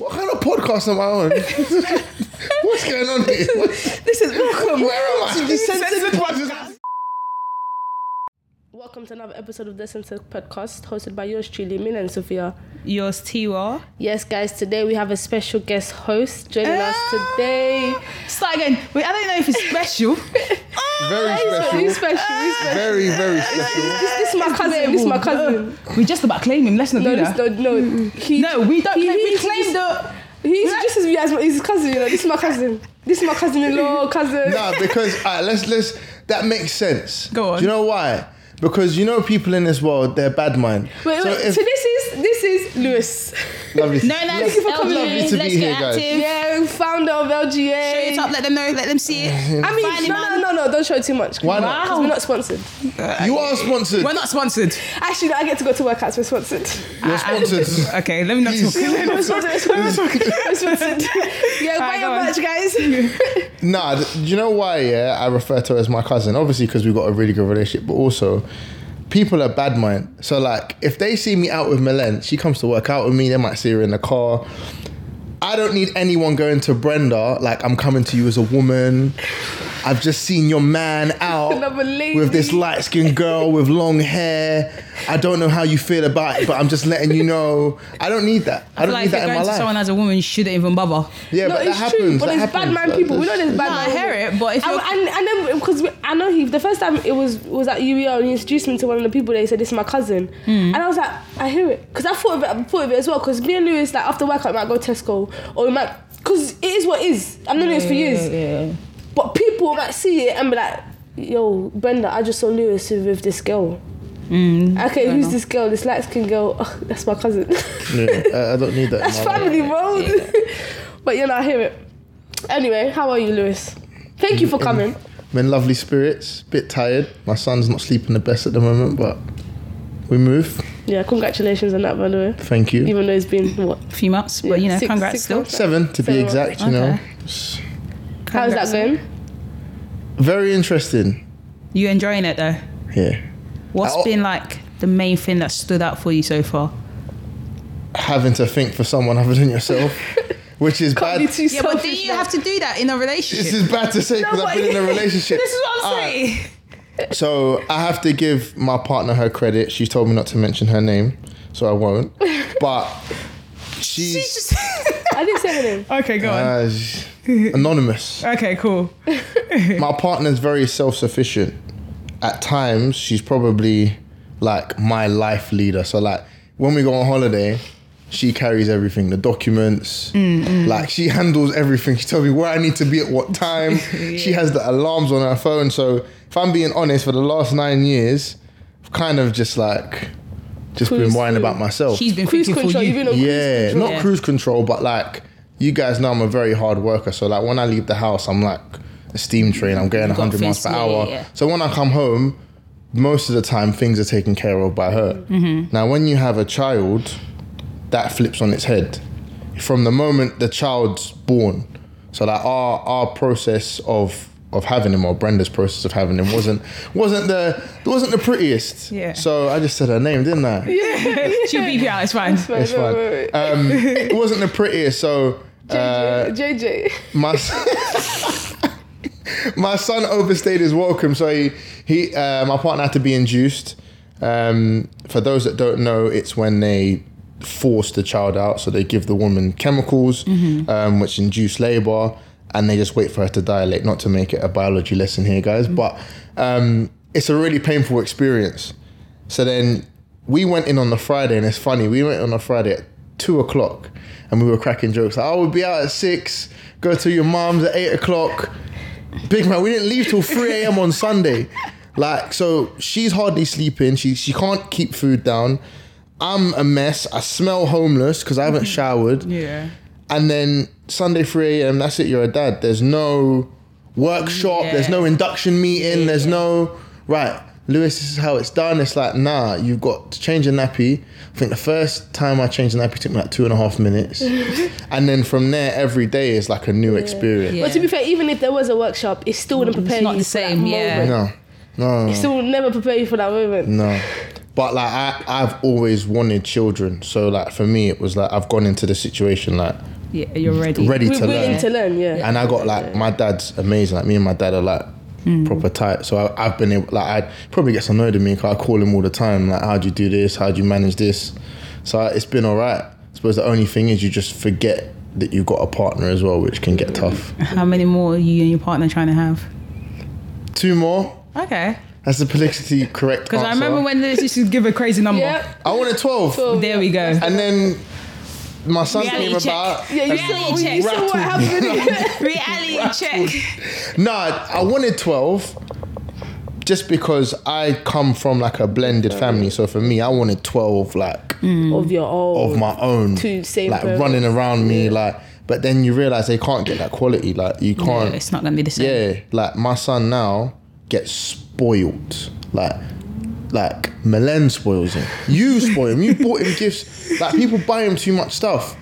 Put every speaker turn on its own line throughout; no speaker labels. would cost on my own. What's going on here? What-
This is welcome.
Where am I?
to the Censored
Podcast.
Welcome to another episode of the Censored Podcast, hosted by yours truly, Min and Sophia.
Yours, Tiwa.
Yes, guys, today we have a special guest host joining us
Ah.
today.
Start again. Wait, I don't know if it's special.
Very
Really
special.
special. really special.
Very, very special.
This is my
Ah!
cousin. This is my cousin.
we just about claim him. Let's not
No,
do
this,
that.
no, no. He,
No, we don't
He-
claim. We
he
claim
just-
the.
he introduces me as my, his cousin. You know, this is my cousin. This is my cousin-in-law, cousin.
Nah, because all right, let's let's that makes sense.
Go on.
Do you know why? Because you know people in this world, they're bad mind.
Wait,
So
wait. So,
if-
this is this is Lewis.
lovely.
No, no,
Lovely-
it's
lovely
LG.
to
Let's
be
get
here, guys.
active.
Yeah, founder of LGA.
Show it up. Let them know. Let them see it.
I mean,
Finally,
no,
man.
no, no, no, don't show too much.
Why
not?
'Cause We're not sponsored.
You are sponsored.
We're not sponsored.
Actually, no, I get to go to workouts. We're sponsored.
You're sponsored.
Okay, let me not
Please.
talk.
yeah, buy
Alright,
your
go on.
merch, guys. yeah,
Nah, th- do you know why? Yeah, I refer to her as my cousin, obviously because we've got a really good relationship, but also people are bad mind. So like, if they see me out with Melen, she comes to work out with me. They might see her in the car. I don't need anyone going to Brenda like I'm coming to you as a woman. I've just seen your man out
Another lady.
with this light skinned girl with long hair. I don't know how you feel about it, but I'm just letting you know. I don't need that. I, don't need
like if you're
that in
going
my
to
life.
someone as a woman, you shouldn't even bother.
yeah,
no,
but
it's
that
true.
happens.
but
that
there's
happens.
bad
Like,
man people. We know
that's-
there's bad
No,
man.
I hear it, but if
I,
you're
and, and then because I know he the first time it was was at UEA and he introduced me to one of the people. They said this is my cousin,
Hmm.
and I was like, I hear it because I thought of it, I thought of it as well. Because me and Lewis, like after work, I might go Tesco or we might because it is what it is. I've known Lewis for years, but people might see it and be like, Yo, Brenda, I just saw Lewis with with this girl.
Mm,
Okay, who's this girl? This light skinned girl. Ugh, that's my cousin.
Yeah, I- I don't need that. in
that's
my life.
family, bro. but you know, I hear it. Anyway, how are you, Lewis? Thank you for
Um,
coming.
I'm in lovely spirits, bit tired. My son's not sleeping the best at the moment, but we move.
Yeah, congratulations on that, by the way.
Thank you.
Even though it's been what?
a few months, but you know,
Six-
congrats
six
still.
months.
Seven to be
Seven.
exact, you know.
Okay.
It's
How's
Congrats.
that going?
very interesting.
You enjoying it though?
Yeah.
What's
Oh.
been like the main thing that stood out for you so far?
Having to think for someone other than yourself, which is
Can't be
bad.
too
Yeah, but do
selfish
you
now.
have to do that in a
This
relationship?
is bad to say because I've been in a relationship.
this is what I'm
Alright,
saying.
So I have to give my partner her credit. She's told me not to mention her name, so I won't. But she's,
She's just
I didn't say anything.
okay. Go on.
uh, she's anonymous.
Okay, cool.
my partner's very self-sufficient at times she's probably like my life leader so like when we go on holiday she carries everything the documents
Mm,
like she handles everything she tells me where i need to be at what time she has the alarms on her phone so if i'm being honest for the last nine years i've kind of just like just been
Cruise
worrying
through.
about myself
She's been
Cruise
thinking
control.
for
You've
you.
been on
yeah,
cruise control.
not cruise control, but like you guys know, I'm a very hard worker. So like when I leave the house, I'm like a steam train. I'm going 100 miles per
things- yeah,
hour.
yeah, yeah.
So when I come home, most of the time things are taken care of by her. Now when you have a child, that flips on its head from the moment the child's born. So like our our process of of having him or Brenda's process of having him wasn't wasn't the wasn't the prettiest.
Yeah.
So I just said her name, didn't I?
She beat you out. It's fine.
Wait,
It's
wait,
fine.
wait, wait.
Um, it wasn't the prettiest, so uh,
JJ, JJ.
my my son overstayed his welcome, so he he uh, my partner had to be induced. Um, for those that don't know, it's when they force the child out, so they give the woman chemicals, um, which induce labour, and they just wait for her to dilate. Not to make it a biology lesson here, guys, but um, it's a really painful experience. So then we went in on the Friday, and it's funny, we went on a Friday at two o'clock and we were cracking jokes. Like, I would be out at six, go to your mom's at eight o'clock. Big man, we didn't leave till 3 a.m. on Sunday. Like, so she's hardly sleeping. She she can't keep food down. I'm a mess. I smell homeless because I haven't showered.
Yeah.
And then Sunday 3 a.m., that's it, you're a dad. There's no workshop,
Yeah.
there's no induction meeting, there's no, right, Lewis, this is how it's done. It's like, nah, you've got to change a nappy. I think the first time I changed a nappy took me like two and a half minutes. and then from there, every day is like a new experience.
Yeah.
But to be fair, even if there was a workshop, it still wouldn't prepare
not
you
the
for that
same, yeah.
moment.
No, no,
It still would never prepare you for that moment.
no. But like, I, I've always wanted children. So, like, for me, it was like, I've gone into the situation like,
yeah, you're ready.
ready to
We're willing
learn.
to learn, yeah.
And I got like my dad's amazing. Like me and my dad are like proper tight. So I, I've been able, like I probably gets annoyed at me because I call him all the time. Like how do you do this? How do you manage this? So I, it's been all right. I suppose the only thing is you just forget that you've got a partner as well, which can get tough.
How many more are you and your partner trying to have?
Two more.
Okay.
That's the politically correct.
Because I remember when they used to give a crazy number. Oh,
Yeah.
I wanted twelve,
So-
There we go.
and then my son
Reality
came
check.
about.
Yeah, you
and-
saw,
Reality
you saw what happened.
Reality check.
No, I I wanted 12 just because I come from like a blended family. So for me, I wanted 12 like
of your own.
of my own.
Mm. To save
like
them.
running around me like but then you realize they can't get that quality like you
No,
can't.
it's not going to be the same.
yeah, like my son now gets spoiled. Like like Milan spoils him. You spoil him. You bought him gifts. Like people buy him too much stuff.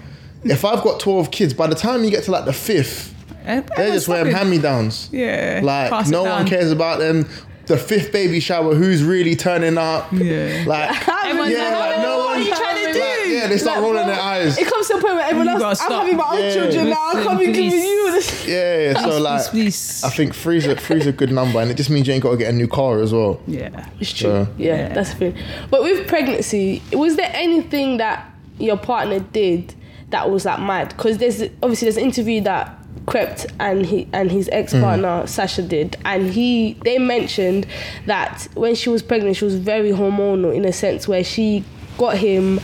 If I've got 12 kids, by the time you get to like the fifth,
Yeah.
they're just wearing hand me downs.
Uh, Yeah.
Like
Pass it
no one
down.
cares about them. The fifth baby shower, who's really turning up?
Yeah.
Like
Everyone's
yeah,
like,
like,
"Oh,
no
what
one.
are you trying to do?
like, yeah, they start
Like,
rolling
bro,
their eyes.
It comes to a point where everyone
You
else, I'm
gotta stop.
having my own
Yeah.
children now. I
Listen,
can't be giving
please.
you this.
Yeah, so like,
please.
I think three's a three's a good number, and it just means you ain't got to get a new car as well.
Yeah.
It's true.
Yeah.
Yeah, that's the thing. But with pregnancy, was there anything that your partner did that was like mad? Because there's obviously there's an interview that Crept and he and his ex partner
Mm.
Sasha did, and he they mentioned that when she was pregnant, she was very hormonal in a sense where she got him.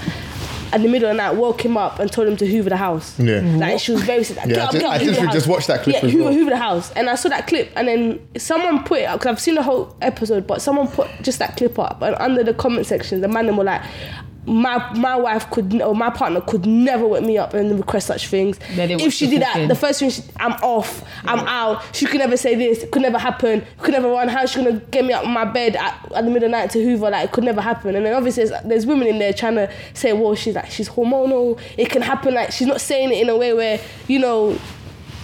In the middle of the night, woke him up and told him to hoover the house.
Yeah.
like she was very sick. Like,
Yeah,
get
I
up,
ju-
get up,
I
hoover
just-
the
we just
house.
watched that clip
Yeah,
as
hoover,
well.
hoover over the house and I saw that clip and then someone put it up because I've seen the whole episode but someone put just that clip up and under the comment section the man them were like my my wife could n- or my partner could never wake me up and request such things
That it
if
was
she did that
sufficient.
the first thing she, I'm off I'm out she could never say this it could never happen could never run how's she gonna get me out of my bed at, at the middle of the night to hoover like it could never happen and then obviously there's, there's women in there trying to say well she's like she's hormonal it can happen like she's not saying it in a way where you know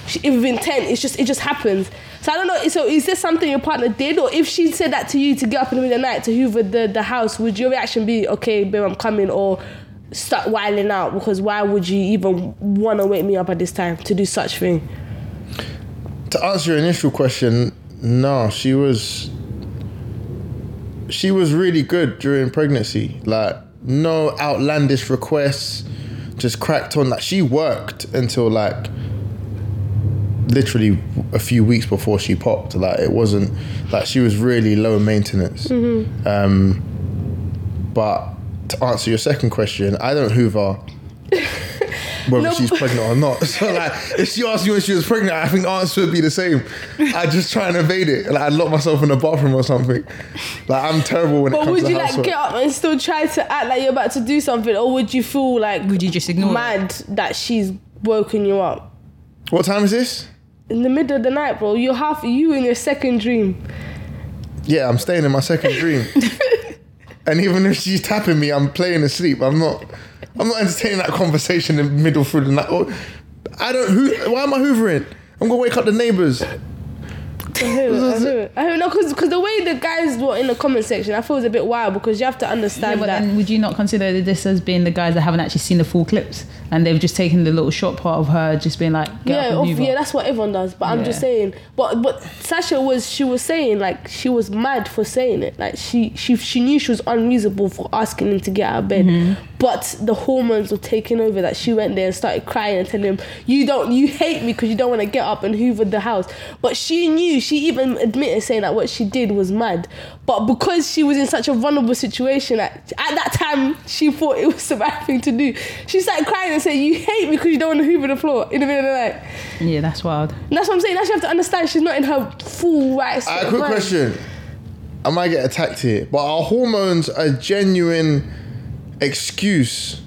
she- with intent. It's just it just happens. So I don't know. So is this something your partner did, or if she said that to you to get up in the middle of the night to hoover the, the house, would your reaction be okay, babe, I'm coming, or start whiling out? Because why would you even want to wake me up at this time to do such thing?
To answer your initial question, no, she was she was really good during pregnancy. Like no outlandish requests, just cracked on. Like she worked until like literally a few weeks before she popped. Like it wasn't like she was really low maintenance.
Mm-hmm.
Um, but to answer your second question, I don't Hoover. Whether
No.
she's pregnant or not, so like if she asked me when she was pregnant, I think the answer would be the same. I just try and evade it, like I lock myself in the bathroom or something. Like I'm terrible when it
But
comes
would
to
you like
housework.
get up and still try to act like you're about to do something, or would you feel like
Would you just ignore it?
mad that she's woken you up?
What time is this?
In the middle of the night, bro, you're half you in your second dream.
Yeah, I'm staying in my second dream. and even if she's tapping me, I'm playing asleep. I'm not. I'm not entertaining that conversation in the middle through the night. Or- I don't. Who? Why am I hoovering? I'm gonna wake up the neighbors.
I hear it, I hear it. I hear it. No, because the way the guys were in the comment section, I thought it was a bit wild because you have to
Yeah,
understand
but
that.
then would you not consider that this as being the guys that haven't actually seen the full clips and they've just taken the little short part of her just being like, get up
Yeah,
and
off,
move
yeah,
up.
that's what everyone does. But I'm just
Yeah.
saying. But but Sasha was she was saying like she was mad for saying it. Like she she she knew she was unreasonable for asking him to get out of bed. But the hormones were taking over. That she went there and started crying and telling him, "You don't you hate me because you don't want to get up and hoover the house." But she knew. She even admitted saying that what she did was mad. But because she was in such a vulnerable situation at, at that time, she thought it was the right thing to do. She started crying and saying, "You hate me because you don't want to hoover the floor in the middle of the night."
yeah, that's wild.
And that's what I'm saying. That's you have to understand. She's not in her full right. state
Uh,
of
quick
mind.
question. I might get attacked here, but are hormones a genuine excuse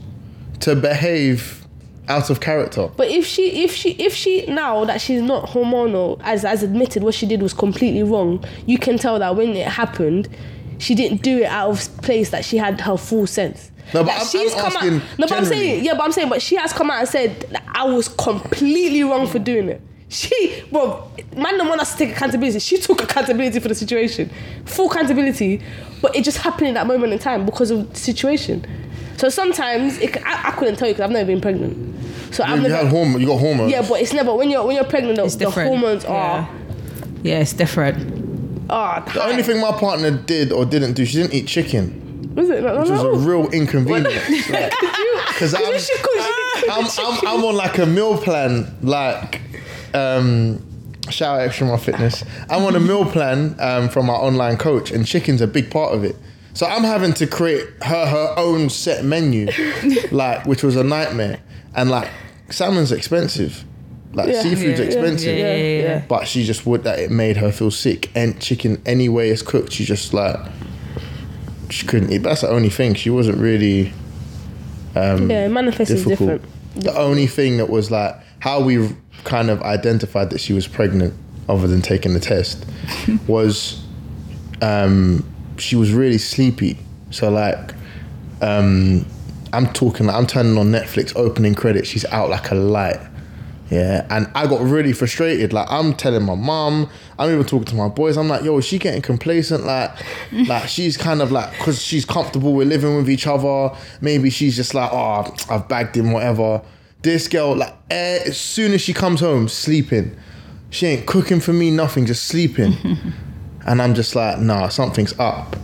to behave out of character?
But if she, if she, if she now that she's not hormonal, as as admitted, what she did was completely wrong. You can tell that when it happened, she didn't do it out of place. That she had her full sense.
No, but
Like,
I'm- I'm asking
come out. No, but I'm
generally.
saying, yeah, but I'm saying, but she has come out and said that I was completely wrong for doing it. She, well, man, don't want us to take accountability. She took accountability for the situation, full accountability, but it just happened in that moment in time because of the situation. So sometimes it, c- I, I couldn't tell you because I've never been pregnant. So
You,
I'm
you had
never,
hormone. You got hormones.
yeah, but it's never when you're when you're pregnant. The,
It's
the
different.
hormones
yeah.
are
Yeah, it's different.
are
the only thing my partner did or didn't do, she didn't eat chicken,
was it? No,
which was
no,
a
Oh.
no.
real inconvenience. Because I'm,
She could- she
I'm, I'm, I'm on like a meal plan, like um, shout out extra my fitness. I'm on a meal plan um, from our online coach, and chicken's a big part of it. So I'm having to create her her own set menu, like which was a nightmare. And like salmon's expensive, like
Yeah.
seafood's
Yeah.
expensive.
Yeah, yeah, yeah, yeah.
But she just would that it made her feel sick. And chicken, any way it's cooked, she just like she couldn't eat. That's the only thing. She wasn't really
yeah, manifest is
difficult.
different.
The only thing that was like how we kind of identified that she was pregnant, other than taking the test, was um, she was really sleepy. So like, um, I'm talking, like, I'm turning on Netflix, opening credits, she's out like a light. Yeah, and I got really frustrated. Like I'm telling my mom, I'm even talking to my boys. I'm like, yo, is she getting complacent? Like, like she's kind of like, cause she's comfortable. We're living with each other. Maybe she's just like, oh, I've bagged him, whatever. This girl, like, eh, as soon as she comes home, sleeping. She ain't cooking for me, nothing, just sleeping. and I'm just like, nah, something's up.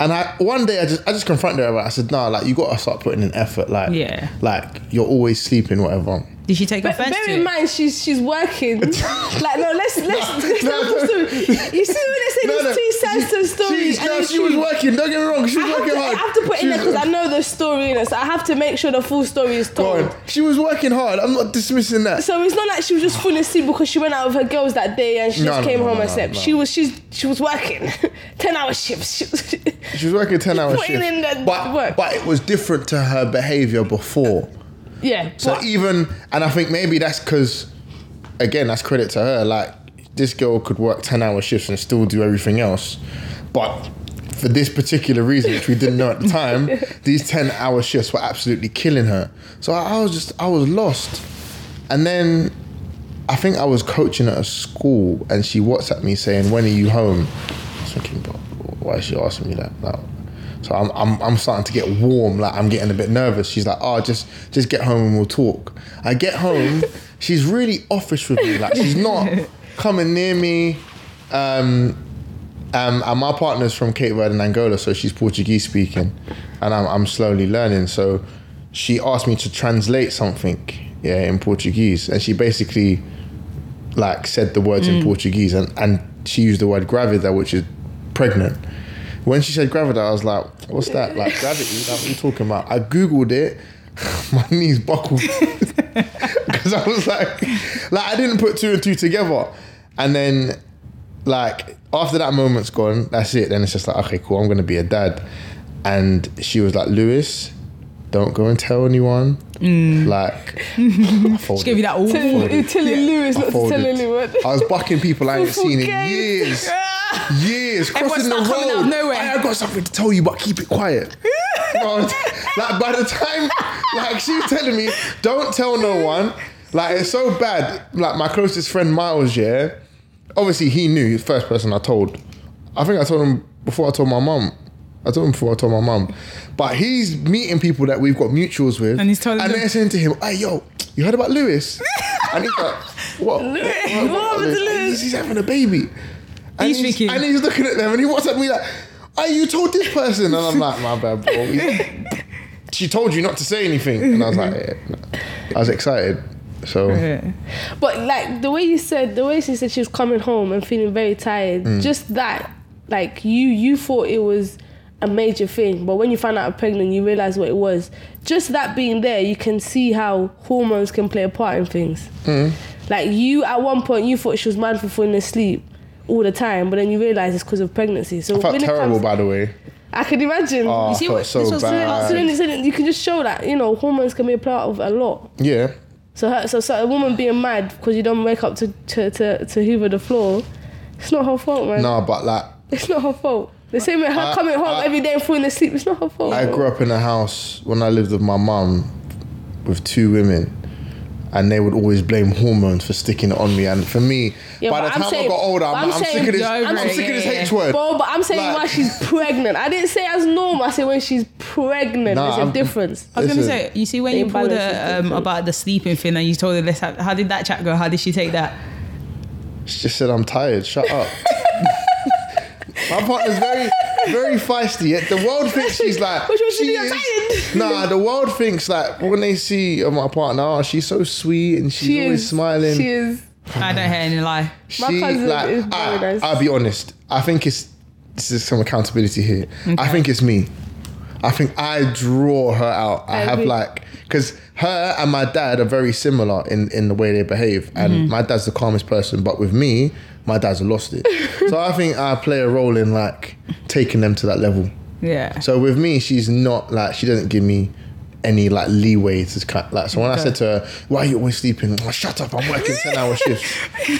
And I one day I just I just confronted her about. It. I said, nah, like you gotta start putting in effort. Like,
Yeah.
like you're always sleeping, whatever.
Did she take
But
offense
bear
to
in
it?
mind, she's she's working. like no, let's let's. let's
no,
not story. You see when they say
No,
these
no.
two sides to the story,
She,
and
no,
it's
she was
true.
working. Don't get me wrong. She
I
was
have,
working
to, I
hard.
have to put
She
in there
was-
because I know the story in it, so I have to make sure the full story is
Go
told.
on. She was working hard. I'm not dismissing that.
So it's not like she was just falling asleep because she went out with her girls that day and she
No,
just
no,
came
no,
home
no,
and
no,
slept.
no.
She was she's she was working, ten hour shifts. She was,
She was working ten hours.
putting in the
but
work.
but it was different to her behavior before.
yeah,
So
but
even and I think maybe that's because again that's credit to her. Like this girl could work ten hour shifts and still do everything else, but. For this particular reason, which we didn't know at the time, these ten-hour shifts were absolutely killing her. So I, I was just, I was lost. And then I think I was coaching at a school and she WhatsApped me saying, When are you home? I was thinking, but why is she asking me that now? So I'm, I'm, I'm starting to get warm, like I'm getting a bit nervous. She's like, Oh, just just get home and we'll talk. I get home, she's really offish with me, like she's not coming near me. Um, um, and my partner's from Cape Verde and Angola, so she's Portuguese speaking, and I'm, I'm slowly learning. So she asked me to translate something, yeah, in Portuguese, and she basically like said the words
Mm.
in Portuguese, and, and she used the word grávida, which is pregnant. When she said gravida, I was like, "What's that? Like gravity? Like, what are you talking about?" I googled it. My knees buckled because I was like, like I didn't put two and two together, and then like after that moment's gone, that's it. Then it's just like, okay, cool, I'm gonna be a dad. And she was like, Lewis, don't go and tell anyone. Like, I folded.
Give Mm. you that all.
telling, telling Lewis not
I,
to tell
folded.
anyone.
I was bucking people I ain't seen in
Forgave.
years, years crossing the
start coming out
road.
of nowhere.
I have got something to tell you, but keep it quiet. Bro, like by the time, like she was telling me, don't tell no one. Like it's so bad. Like my closest friend Miles, yeah. Obviously, he knew. He was the first person I told. I think I told him before I told my mum. I told him before I told my mum. But he's meeting people that we've got mutuals with,
And he's telling
and
them-
they're saying to him, "Hey, yo, you heard about Lewis?" and he's like, "What?
What happened to Lewis?
He's, he's having a baby." And
He's thinking-
and he's looking at them, and he walks at me like, "Hey, you told this person?" And I'm like, "My bad, bro." she told you not to say anything, and I was like, yeah. no. "I was excited." So
Yeah.
But like the way you said, the way she said she was coming home and feeling very tired,
Mm.
just that, like you, you thought it was a major thing, but when you find out you're pregnant, you realize what it was. Just that being there, you can see how hormones can play a part in things.
Mm.
Like you, at one point, you thought she was mad for falling asleep all the time, but then you realize it's because of pregnancy. So
I felt
when it
terrible,
comes,
by the way.
I can imagine.
Oh, I
see
felt
what-
so
this was-
bad.
so then, so then you can just show that you know hormones can be a part of a lot.
yeah.
So, her, so, so a woman being mad because you don't wake up to, to, to, to hoover the floor, it's not her fault, man.
No, but like
It's not her fault. The same with her
I-
coming home
I-
every day and falling asleep, it's not her fault.
I
bro.
grew up in a house when I lived with my mum with two women. And they would always blame hormones for sticking it on me. And for me,
Yeah,
by
but
the
I'm
time
saying-
I got older,
but
I'm,
I'm
I'm, sick
saying-
of this.
Yeah,
I'm
right,
sick of this
yeah,
H
yeah.
word.
Bro, but I'm saying
Like-
why she's pregnant. I didn't say as normal. I said when she's pregnant.
Nah,
There's a
I'm-
difference.
I was going to
Listen.
say, you see, when you
The
pulled
imbalance
her
is
um,
different.
about the sleeping thing and you told her, let's have, how did that chat go? How did she take that?
She just said, I'm tired. Shut up. My partner's very, very feisty. Yet the world thinks she's like.
Which one should be
is-
excited?
Nah, the world thinks like when they see my partner, oh, she's so sweet and she's always smiling.
She is.
I don't hear any lie.
She,
My cousin is
I,
very nice.
I'll be honest. I think it's this is some accountability here. I think it's me. I think I draw her out. I,
I
have
agree.
like because her and my dad are very similar in in the way they behave, and
Mm-hmm.
my dad's the calmest person. But with me, my dad's lost it. so I think I play a role in like taking them to that level.
Yeah.
So with me, she's not like she doesn't give me any like leeway to cut like. So when I
Okay.
said to her, "Why are you always sleeping?" Oh, shut up! I'm working ten hour shifts.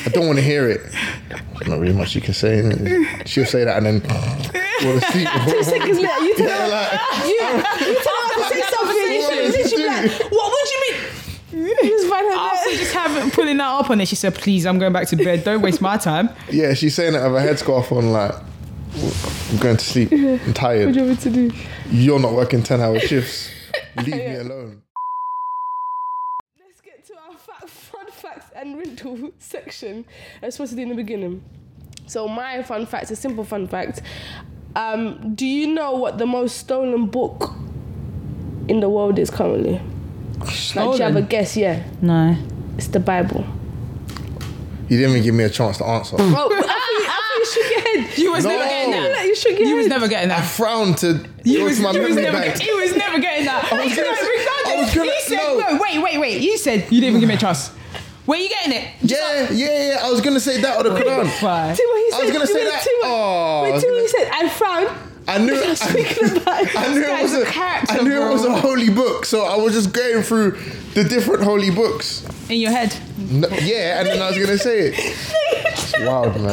I don't want to hear it. There's not really much you can say. innit? She'll say that and then want to sleep.
Two seconds later, you tell
Yeah,
her.
like,
You, you tell her to say something. You should- You should be like,
What would you mean?
you just find her there.
After just having pulling that up on it, she said, "Please, I'm going back to bed. Don't waste my time."
yeah, she's saying that with her headscarf on. Like, I'm going to sleep. I'm
What do
tired.
you want me to do?
You're not working ten hour shifts. Leave me alone.
Let's get to our fact, fun facts and riddle section. I was supposed to do in the beginning. So my fun fact, a simple fun fact. Um, do you know what the most stolen book in the world is currently? Like, do you have a
Stolen?
guess? Yeah,
No.
it's the Bible.
You didn't even give me a chance to answer.
Mm.
Oh, I thought you, I thought you shook your head.
You was
No.
never getting
Yeah.
that.
You shook your
You was
head.
never getting
I
that.
frowned to
You
go
was,
to my
you was
memory
never.
bank.
Get, you was never getting that.
was gonna- I was gonna-
you said
no.
no. Wait, wait, wait. You said you didn't even give me a chance. Where you getting it?
Yeah, yeah, yeah. I was gonna say that or the Quran.
Why?
See what he
I
said.
was gonna say
Wait,
that.
see what-
Oh, I
wait,
was
see what
gonna-
he said. I frowned.
I knew.
I was thinking about it.
I knew
This
it was
guy's
a,
a character,
I knew it was a
bro.
holy book, so I was just going through the different holy books.
In your head.
No, yeah, and then I was gonna say it. It's wild,
Oh,
man.
I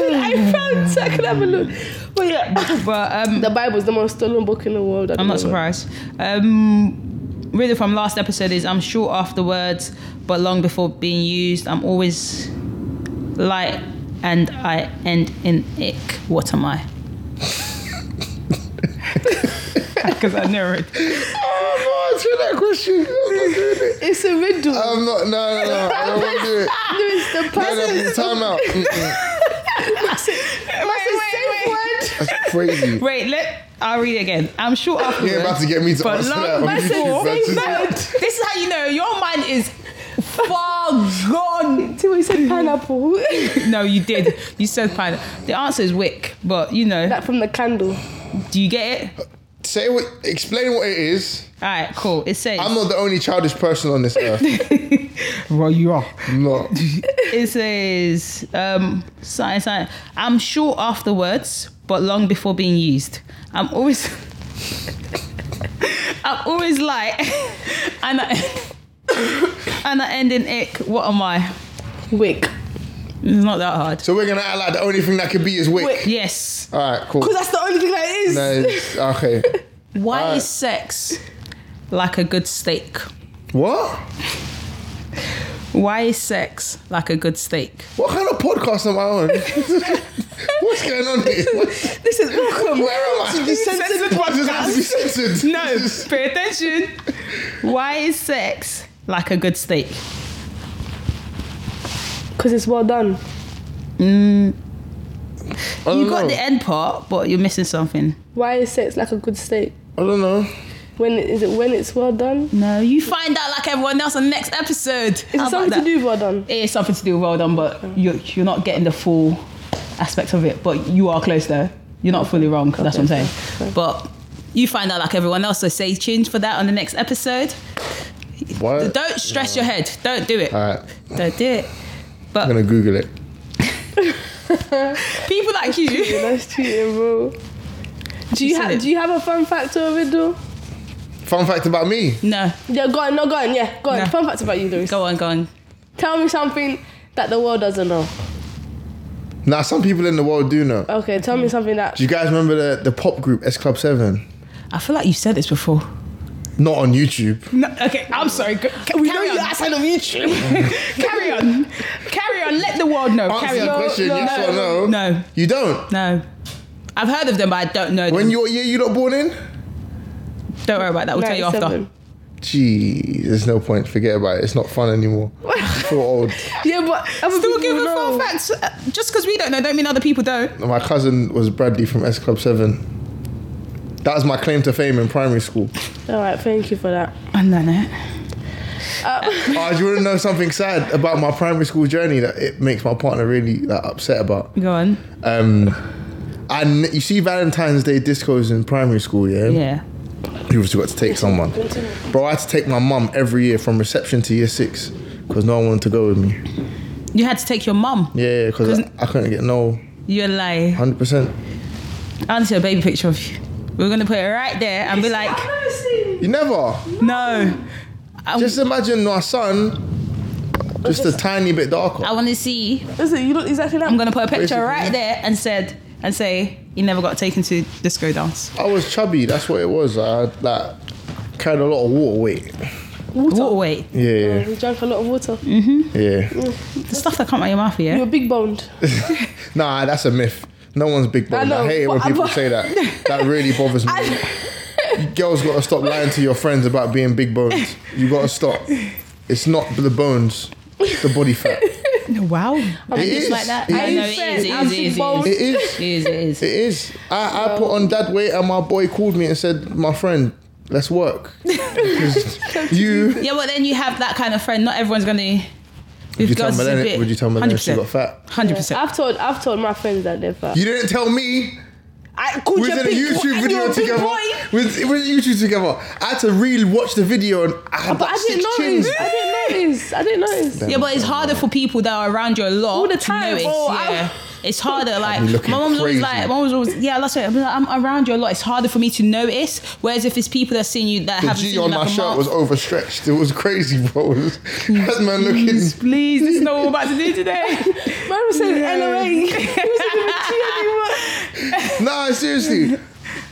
said I frowned so I could have a look. But yeah.
But um,
The Bible's the most stolen book in the world. at the
I'm not
moment.
surprised. Um, really, from last episode is I'm short afterwards, but long before being used. I'm always light, and I end in ick. What am I? Because I know it.
Oh no, answer that question. I'm not doing it.
It's a riddle.
I'm not. No, no, no. I don't want to do it.
there is the
Um, No, no,
person's
time out. Mm-mm,
That's a safe word.
That's crazy.
Wait, let I'll read it again. I'm short afterwards.
You're about to get me to
but
answer
long
that on
message-
YouTube.
Safe
man.
word.
This is how you know your mind is far gone.
See what he said, pineapple.
No, you did. You said pine. The answer is wick, but you know,
that from the candle.
do you get it?
Say what? Explain what it is.
All right, cool. It says.
I'm not the only childish person on this earth.
well, you are.
I'm not.
It says, um, sign, sign. I'm short afterwards, but long before being used. I'm always, I'm always light, and I, and I end in ick. What am I?
Wick.
It's not that hard.
So we're gonna act like the only thing that could be is wick.
Wick.
Yes.
All right, cool.
Because that's the only thing that it is.
No, it's- okay.
Why
Alright.
is sex like a good steak?
What?
Why is sex like a good steak?
What kind of podcast am I on? What's going on here? What-
This is welcome.
Where am I?
To the censored
Why does it have to be censored?
No,
This is-
pay attention. Why is sex like a good steak?
Because it's well done.
I don't
Mm, You got
know.
the end part, but you're missing something.
Why is sex like a good steak?
I don't know.
When it, is it when it's well done?
No, you find out like everyone else on the next episode.
Is it something to do with well done?
It is something to do with well done, but you're, you're not getting the full aspect of it. But you are close though. You're not fully wrong. That's what I'm saying. But you find out like everyone else. So stay tuned for that on the next episode.
What?
Don't stress your head. Don't do it.
All right,
Don't do it.
I'm
But
gonna Google it.
people like you.
That's cheating, bro. Do you,
said
ha-
it.
do you have a fun fact or a riddle?
Fun fact about me.
No,
Yeah, go on, no, go on, yeah, go on.
No.
Fun fact about you, Louis.
go on, go on.
Tell me something that the world doesn't know.
Now, some people in the world do know.
Okay, tell
Hmm.
me something that.
Do you guys remember the, the pop group S Club Seven?
I feel like you said this before.
Not on YouTube.
No, okay, I'm sorry. Go, ca-
We know
carry
you're
on.
outside of YouTube.
carry on. Carry on. Let the world know.
Answer
carry
the
on.
question,
No,
yes or no?
No.
You don't.
No. I've heard of them, but I don't know them.
When your year you not born in?
Don't worry about that. We'll tell you after.
97.
Gee, there's no point. Forget about it. It's not fun anymore. I feel old.
Yeah, but other
Still
people
giving
know.
full facts. Uh, Just because we don't know, don't mean other people don't.
My cousin was Bradley from S Club 7. That was my claim to fame in primary school.
All right, thank you for that.
I don't know.
Uh,
Oh, do you want to know something sad about my primary school journey that it makes my partner really like, upset about?
Go on.
Um, and you see Valentine's Day discos in primary school, yeah?
Yeah.
You obviously got to take someone. Bro, I had to take my mum every year from reception to year six because no one wanted to go with me.
You had to take your mum.
Yeah, because I, I couldn't get no
You're like,
100%.
I want to see a baby picture of you. We're gonna put it right there and be like,
You never.
no. I,
Just imagine my son, just a tiny bit darker.
I want to see.
Listen, you look exactly that.
I'm gonna put a picture
Basically.
right there and said and say you never got taken to disco dance.
I was chubby, that's what it was. I had, like, carried a lot of water weight.
water. Uh, Mm.
Water weight.
Yeah,
You drank a lot of water.
yeah.
The stuff that come out your mouth, yeah.
You're big boned.
Nah, that's a myth. No one's big
I
boned. I,
know,
hate it when
but-
people
but-
say that. That really bothers me. Girls gotta stop lying to your friends about being big boned. You gotta stop. It's not the bones, it's the body fat. It
Wow. I'm
is.
like that.
It
I know
is.
it is. It
I'm
is. It is.
bald.
It is.
It is. It is.
It is. I, I put on dad weight and my boy called me and said, My friend, let's work. Because you.
Yeah, but then you have that kind of friend. Not everyone's gonna.
Would you, tell Melanie, would you tell Melanie she got fat?
Hundred percent.
I've told I've told my friends that they're fat.
You didn't tell me.
I called
We was
you
in a
big boy,
YouTube
and
video
you're a big
together.
boy.
We was we was in YouTube together. I had to really watch the video and I had
But
like
I didn't
six
notice.
chins.
I didn't notice. I didn't notice.
Yeah, but it's harder for people that are around you a lot
All the
to
time.
notice.
Oh, I-
yeah. It's harder. Like
be
my
looking
mom's always
crazy.
like, my mom's always yeah. That's it. I'm, like, I'm around you a lot. It's harder for me to notice. Whereas if it's people that seen you that
The
haven't seen
G
you
on
like
my
a
shirt
month,
was overstretched. It was crazy, bro. That man looking.
please, please, this is not what we're about to do today.
Man was saying LOA. He wasn't even
Nah, seriously.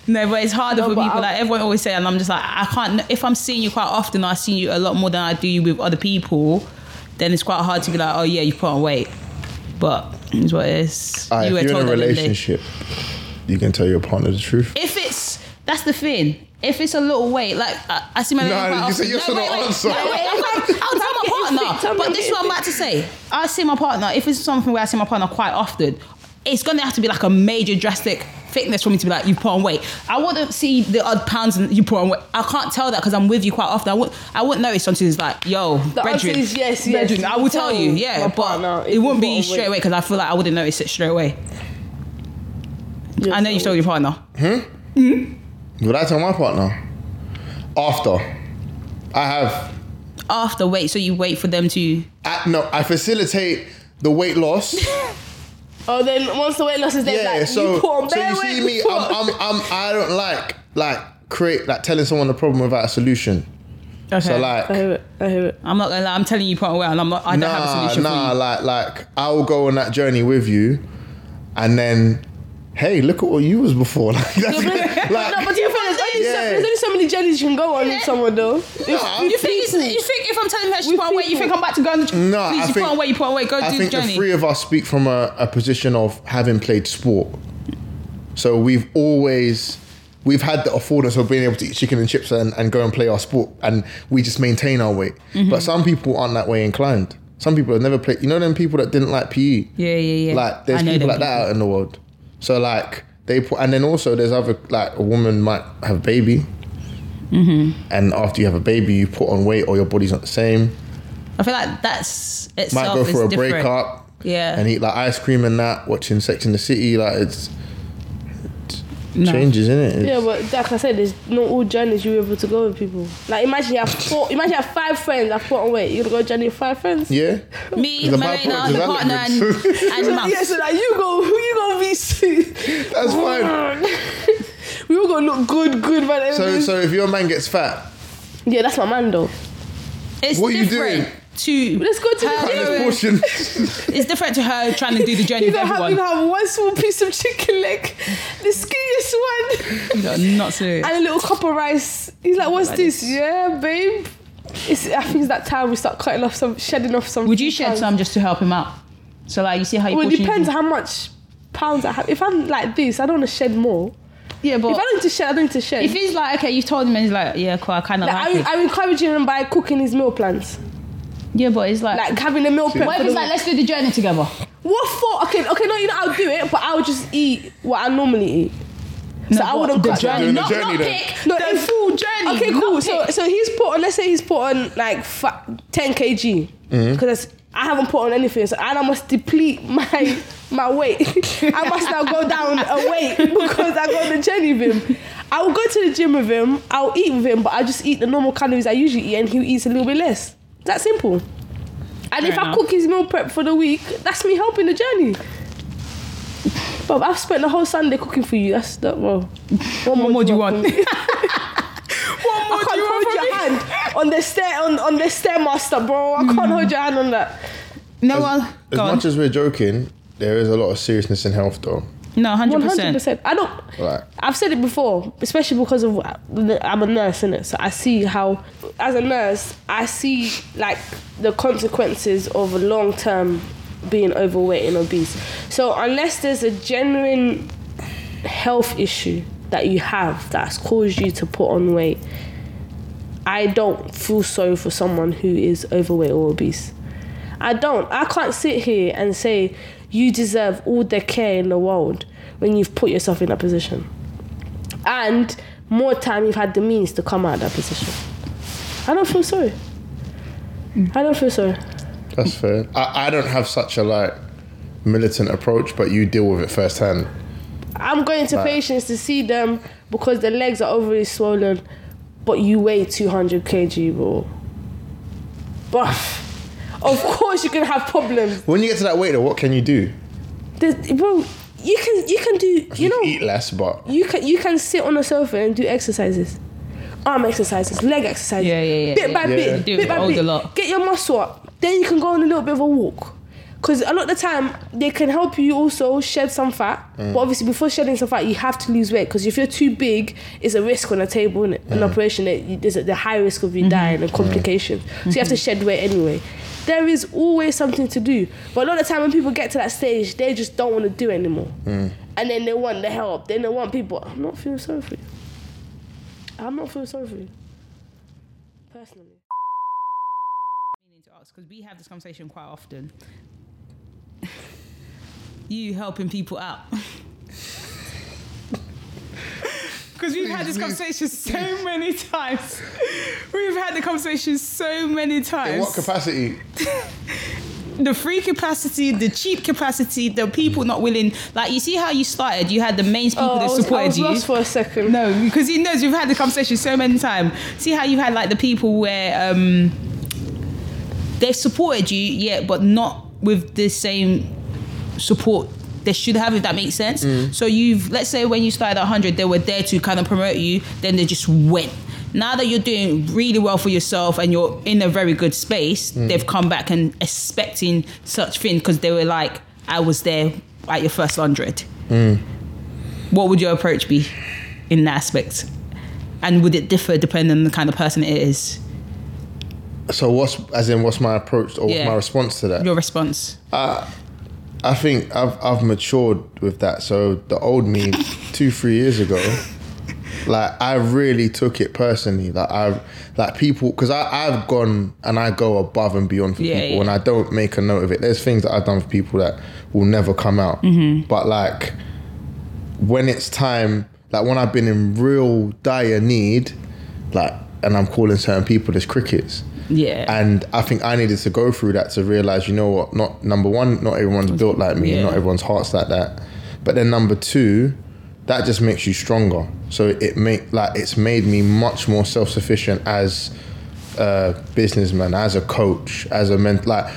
No, but it's harder for
but
people.
I-
like everyone always say, and I'm just like, I can't. If I'm seeing you quite often, I see you a lot more than I do with other people. Then it's quite hard to be like, oh yeah, you put on weight. But it's what it is.
Aye, if you're in a
that, didn't they?
relationship, you can tell your partner the truth.
If it's that's the thing. If it's a little weight, like I, I see my
No,
lady quite
you said
often.
yes
no,
or no answer.
wait, wait, No, wait, I'll, I'll tell my
Tell
partner.
me
But
if
this is
it-
what I'm about to say. I see my partner. If it's something where I see my partner quite often, it's gonna have to be like a major drastic thickness for me to be like you put on weight. I wouldn't see the odd pounds and you put on weight. I can't tell that because I'm with you quite often. I would I wouldn't notice until it's like yo.
The answer
brethren,
is yes, yes,
brethren. I
you
will tell you.
tell
Yeah,
my
but
partner if
it
you
wouldn't
put
be
on
straight
weight.
away because I feel like I wouldn't notice it straight away.
Yes,
I know
I
you told your partner.
Would I tell my partner? After. I have.
after wait so you wait for them to
I, no, I facilitate the weight loss.
Oh, then once the weight loss is there,
yeah,
like,
so
you put on
so
bare
you
weight.
see me,
put on-
I'm, I'm, I'm, I don't like like create like telling someone a problem without a solution.
okay
So like,
I hear it. I hear it.
i'm not gonna lie i'm telling you point away and i'm not i don't have a
nah,
solution
nah,
for you
like like I will go on that journey with you, and then, hey, look at what you was before. Like, that's, like,
no, but do you feel there's only, so,
Yeah.
there's only so many journeys you can go on with someone though.
Nah.
you think, it's- you think if i'm telling her she
With
put away you
people.
think i'm about to go on the
No, I
please you
think-
put away you put away go
I
do the
think the
journey
three of us speak from a, a position of having played sport. So we've always we've had the affordance of being able to eat chicken and chips and, and go and play our sport and we just maintain our weight.
Mm-hmm.
But some people aren't that way inclined. Some people have never played you know them people that didn't like PE?
Yeah, yeah, yeah.
Like there's
I know
people
them
like that out in the world. So like they put and then also there's other like a woman might have a baby.
Mm-hmm.
And after you have a baby, you put on weight or your body's not the same.
i feel like that's itself
Might go
is
for a
different.
breakup
yeah
and eat like ice cream and that, watching Sex in the City, like it's
No.
changes, isn't it?
Yeah, but like I said, there's not all journeys you're able to go with people. Like imagine you have four, imagine you have five friends. I put on weight. You're gonna go journey with five friends.
yeah.
me
The
Marina,
bipolar
the partner and,
development.
and mum
Yeah, so like you go, you gonna be sick.
That's fine.
we all gonna look good, good man.
So so if your man gets fat,
yeah, that's my man though.
it's
What are you
different to
Let's go to the
cut
Yeah,
this
yeah.
gym.
portion.
it's different to her trying to do the journey
You
with
gonna have you
everyone
gonna have one small piece of chicken leg, the skinniest one,
No, not serious
and a little cup of rice. He's like, what's
Like
this? Yeah, babe. It's, I think it's that time we start cutting off some, shedding off some.
would you
few
shed
pounds.
some just to help him out so like you see how you
Well, it
portion-
depends how much pounds I have. If I'm like this, I don't want to shed more.
Yeah, but
If I don't need to share, I don't need to share.
if he's like, okay, you told him, and he's like, yeah, cool, I kind of
like,
like, it.
I, I'm encouraging him by cooking his meal plans,
yeah, but it's like,
like having a meal plan.
What if it's like, let's do the journey together?
what for? Okay, okay, no, you know I'll do it, but I'll just eat what I normally eat. so I
but
wouldn't
the
cut down.
journey- Doing the journey then.
pick.
No,
the
if-
full journey.
Okay,
not
cool. So,
pick.
so he's put on. Let's say he's put on like fi- ten kg because I haven't put on anything, so and I must deplete my my weight. I must now go down a weight because I go on the journey with him. I will go to the gym with him. I'll eat with him, but I just eat the normal calories I usually eat, and he eats a little bit less. That simple. And if
Fair
I
enough.
cook his meal prep for the week, that's me helping the journey. But I've spent the whole Sunday cooking for you. That's that. Well, what
what more do you want?
I can't hold your hand on the stair on, on the stairmaster, bro. I can't hold your hand on that.
no one.
As
Go on.
much as we're joking, there is a lot of seriousness in health, though.
No, hundred
One hundred
percent.
percent. I don't.
Like,
I've said it before, especially because of I'm a nurse in it, so I see how, as a nurse, I see like the consequences of long term being overweight and obese. So unless there's a genuine health issue that you have that's caused you to put on weight, I don't feel sorry for someone who is overweight or obese. I don't. I can't sit here and say you deserve all the care in the world when you've put yourself in that position. And more time you've had the means to come out of that position. I don't feel sorry. I don't feel sorry.
that's fair. I, I don't have such a like militant approach, but you deal with it firsthand.
I'm going to
Right.
patients to see them because their legs are overly swollen, but you weigh 200 kg, bro. Bruh. Of course, you can have problems.
When you get to that weight, though, what can you do?
There's, bro, you can you can do you know
eat less, but
you can you can sit on a sofa and do exercises, arm exercises, leg exercises.
Yeah, yeah, yeah,
Bit
yeah.
by
Yeah.
bit,
Do
bit by
all
bit.
the lot.
Get your muscle up. Then you can go on a little bit of a walk. Because a lot of the time, they can help you also shed some fat. But obviously, before shedding some fat, you have to lose weight. Because if you're too big, it's a risk on a table, is An operation, that you- there's a, the high risk of you
Mm-hmm.
dying and complications. So you have to shed weight anyway. There is always something to do. But a lot of the time, when people get to that stage, they just don't want to do it anymore. And then they want the help. Then they want people. I'm not feeling sorry for you. I'm not feeling sorry for you. Personally.
Because we have this conversation quite often. You helping people out. Because we've had this conversation so many times. We've had the conversation so many times.
in what capacity?
the free capacity, the cheap capacity, the people not willing. Like you see how you started. You had the main people
Oh, I
that
was, I
supported
was
you.
lost for a second.
No, because he knows we've had the conversation so many times. See how you've had like the people where um, they've supported you, yeah, but not with the same support they should have, if that makes sense. So you've, let's say when you started at 100, they were there to kind of promote you, then they just went. Now that you're doing really well for yourself and you're in a very good space, they've come back and expecting such thing because they were like, I was there at your first 100 what would your approach be in that aspect? And would it differ depending on the kind of person it is?
So what's as in what's my approach or what's
Yeah.
my response to that?
Your response?
I think I've I've matured with that. So the old me two three years ago, like I really took it personally. Like I like people because I I've gone and I go above and beyond for
Yeah,
people,
yeah.
and I don't make a note of it. There's things that I've done for people that will never come out.
Mm-hmm.
But like when it's time, like when I've been in real dire need, like and I'm calling certain people as crickets.
Yeah.
And I think I needed to go through that to realize, you know what? Not number one, not everyone's built like me,
Yeah.
not everyone's heart's like that. But then number two, that just makes you stronger. So it make like it's made me much more self sufficient as a businessman, as a coach, as a mentor. Like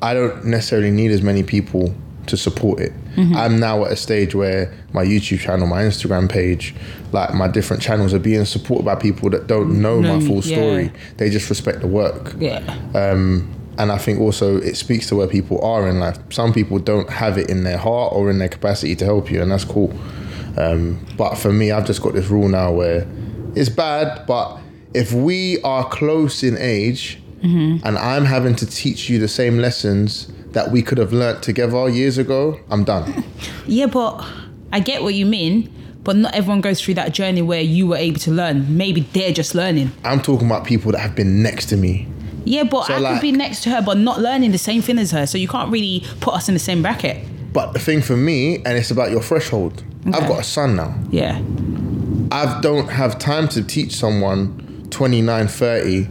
I don't necessarily need as many people to support it.
Mm-hmm.
I'm now at a stage where my YouTube channel, my Instagram page, like my different channels are being supported by people that don't know
No,
my full
yeah.
story. They just respect the work.
yeah.
Um, and I think also it speaks to where people are in life. Some people don't have it in their heart or in their capacity to help you, and that's cool. Um, but for me, I've just got this rule now where it's bad, but if we are close in age and I'm having to teach you the same lessons that we could have learnt together years ago, I'm done.
Yeah, but I get what you mean. But not everyone goes through that journey where you were able to learn. Maybe they're just learning.
I'm talking about people that have been next to me.
Yeah, but
So,
I
like-
could be next to her, but not learning the same thing as her. So you can't really put us in the same bracket.
But the thing for me, and it's about your threshold. I've
Okay.
got a son now.
Yeah.
I don't have time to teach someone 29, 30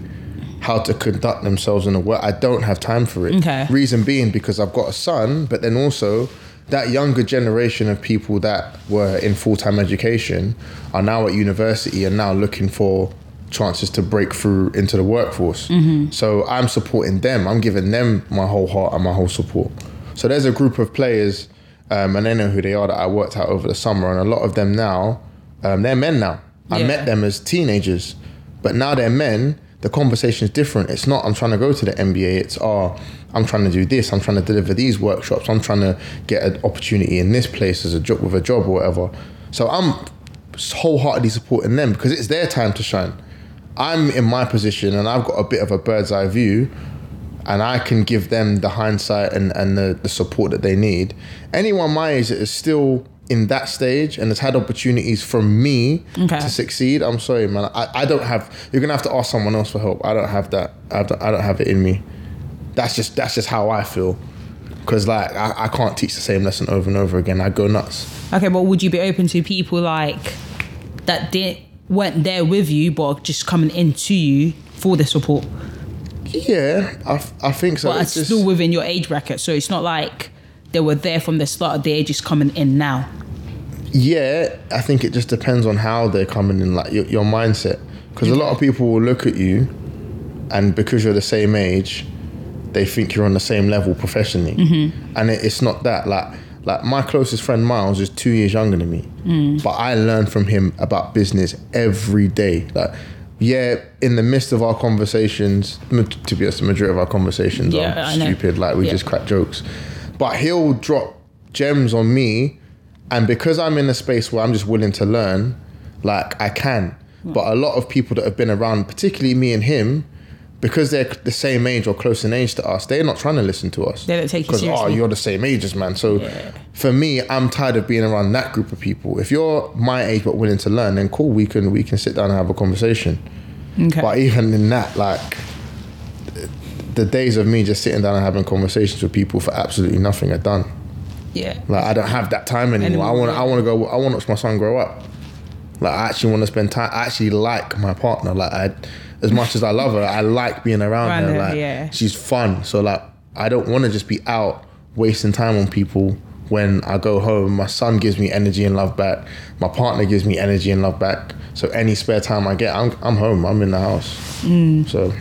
how to conduct themselves in the world. I don't have time for it.
Okay.
Reason being because I've got a son, but then also that younger generation of people that were in full time education are now at university and now looking for chances to break through into the workforce. So I'm supporting them, I'm giving them my whole heart and my whole support. So there's a group of players, um, and they know who they are that I worked out over the summer, and a lot of them now, um, they're men now. I
Yeah.
met them as teenagers, but now they're men. The conversation is different. It's not I'm trying to go to the MBA. It's oh, I'm trying to do this. I'm trying to deliver these workshops. I'm trying to get an opportunity in this place as a job with a job or whatever. So I'm wholeheartedly supporting them because it's their time to shine. I'm in my position and I've got a bit of a bird's eye view and I can give them the hindsight and, and the, the support that they need. Anyone my age that is still in that stage and has had opportunities from me
Okay.
to succeed, I'm sorry, man. I, I don't have you're gonna have to ask someone else for help. I don't have that. I don't, I don't have it in me. That's just that's just how I feel. Cause like I, I can't teach the same lesson over and over again. I go nuts.
Okay, but would you be open to people like that didn't weren't there with you but just coming into you for the support?
Yeah, I, f- I think so.
But
It's
it's
just-
still within your age bracket. So it's not like they were there from the start, they're just coming in now.
Yeah, I think it just depends on how they're coming in, like your, your mindset. Because a lot of people will look at you, and because you're the same age, they think you're on the same level professionally,
Mm-hmm.
and it, it's not that. Like, like my closest friend Miles is two years younger than me,
Mm.
but I learn from him about business every day. Like, yeah, in the midst of our conversations, m- to be honest, the majority of our conversations
Yeah,
are
I know.
stupid. Like, we
Yeah.
just crack jokes, but he'll drop gems on me and because I'm in a space where I'm just willing to learn, like I can.
Hmm.
But a lot of people that have been around, particularly me and him, because they're the same age or close in age to us, they're not trying to listen to us.
They don't take you
Because, oh,
seriously.
you're the same ages, man. So
Yeah.
for me, I'm tired of being around that group of people. If you're my age but willing to learn, then cool, we can we can sit down and have a conversation.
Okay.
But even in that, like the days of me just sitting down and having conversations with people for absolutely nothing are done.
yeah.
Like I don't have that time anymore.
Anymore,
I want
yeah.
I want to go. I want to watch my son grow up. Like I actually want to spend time. I actually like my partner. Like I, as much as I love her, I like being around
Around
her.
her,
Like
yeah.
she's fun. So like I don't want to just be out wasting time on people. When I go home, my son gives me energy and love back. My partner gives me energy and love back. So any spare time I get, I'm I'm home. I'm in the house.
Mm.
So.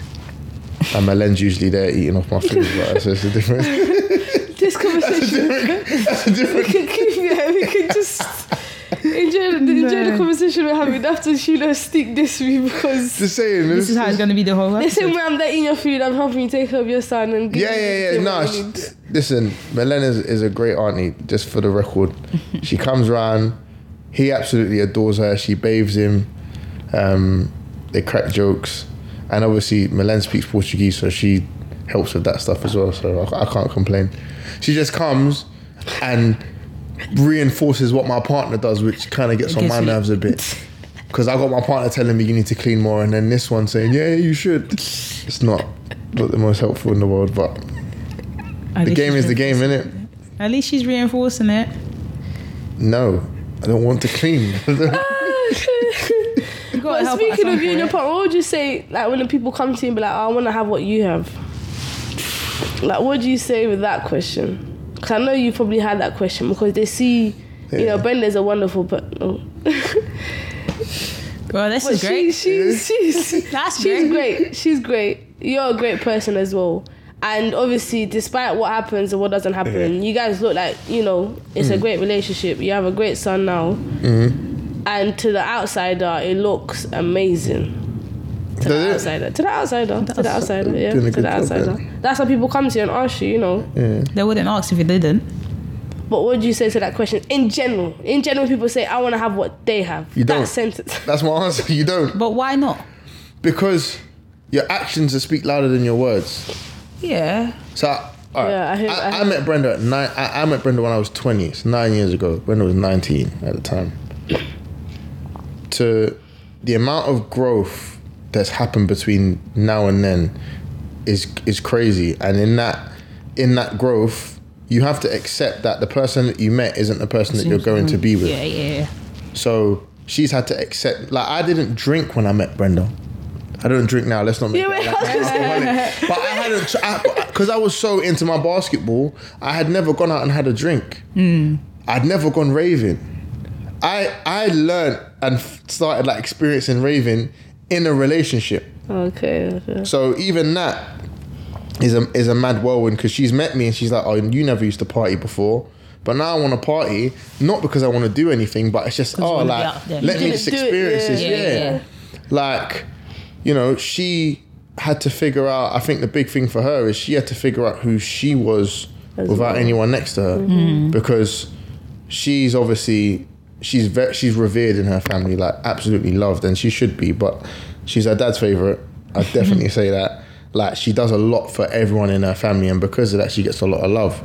And my len's usually there eating off my food, but it's, it's a different,
This conversation,
it's a different
we can, yeah, we can just enjoy, the enjoy the
No.
conversation we're having after Sheila stick this week because.
Just saying.
This is how it's gonna be the whole
The same
episode.
way I'm there eating your food, I'm helping you take care of your son and
Yeah, yeah, yeah. No, she, listen, Melena is, is a great auntie. Just for the record, she comes round. He absolutely adores her. She bathes him. Um, they crack jokes, and obviously Melen speaks Portuguese, so she helps with that stuff as well. So I, I can't complain. She just comes and reinforces what my partner does, which kind of gets on
Gets
my
me.
nerves a bit. Because I got my partner telling me you need to clean more, and then this one saying, "Yeah, you should." It's not not the most helpful in the world, but the
At least
game
she's
is the game,
reinforcing-
innit?
At least she's reinforcing it.
No, I don't want to clean.
You gotta
But
help her at
speaking
some
of you and your
point.
partner, what would you say, like, when the people come to you and be like, oh, I want to have what you have? Like, what do you say with that question? Because I know you probably had that question because they see, you
Yeah.
know, Brenda's a wonderful, but. Oh.
Well, this
But
is great.
she, she, she's,
That's
she's
great.
great. She's great. You're a great person as well. And obviously, despite what happens and what doesn't happen, you guys look like, you know, it's a great relationship. You have a great son now. And to the outsider, it looks amazing.
Does
To the
it?
outsider. To the outsider. To the
That's-
outsider.
Doing a
Yeah. To
good
the
job
outsider. That's how people come to you and ask you, you know.
Yeah.
They wouldn't ask if you didn't.
But what do you say to that question in general? In general, people say, I want to have what they have.
You don't.
That sentence.
That's my answer. You don't
But why not?
because your actions speak louder than your words.
Yeah.
So, I- all right.
Yeah, I hear-
I,
I
I,
hear-
met Brenda at nine. I, I met Brenda when I was twenty. It's nine years ago. Brenda was nineteen at the time. to the amount of growth that's happened between now and then is is crazy. And in that in that growth, you have to accept that the person that you met isn't the person that you're going to be with.
Yeah, yeah, yeah.
So she's had to accept. Like I didn't drink when I met Brenda. I don't drink now. Let's not make
Yeah,
that
wait,
like
I was
I'm alcoholic. But I hadn't because I, was so into my basketball. I had never gone out and had a drink. I'd never gone raving. I I learned and f- started like experiencing raving in a relationship.
Okay. okay.
So even that is a is a mad whirlwind because she's met me and she's like, "Oh, you never used to party before." But now I want to party, not because I want to do anything, but it's just
you
oh,
wanna be
like
out there.
let me
Just
just
do it,
experience this,
yeah.
yeah.
Yeah, yeah.
Like, you know, she had to figure out. I think the big thing for her is she had to figure out who she was without
well.
anyone next to her because she's obviously she's ve- she's revered in her family, like absolutely loved, and she should be. But she's her dad's favorite. I definitely say that. Like she does a lot for everyone in her family, and because of that, she gets a lot of love.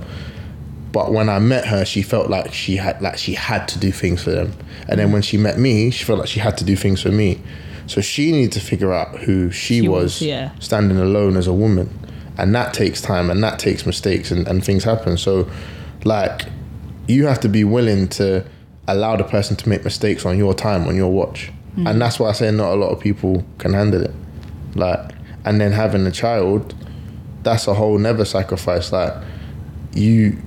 But when I met her, she felt like she had like she had to do things for them, and then when she met me, she felt like she had to do things for me. So she needed to figure out who she,
She was,
was,
yeah.
standing alone as a woman, and that takes time, and that takes mistakes, and, and things happen. So, like, you have to be willing to allow the person to make mistakes on your time, on your watch. And that's why I say not a lot of people can handle it. Like, and then having a child, that's a whole never sacrifice. Like, you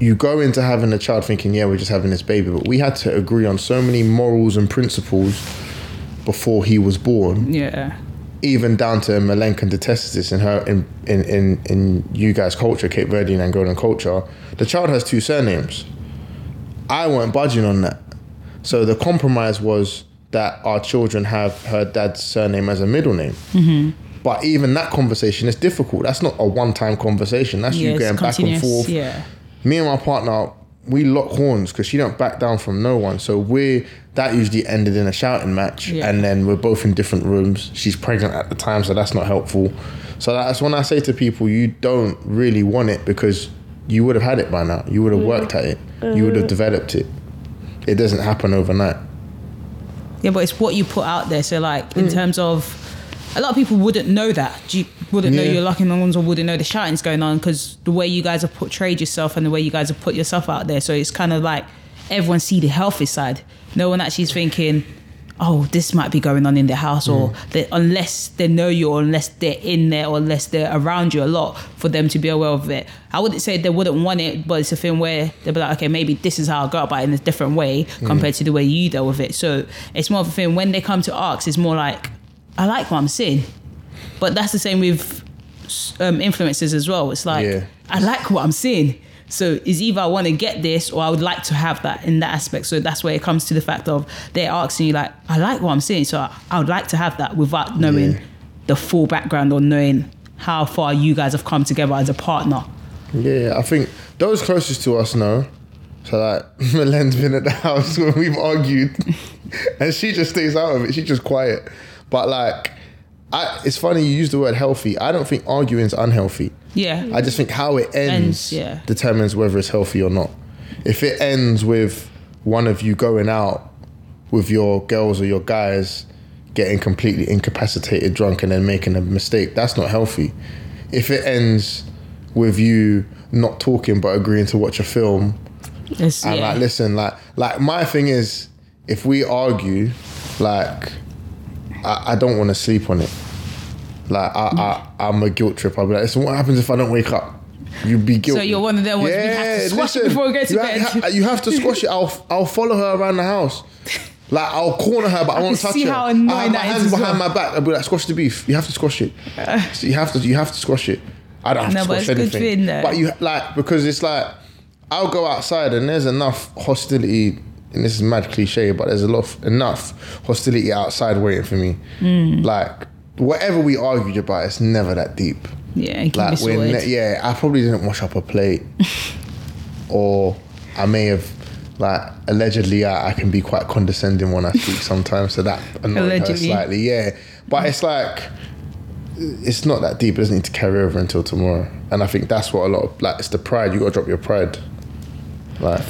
you go into having a child thinking, yeah, we're just having this baby, but we had to agree on so many morals and principles before he was born.
Yeah.
Even down to Malenka detests this in her in in, in in you guys' culture, Cape Verdean and Golden culture. The child has two surnames. I weren't budging on that. So the compromise was that our children have her dad's surname as a middle name. But even that conversation is difficult. That's not a one-time conversation. That's
Yeah,
you
it's
going back and
continuous,
forth
Yeah.
me and my partner we lock horns because she don't back down from no one so we're that usually ended in a shouting match
Yeah.
and then we're both in different rooms she's pregnant at the time so that's not helpful so that's when i say to people you don't really want it because you would have had it by now you would have worked at it you would have developed it it doesn't happen overnight
Yeah, but it's what you put out there. So, like, in terms of, a lot of people wouldn't know that. Do You wouldn't know
Yeah.
you're locking on or wouldn't know the shouting's going on because the way you guys have portrayed yourself and the way you guys have put yourself out there. So it's kind of like everyone see the healthy side. No one actually is thinking, oh, this might be going on in the house, or they, unless they know you, or unless they're in there, or unless they're around you a lot, for them to be aware of it. I wouldn't say they wouldn't want it, but it's a thing where they'll be like, okay, maybe this is how I go about it in a different way compared to the way you deal with it. So it's more of a thing when they come to ask, it's more like, I like what I'm seeing. But that's the same with um, influences as well. It's like
Yeah.
I like what I'm seeing. So is either I want to get this or I would like to have that in that aspect. So that's where it comes to the fact of they're asking you like, I like what I'm seeing, so I, I would like to have that without knowing
Yeah.
the full background or knowing how far you guys have come together as a partner.
Yeah, I think those closest to us know. So like Milen's been at the house when we've argued, and she just stays out of it. She's just quiet. But like, I it's funny you use the word healthy. I don't think arguing's unhealthy.
Yeah.
I just think how it ends
Ends, yeah.
determines whether it's healthy or not. If it ends with one of you going out with your girls or your guys getting completely incapacitated, drunk, and then making a mistake, that's not healthy. If it ends with you not talking but agreeing to watch a film
It's-
and
yeah.
like listen, like like my thing is if we argue, like I, I don't want to sleep on it. Like I, I I'm a guilt trip. I'll be like, so what happens if I don't wake up? You'd be guilty.
So you're one of them ones we have to squash it before we go to
you
bed.
Have, you have to squash it. I'll I'll follow her around the house. Like I'll corner her, but I, won't
can
touch
see
her.
how annoying
I have my
that is
hands
as
behind
well.
my back. I'll be like, squash the beef. You have to squash it. So you have to you have to squash it. I don't have
No,
to squash
but it's good
anything.
feeling though.
but you like because it's like I'll go outside and there's enough hostility, and this is mad cliche, but there's a lot of, enough hostility outside waiting for me.
Hmm.
Like whatever we argued about, it's never that deep.
yeah, it can be
Like we're
sorted.
ne- yeah, I probably didn't wash up a plate, or I may have. Like allegedly, I, I can be quite condescending when I speak sometimes, so that annoyed
Allegedly.
her slightly. Yeah, but it's like it's not that deep. It doesn't need to carry over until tomorrow. And I think that's what a lot of like it's the pride. You got to drop your pride. Like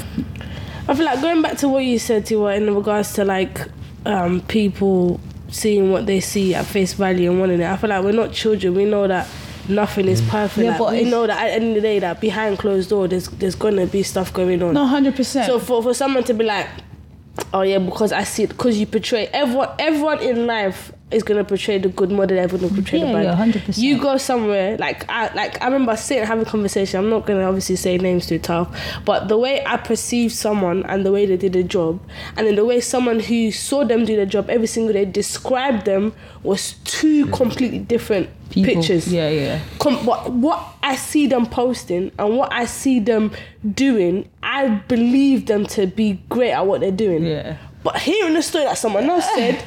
I feel like going back to what you said, Tiwa, in regards to like um, people seeing what they see at face value and wanting it. I feel like we're not children. We know that nothing
Mm.
is perfect.
Yeah,
Like,
but
we
it's-
know that at the end of the day, that behind closed door, there's there's gonna be stuff going on.
No, hundred percent.
So for, for someone to be like, oh yeah, because I see it, because you portray everyone everyone in life is gonna portray the good more than everyone will portray
Yeah,
the bad.
yeah, 100%.
You go somewhere like I like I remember sitting having a conversation. I'm not gonna obviously say names too tough, but the way I perceived someone and the way they did the job, and then the way someone who saw them do their job every single day described them was two completely different
People-
pictures
Yeah, yeah.
com- what, what I see them posting and what I see them doing, I believe them to be great at what they're doing.
Yeah.
But hearing the story that someone else said,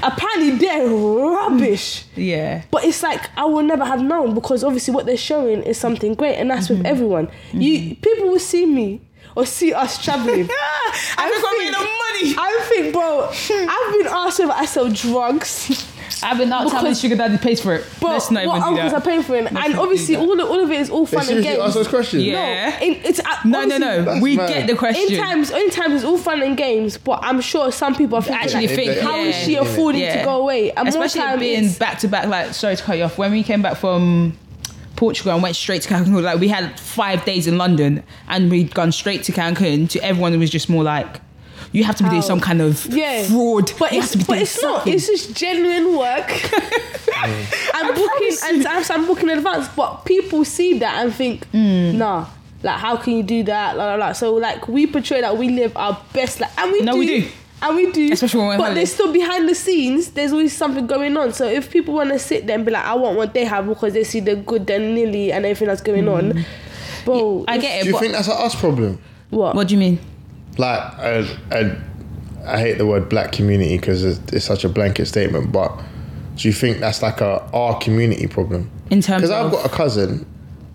apparently they're rubbish.
Yeah.
But it's like I will never have known because obviously what they're showing is something great, and that's
Mm-hmm.
with everyone. You people will see me or see us traveling.
I just want to make
think-
the money.
I think, bro, I've been asked if I sell drugs.
I've been out telling
Because-
sugar daddy pays for it.
But
Let's not
what
even do
uncles
that.
are paying for it,
Let's
and
not
obviously
do that.
all of, all of it is all
They
fun and
seriously
games.
ask those questions.
Yeah.
No, in, it's uh,
No, no,
obviously-
no.
That's
We
mad.
get the question.
In times, in times, it's all fun and games, but I'm sure some people are thinking,
Actually
like,
think,
how is
yeah.
she affording
Yeah.
to go away? And
Especially
more time
it being
it's-
back to back. Like, sorry to cut you off. When we came back from Portugal and went straight to Cancun, like we had five days in London and we'd gone straight to Cancun. To everyone, it was just more like, you have to be doing
How?
some kind of
yeah,
fraud.
But
You have
it's
to be
but
doing
it's not.
something.
It's just genuine work. I'm booking
promise you.
and I'm, I'm booking in advance, but people see that and think,
Mm.
nah. Like, how can you do that? La la la. So, like, we portray that we live our best life, and we
No,
do.
we do.
And we do,
Especially when we're on
but
holiday.
there's still behind the scenes. There's always something going on. So if people want to sit there and be like, "I want what they have," because they see the good, the nearly, and everything that's going on, bro,
Mm. I
if-
get
Do
it.
you
But
think that's an us problem?
what.
what do you mean?
Like, I, I, I hate the word black community because it's, it's such a blanket statement, but do you think that's like a our community problem?
In terms
Because
of
I've got a cousin,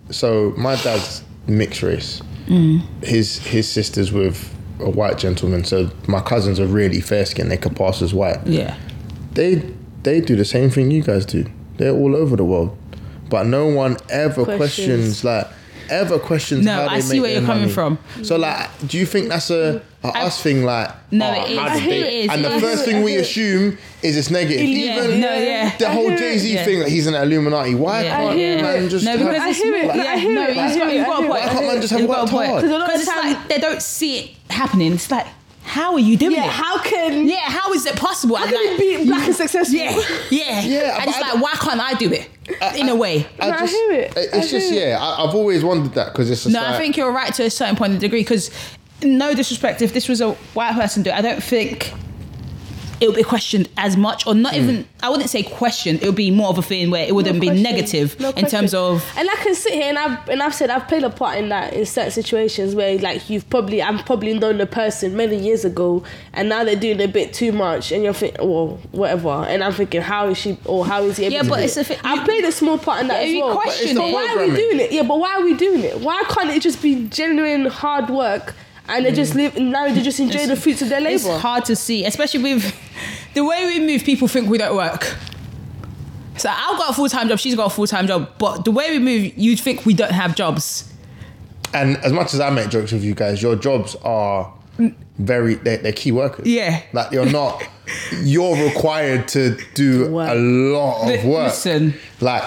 so my dad's mixed race.
Mm.
His his sister's with a white gentleman, so my cousins are really fair skinned, they could pass as white.
yeah,
they they do the same thing you guys do. They're all over the world, but no one ever questions,
Questions.
like ever questions.
No,
how they
I see
make
where
their
you're coming
money.
from.
So like, do you think that's a, a us thing? Like,
No,
oh,
it is.
how did
I
hear
they-"
it is,
And
I
the
hear
first
it,
thing
I
we
hear it.
assume is it's negative.
Yeah,
Even
no, yeah.
the
I
whole
hear it.
Jay Z
Yeah.
thing, like he's an Illuminati. Why
Yeah. I
can't
hear
man
it.
just
no,
have-
because it's
I hear it,
more-
like,
yeah,
I hear
no,
it, I
you've
hear
got, you've
it, I
got a
hear
point.
it. Why
can't man just have
You've got
worked
a point.
hard?
'Cause a lot of
Because it's
time-
like they don't see it happening. It's like, how are you doing
yeah,
it?
how can
yeah, how is it possible?
how
And
can
like-
you be black and successful?
Yeah, yeah,
Yeah,
And
but
it's
I-
like, why can't I do it?
Uh,
In a way.
No, I hear it.
It's
I
just
hear it.
yeah. I, I've always wondered that because it's just
No, I
like-
think you're right to a certain point of degree because, no disrespect, if this was a white person do it, I don't think it would be questioned as much, or not even, I wouldn't say questioned, it would be more of a thing where it wouldn't
Hmm. No
be
question.
negative
No
in terms
question.
of.
and I can sit here and I've and I've said I've played a part in that in certain situations where like you've probably I'm probably known the person many years ago and now they're doing a bit too much and you're thinking well whatever and I'm thinking how is she or how is he able
Yeah,
to
but
do
it's
it?
a fi-
I've played a small part in that
Yeah,
as
you
well
question But it's the it.
but why are we
programming.
doing it yeah but why are we doing it why can't it just be genuine hard work and they just live and now they just enjoy the fruits of their
Mm. It's
labour
hard to see, especially with the way we move, people think we don't work. So I've got a full time job, she's got a full time job, but the way we move, you'd think we don't have jobs.
And as much as I make jokes with you guys, your jobs are very they're, they're key workers.
Yeah.
like you're not. You're required to do
Work.
a lot of
Li-
work.
listen.
like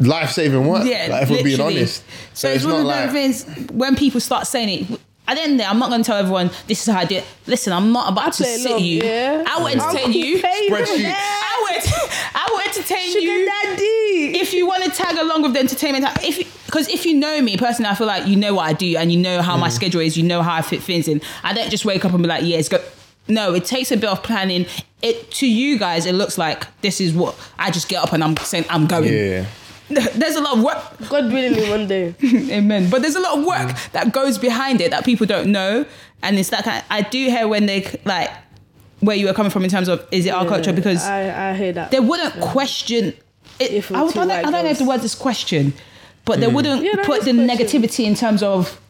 life saving work.
Yeah,
like, if we're being
literally.
honest.
So, it's, one of those things when people start saying it. At the end of the day, I'm not going to tell everyone this is how I do it. Listen, I'm not about to
play
sit
along,
you.
yeah.
I will entertain
Uncle
you.
Payne.
Spreadsheet.
Yeah.
I will, I will entertain
Sugar
you.
daddy
If you want to tag along with the entertainment, uh, if because if you know me personally, I feel like you know what I do and you know how my schedule is. You know how I fit things in. I don't just wake up and be like, yeah, it's go. No, it takes a bit of planning. It to you guys, it looks like this is what I just get up and I'm saying I'm going.
Yeah.
There's a lot of work
God willing me one day
Amen. But there's a lot of work that goes behind it that people don't know, and it's that kind. I do hear when they like where you were coming from in terms of is it our culture
Yeah,
because
I, I hear that
they wouldn't question it.
If it
I, would-
was two
I don't,
white Hmm.
I don't know if the word is question, but they wouldn't
Yeah, that
put
is
the
question.
negativity in terms of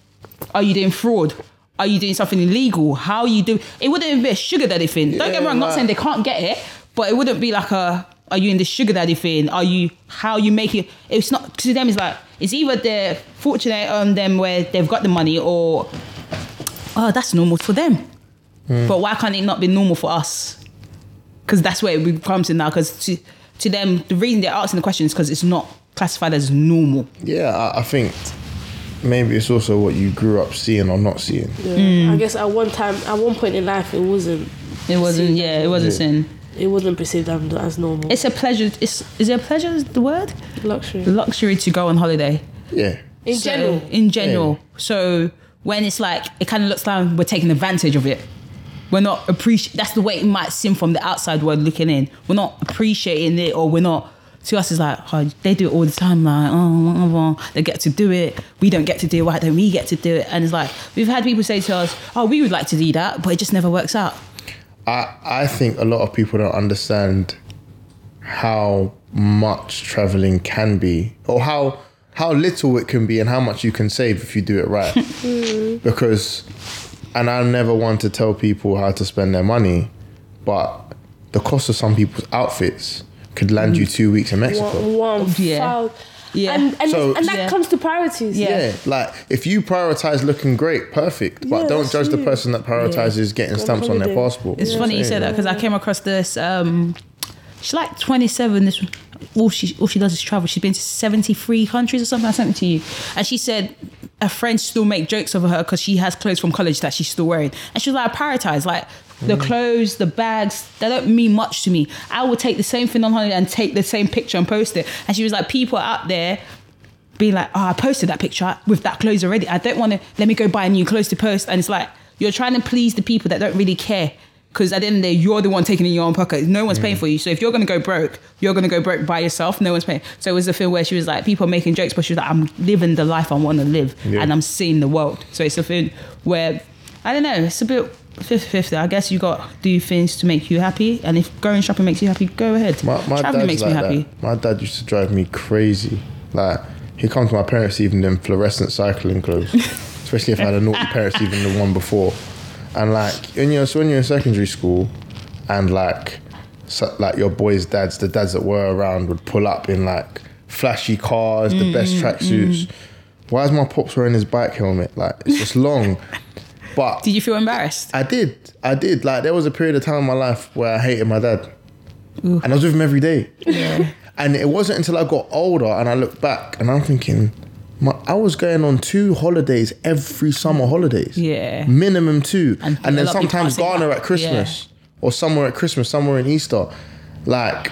are you doing fraud. Are you doing something illegal? How are you do? It wouldn't even be a sugar daddy thing. Don't get me
Yeah,
wrong. I'm not
like-
saying they can't get it, but it wouldn't be like a. Are you in the sugar daddy thing? Are you how you make it? It's not to them. It's like it's either they're fortunate on them where they've got the money, or oh, that's normal for them.
Hmm.
But why can't it not be normal for us? Because that's where it comes in now. Because to, to them, the reason they're asking the question is because it's not classified as normal.
Yeah, I, I think maybe it's also what you grew up seeing or not seeing.
Yeah. I guess at one time, at one point in life, it wasn't.
It wasn't.
perceived-
Yeah, it wasn't
Yeah.
sin.
It wasn't perceived as as normal.
It's a pleasure. It's is it a pleasure? Is the word
luxury.
luxury to go on holiday.
Yeah.
In
So-
general,
In general. So when it's like it kind of looks like we're taking advantage of it. We're not appreciating. That's the way it might seem from the outside world looking in. We're not appreciating it, or we're not. To us, it's like oh, they do it all the time. Like oh, blah, blah, blah. they get to do it. We don't get to do it. Why don't we get to do it? And it's like we've had people say to us, "Oh, we would like to do that, but it just never works out."
I I think a lot of people don't understand how much traveling can be, or how how little it can be, and how much you can save if you do it right.
Hmm.
because, and I never want to tell people how to spend their money, but the cost of some people's outfits could land
Hmm.
you two weeks in Mexico.
one, one
Yeah.
foul.
Yeah.
And and,
So-
and that
Yeah.
comes to priorities.
Yeah.
Yeah, like if you prioritize looking great, perfect, but
Yeah,
don't
that's
judge the
you.
person that prioritizes getting stamps on their
holiday.
passport.
It's funny you
Same.
said that because I came across this. Um, she's like 27. This all she all she does is travel. She's been to 73 countries or something. I sent it to you, and she said her friends still make jokes of her because she has clothes from college that she's still wearing, and she was like, I prioritize like. The clothes, the bags, they don't mean much to me. I will take the same thing on holiday and take the same picture and post it. And she was like, people out there being like, oh, I posted that picture with that clothes already. I don't want to, let me go buy new clothes to post. And it's like, you're trying to please the people that don't really care. Because at the end of the day, you're the one taking it in your own pocket. No one's paying for you. So if you're going to go broke, you're going to go broke by yourself. No one's paying. So it was a film where she was like, people are making jokes, but she was like, I'm living the life I want to live
Yeah.
and I'm seeing the world. So it's a film where, I don't know, it's a bit 50 50. I guess you got to do things to make you happy. And if going shopping makes you happy, go ahead.
My, my dad's
Traveling makes
like
me happy.
That. My dad used to drive me crazy. Like he come to my parents even in fluorescent cycling clothes, especially if I had a naughty parents even the one before. And like when you're so when you're in secondary school, and like so, like your boys' dads, the dads that were around would pull up in like flashy cars, the best
Mm,
tracksuits. Why is my pops wearing his bike helmet? Like it's just long. But
Did you feel embarrassed?
I did. I did. Like there was a period of time in my life where I hated my dad. And I was with him every day. and it wasn't until I got older and I look back and I'm thinking, my, I was going on two holidays every summer holidays.
Yeah.
Minimum two.
And
And,
a
then
lot of people
sometimes
passing
Ghana
up.
at Christmas or somewhere at Christmas, somewhere in Easter. Like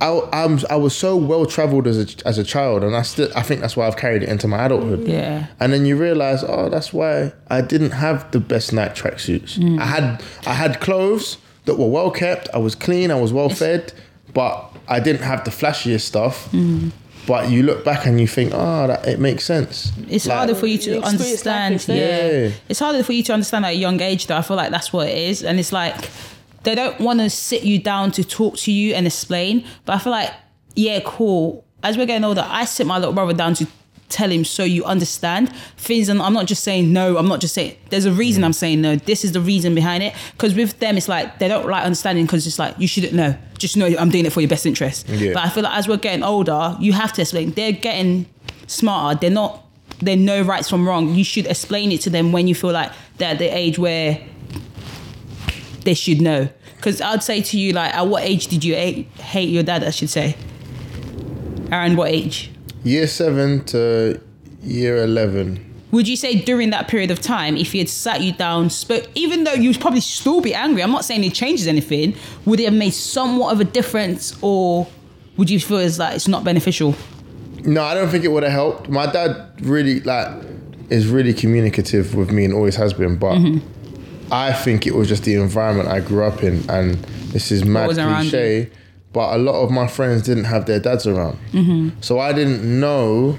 I, I'm, I was so well traveled as a, as a child, and I still I think that's why I've carried it into my adulthood.
Yeah.
And then you realize, oh, that's why I didn't have the best night tracksuits.
Mm.
I had I had clothes that were well kept. I was clean. I was well fed, but I didn't have the flashiest stuff.
Mm.
But you look back and you think, oh, that it makes sense.
It's
Like-
harder for you
You
to
experience
understand.
life
Yeah.
instead. Yeah.
It's harder for you to understand at a young age, though. I feel like that's what it is. And it's like they don't want to sit you down to talk to you and explain. But I feel like, yeah, cool. As we're getting older, I sit my little brother down to tell him so you understand things. And I'm not just saying no, I'm not just saying, there's a
Mm.
reason I'm saying no. This is the reason behind it. Because with them, it's like they don't like understanding because it's like, you shouldn't know. Just know I'm doing it for your best interest.
Yeah.
But I feel like as we're getting older, you have to explain. They're getting smarter. They're not. They know rights from wrong. You should explain it to them when you feel like they're at the age where they should know. Because I'd say to you, like, at what age did you hate, hate your dad? I should say. Aaron, what age?
year seven to year eleven.
Would you say during that period of time, if he had sat you down, spoke, even though you'd probably still be angry, I'm not saying it changes anything, would it have made somewhat of a difference, or would you feel as like it's not beneficial?
No, I don't think it would have helped. My dad really like is really communicative with me and always has been, but
Mm-hmm.
I think it was just the environment I grew up in, and this is mad
was around
cliche, but a lot of my friends didn't have their dads around,
Mm-hmm.
so I didn't know.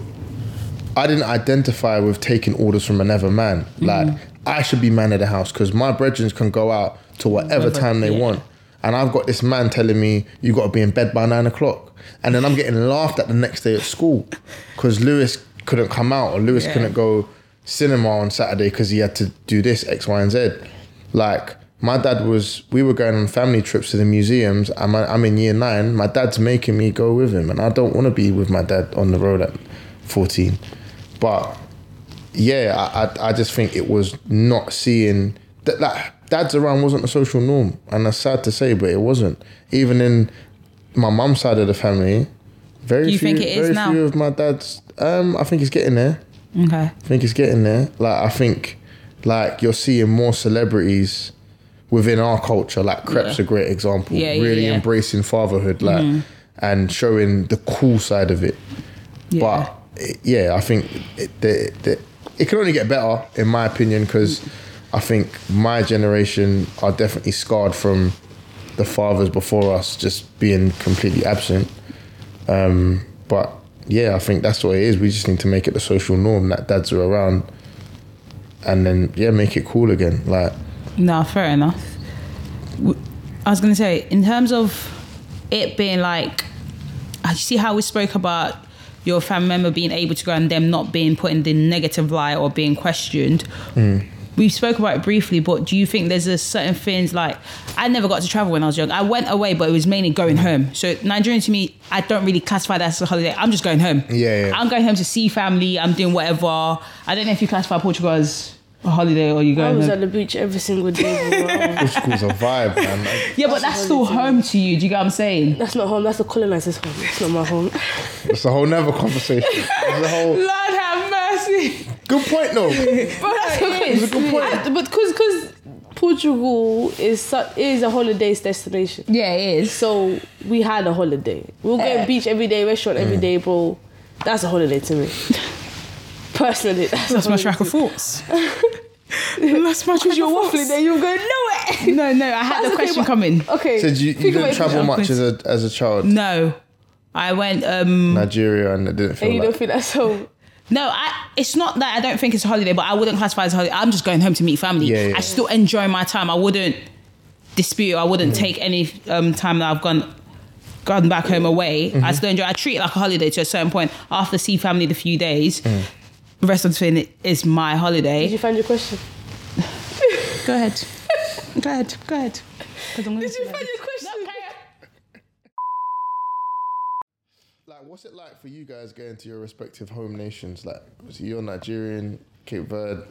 I didn't identify with taking orders from another man. Like
Mm-hmm.
I should be man of the house because my brethren can go out to whatever
Whatever,
time they
yeah.
want, and I've got this man telling me you got to be in bed by nine o'clock, and then I'm getting laughed at the next day at school because Lewis couldn't come out or Lewis
Yeah.
couldn't go cinema on Saturday because he had to do this X, Y, and Z. Like my dad was, we were going on family trips to the museums. I'm I'm in year nine. My dad's making me go with him, and I don't want to be with my dad on the road at fourteen. But yeah, I, I, I just think it was not seeing that, that dads around wasn't a social norm, and that's sad to say, but it wasn't. Even in my mum's side of the family, very
Do you
few,
think it is
very
now?
few of my dad's. Um, I think it's getting there.
Okay.
I think it's getting there. Like I think, like you're seeing more celebrities within our culture. Like Crep's
Yeah.
a great example.
Yeah, yeah,
really
yeah. Mm-hmm.
embracing fatherhood, like and showing the cool side of it.
Yeah.
But eh, yeah, I think it, the, the, it can only get better, in my opinion, because I think my generation are definitely scarred from the fathers before us just being completely absent. Um, but yeah, I think that's what it is. We just need to make it the social norm that dads are around, and then yeah, make it cool again. Like
No, fair enough. W- I was gonna say, in terms of it being like, I see how we spoke about your family member being able to go and them not being put in the negative light or being questioned.
Mm.
We spoke about it briefly, but do you think there's a certain things like I never got to travel when I was young. I went away, but it was mainly
Mm.
going home. So Nigerian to me, I don't really classify that as a holiday. I'm just going home.
Yeah, yeah.
I'm going home to see family. I'm doing whatever. I don't know if you classify Portugal as a holiday or you go
I
home.
was at the beach every single day. bro.
school's a vibe, man.
Yeah, but that's still home to you. Do you get what I'm saying?
that's not home. That's the colonizer's home. That's not my home.
It's a whole never conversation. It's a whole
Lord have mercy.
good point though.
Bro, that's what
is.
it's-
good point.
I- but because Portugal is su- is a holidays destination,
Yeah, it is.
so we had a holiday. We were going beach every day, restaurant every day, bro. That's a holiday to me. Personally, that's,
That's
a
my
holiday
track
to
of
me.
thoughts. That's my track
Because you're waffling, then you're going
No, no, no. I had
That's
the
okay,
question
but-
coming.
Okay.
Said you, you
think about
didn't
it.
travel much as a as a child.
No, I went. um
Nigeria and it didn't feel
And you
like
don't feel that's home.
No, I. It's not that I don't think it's a holiday, but I wouldn't classify it as a holiday. I'm just going home to meet family.
Yeah, yeah.
I still enjoy my time. I wouldn't dispute. I wouldn't take any um time that I've gone. Gone back home away. I still enjoy. I treat it like a holiday to a certain point. After see family the few days, the rest of the thing is my holiday.
Did you find your question?
Go ahead. go ahead. Go ahead. Did
you find your question?
Like, what's it like for you guys going to your respective home nations? Like, obviously you're Nigerian, Cape Verde.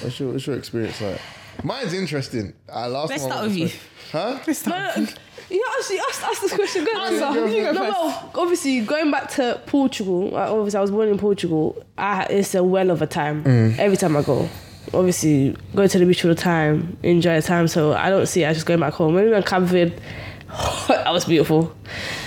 What's your, what's your experience like? Mine's interesting. I last
Let's
time I went
start with
to
you.
Spain- Huh?
No, no, uh, you actually asked, asked this question. Go and
yeah,
answer.
go
You go
first.
no, well, obviously, going back to Portugal, I- obviously, I was born in Portugal. I, it's a well of a time
Mm.
every time I go. Obviously, go to the beach all the time, enjoy the time. So I don't see it as just going back home. When we went Cape Verde, that was beautiful.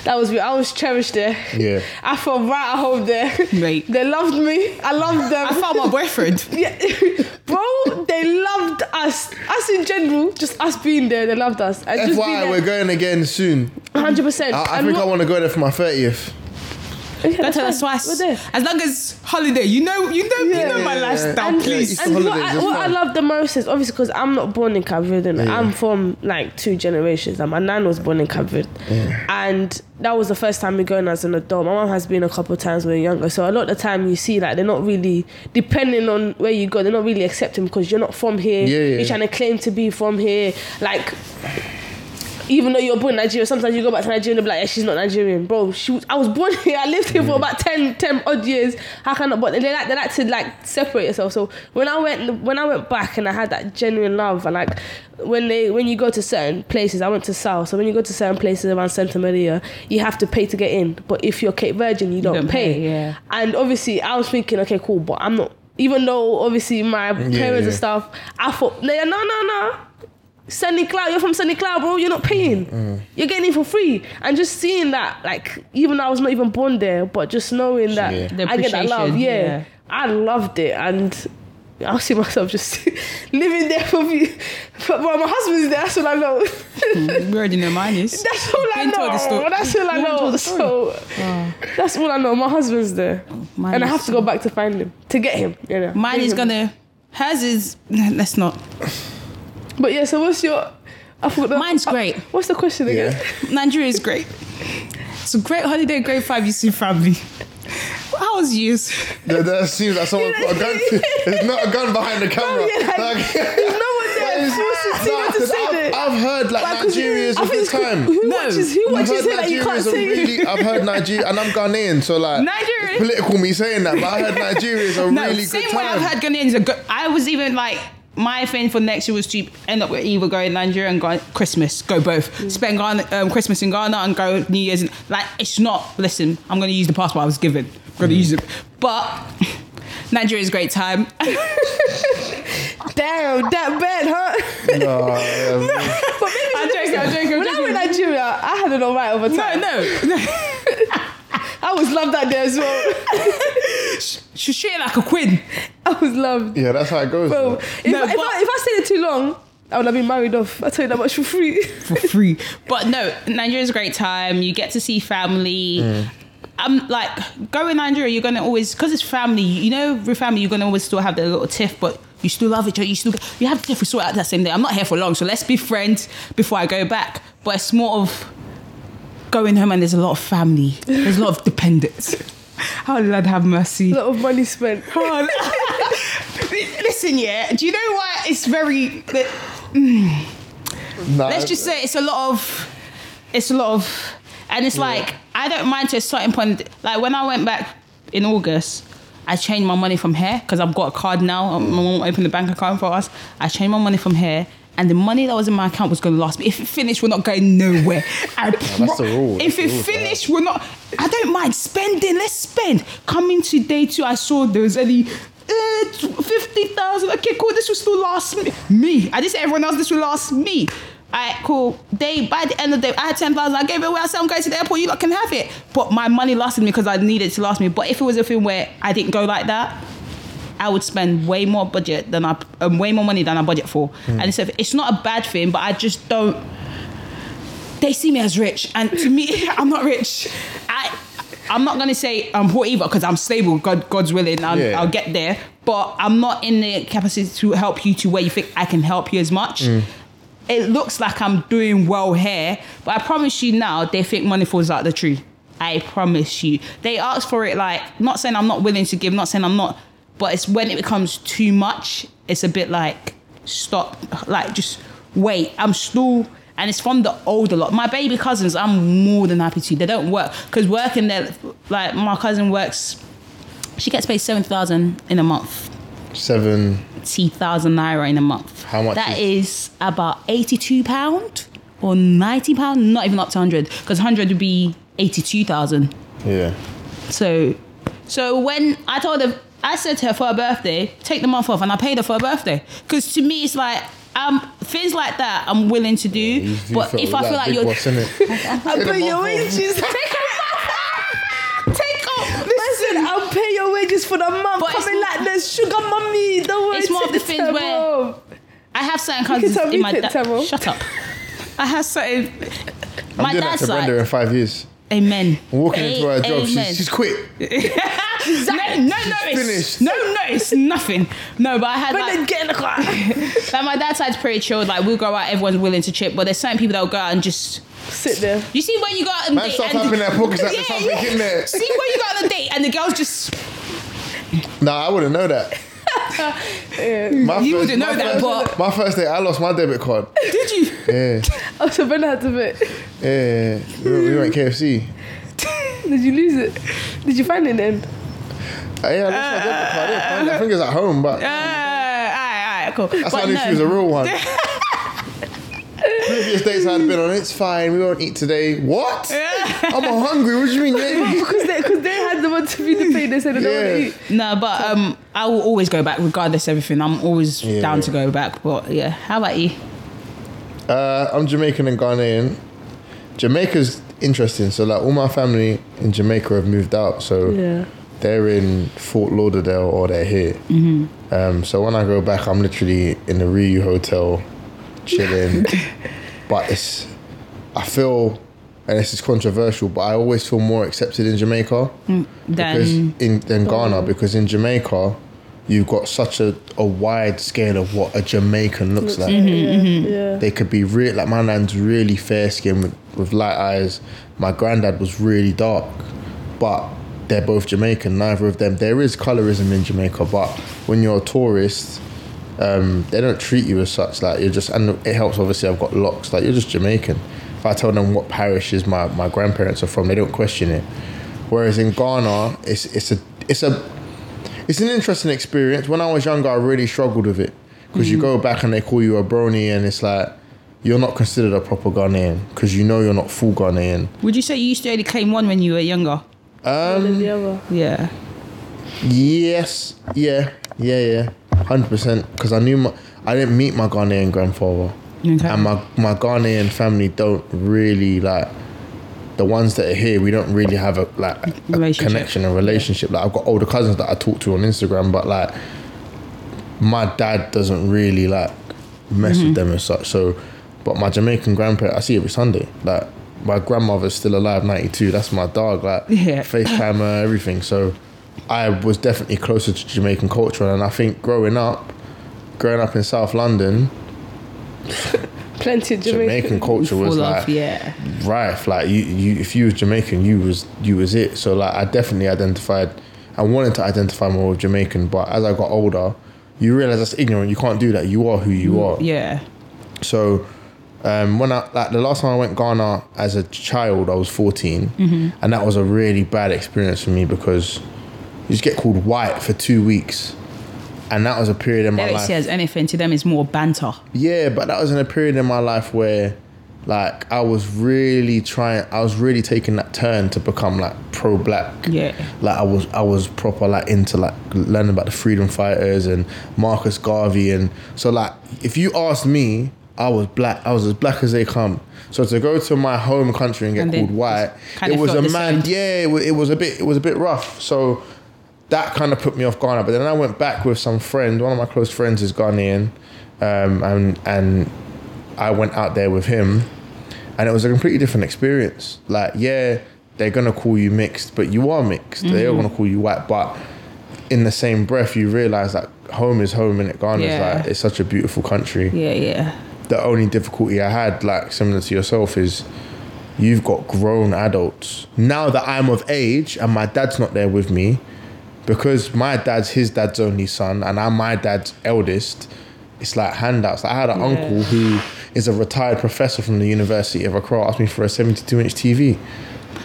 That was beautiful. I was cherished there.
Yeah.
I felt right at home there.
Mate.
They loved me. I loved them.
I found my boyfriend.
Yeah, bro, they loved us. Us in general, just us being there, they loved us. And
FYI,
just
we're Uh,
being there,
going again soon.
hundred percent.
I, I think I want to go there for my thirtieth.
Don't tell us twice.
We're there.
As long as holiday, you know, you know, you know my
Yeah.
lifestyle,
And-
please.
It's
And what
holidays,
I,
it's
what I
fine.
love the most is obviously because I'm not born in Cape Verde. innit?
Yeah.
I'm from like two generations. Like, my nan was born in Cape Verde, and that was the first time we going as an adult. My mum has been a couple of times when we are younger, so a lot of the time you see like they're not really depending on where you go. They're not really accepting because you're not from here.
Yeah, yeah.
You're trying to claim to be from here, like. Even though you're born in Nigeria, sometimes you go back to Nigeria and they'll be like, yeah, she's not Nigerian. Bro, she was, I was born here. I lived here for about 10, 10 odd years. How can I? But they like, they like to like separate yourself. So when I went, when I went back and I had that genuine love, and like when they, when you go to certain places, I went to South. So when you go to certain places around Santa Maria, you have to pay to get in. But if you're Cape Virgin, you don't,
don't
pay.
pay, yeah.
And obviously, I was thinking, okay, cool, but I'm not. Even though obviously my parents
yeah.
and stuff, I thought, no, no, no, no. Sunny Cloud, you're from Sunny Cloud, bro. You're not paying.
Mm,
You're getting it for free. And just seeing that, like, even though I was not even born there, but just knowing that
Yeah.
The
I get that love,
appreciation,
yeah,
yeah.
I loved it. And I see myself just living there for me. But well, my husband's there. That's all I know.
We already know mine is.
that's all I
Been told the
know.
story.
That's all I
No one told
know.
the
So that's all I know. My husband's there,
mine
and I
is
have to go back to find him to get him. You know,
Mine
Bring
is
him.
gonna. Hers is. Let's not.
But yeah. So what's your? I forgot.
Mine's great.
What's the question again?
Yeah.
Nigeria is great. It's a great holiday. Great five. You see family. How was yours?
That, that seems like someone put a gun. There's not a gun behind the camera.
Oh, yeah, like, There's no one there.
Like,
forcing
nah,
someone to
'cause
say
I've,
that.
I've heard like,
Like, 'cause
Nigeria is
I
a
think
good
it's-
time.
Who
No.
watches? Who
I've
watches
heard
here that you
Nigeria
can't
is a
say?
really. I've heard Nigeria, and I'm Ghanaian, so like
Nigeria-
it's political me saying that, but I heard Nigeria is a
No,
really
same
good
way I've
time.
had Ghanaians. Are go- I was even like my thing for next year was to end up with either going Nigeria and go Christmas, go both.
Mm.
Spend Ghana, um, Christmas in Ghana and go New Year's. In, like, it's not, listen, I'm going to use the passport I was given. I'm
Mm.
going to use it. But Nigeria is a great time.
Damn, that bad, huh?
No, um,
but maybe
I'm joking, I'm joking, I'm
When I
joking.
went to Nigeria, I had an alright over
no,
time.
no, no.
I was loved out there as well.
She's shit like a quid.
I was loved.
yeah, that's how it goes.
Bro,
though.
if,
No,
I, if,
but-
I, if I stayed there too long, I would have been married off. I tell you that much for free.
for free. But no, Nigeria's a great time. You get to see family. I'm like going Nigeria. You're gonna always because it's family. You know, with family, you're gonna always still have the little tiff, but you still love each other. You still you have tiff. We sort out that same day. I'm not here for long, so let's be friends before I go back. But it's more of going home and there's a lot of family. There's a lot of dependence. How did I have mercy?
A lot of money spent.
on. Listen, yeah. Do you know why it's very?
Nah,
let's just say it's a lot of it's a lot of and it's like i don't mind to a certain point like when i went back in august i changed my money from here because i've got a card now um, my mom opened the bank account for us i changed my money from here and the money that was in my account was going to last me. If it finished, we're not going nowhere. I
that's the rule, that's
If
the
it
rule, yeah.
finished, we're not. I don't mind spending. Let's spend. Coming to day two, I saw there was only uh, fifty thousand. Okay, cool. This will still last me. me. I just everyone else. This will last me. Alright, cool. They by the end of the day, I had ten thousand. I gave it away. I said I'm going to the airport. You lot can have it. But my money lasted me because I needed it to last me. But if it was a thing where I didn't go like that, I would spend way more budget than I um, way more money than I budget for. And it's a, it's not a bad thing, but I just don't. They see me as rich, and to me, I'm not rich. I I'm not gonna say I'm poor either because I'm stable. God God's willing, I'll,
Yeah.
I'll get there. But I'm not in the capacity to help you to where you think I can help you as much. It looks like I'm doing well here, but I promise you now, they think money falls out the tree. I promise you. They ask for it like not saying I'm not willing to give, not saying I'm not, but it's when it becomes too much, it's a bit like stop, like just wait. I'm still and it's from the older lot. My baby cousins, I'm more than happy to. They don't work because working there, like my cousin works, she gets paid seven thousand in a month
seven.
eighty thousand naira in a month.
How much
That is, about eighty-two pound or ninety pound. Not even up to hundred, because hundred would be eighty-two thousand.
Yeah,
So, so when I told her, I said to her for her birthday, take the month off, and I paid her for her birthday. Because to me, it's like um things like that I'm willing to do.
You do
but if I
like
feel like
big
you're
boss, innit?
I pay your wages.
take off, take off.
Listen, I'll pay your wages for the month.
But it's
Coming
not-
like this, sugar mummy. Don't worry.
It's more
take
of the things
time
where-
off.
I have certain
can
cousins
tell me
in my
to
dad.
tell me.
Shut up. I have certain.
I'm
My
doing that
dad's
to Brenda
like,
in five years.
Amen.
Walking into her
A-
job,
amen.
she's, she's quit.
no, no, no,
She's
it's,
finished.
no, no, it's nothing. No, but I had
But
like,
then get in the car.
like my dad's side's pretty chilled. Like we'll go out, everyone's willing to chip, but there's certain people that will go out and just.
Sit there.
You see when you go out and
Man,
date
stop
and
tapping their pockets like there's something in there.
See when you go out on a date and the girls just
Nah, I wouldn't know that. My
You wouldn't know
my
that,
first- my first day, I lost my debit card.
did you?
Yeah,
Oh, so Brenda had to bit.
yeah. We, we went KFC.
Did you lose it? Did you find it then?
Uh, yeah, I lost my debit card. Yeah, find it. I think it's at home, but
Uh, all right, all right, cool.
that's
But
how I knew
no.
she was a real one. Previous dates I'd been on, it's fine. We won't eat today. What? I'm hungry. What do you mean? you ain't eat?
Because they, cause they had the one to be the pay. They said they don't
Yeah.
want to eat.
No, but um, I will always go back regardless of everything. I'm always
Yeah.
down to go back. But yeah, how about you?
Uh, I'm Jamaican and Ghanaian. Jamaica's interesting. So like all my family in Jamaica have moved out. So
Yeah.
they're in Fort Lauderdale or they're here. Um, so when I go back, I'm literally in the Ryu Hotel, chilling. but it's, I feel, and this is controversial, but I always feel more accepted in Jamaica because
Then
in than Mm, Ghana because in Jamaica. You've got such a, a wide scale of what a Jamaican looks like Mm-hmm.
Yeah.
they could be real like my nan's really fair skinned with, with light eyes my granddad was really dark but they're both jamaican neither of them there is colorism in jamaica but when you're a tourist um, they don't treat you as such like you're just and it helps obviously i've got locks like you're just jamaican if i tell them what parishes my, my grandparents are from they don't question it whereas in ghana it's it's a it's a it's an interesting experience. When I was younger, I really struggled with it because you
Mm.
go back and they call you a brony, and it's like you're not considered a proper Ghanaian because you know you're not full Ghanaian.
Would you say you used to only claim one when you were younger?
Um,
than the other.
Yeah.
Yes. Yeah. Yeah. Yeah. Hundred percent. Because I knew my, I didn't meet my Ghanaian grandfather,
Okay.
and my my Ghanaian family don't really like the ones that are here. We don't really have a like a
Relationship.
connection and relationship. Like I've got older cousins that I talk to on Instagram, but like my dad doesn't really like mess
Mm-hmm.
with them as such. So, but my Jamaican grandparent, I see every Sunday. Like my grandmother's still alive, ninety two. That's my dog. Like
Yeah.
FaceTime her, everything. So, I was definitely closer to Jamaican culture, and I think growing up, growing up in South London,
Plenty of Jamaican.
Jamaican culture was
Full
like
of, yeah.
rife. Like you, you, if you was Jamaican, you was you was it. So like I definitely identified. I wanted to identify more with Jamaican, but as I got older, you realize that's ignorant. You can't do that. You are who you
Mm,
are.
Yeah.
So um, when I like the last time I went Ghana as a child, I was 14 and that was a really bad experience for me because you just get called white for two weeks, and that was a period in my
Eric
life.
says anything to them is more banter.
Yeah, but that was in a period in my life where, like, I was really trying. I was really taking that turn to become like pro-black.
Yeah.
Like I was, I was proper like into like learning about the freedom fighters and Marcus Garvey and so like if you asked me, I was black. I was as black as they come. So to go to my home country and get
And then
called white,
just kinda
it was a
felt the
man.
same.
Yeah, it was, it was a bit. It was a bit rough. So that kind of put me off Ghana. But then I went back with some friend. One of my close friends is Ghanaian, um, and and I went out there with him, and it was a completely different experience. Like, yeah, they're gonna call you mixed, but you are mixed. They
Mm-hmm.
are gonna call you white, but in the same breath, you realize that home is home, and it Ghana's
Yeah.
like it's such a beautiful country
Yeah, yeah.
the only difficulty I had, like similar to yourself, is you've got grown adults. Now that I'm of age and my dad's not there with me, because my dad's his dad's only son and I'm my dad's eldest, it's like handouts. I had an
Yeah.
uncle who is a retired professor from the University of Accra asked me for a 72 inch TV.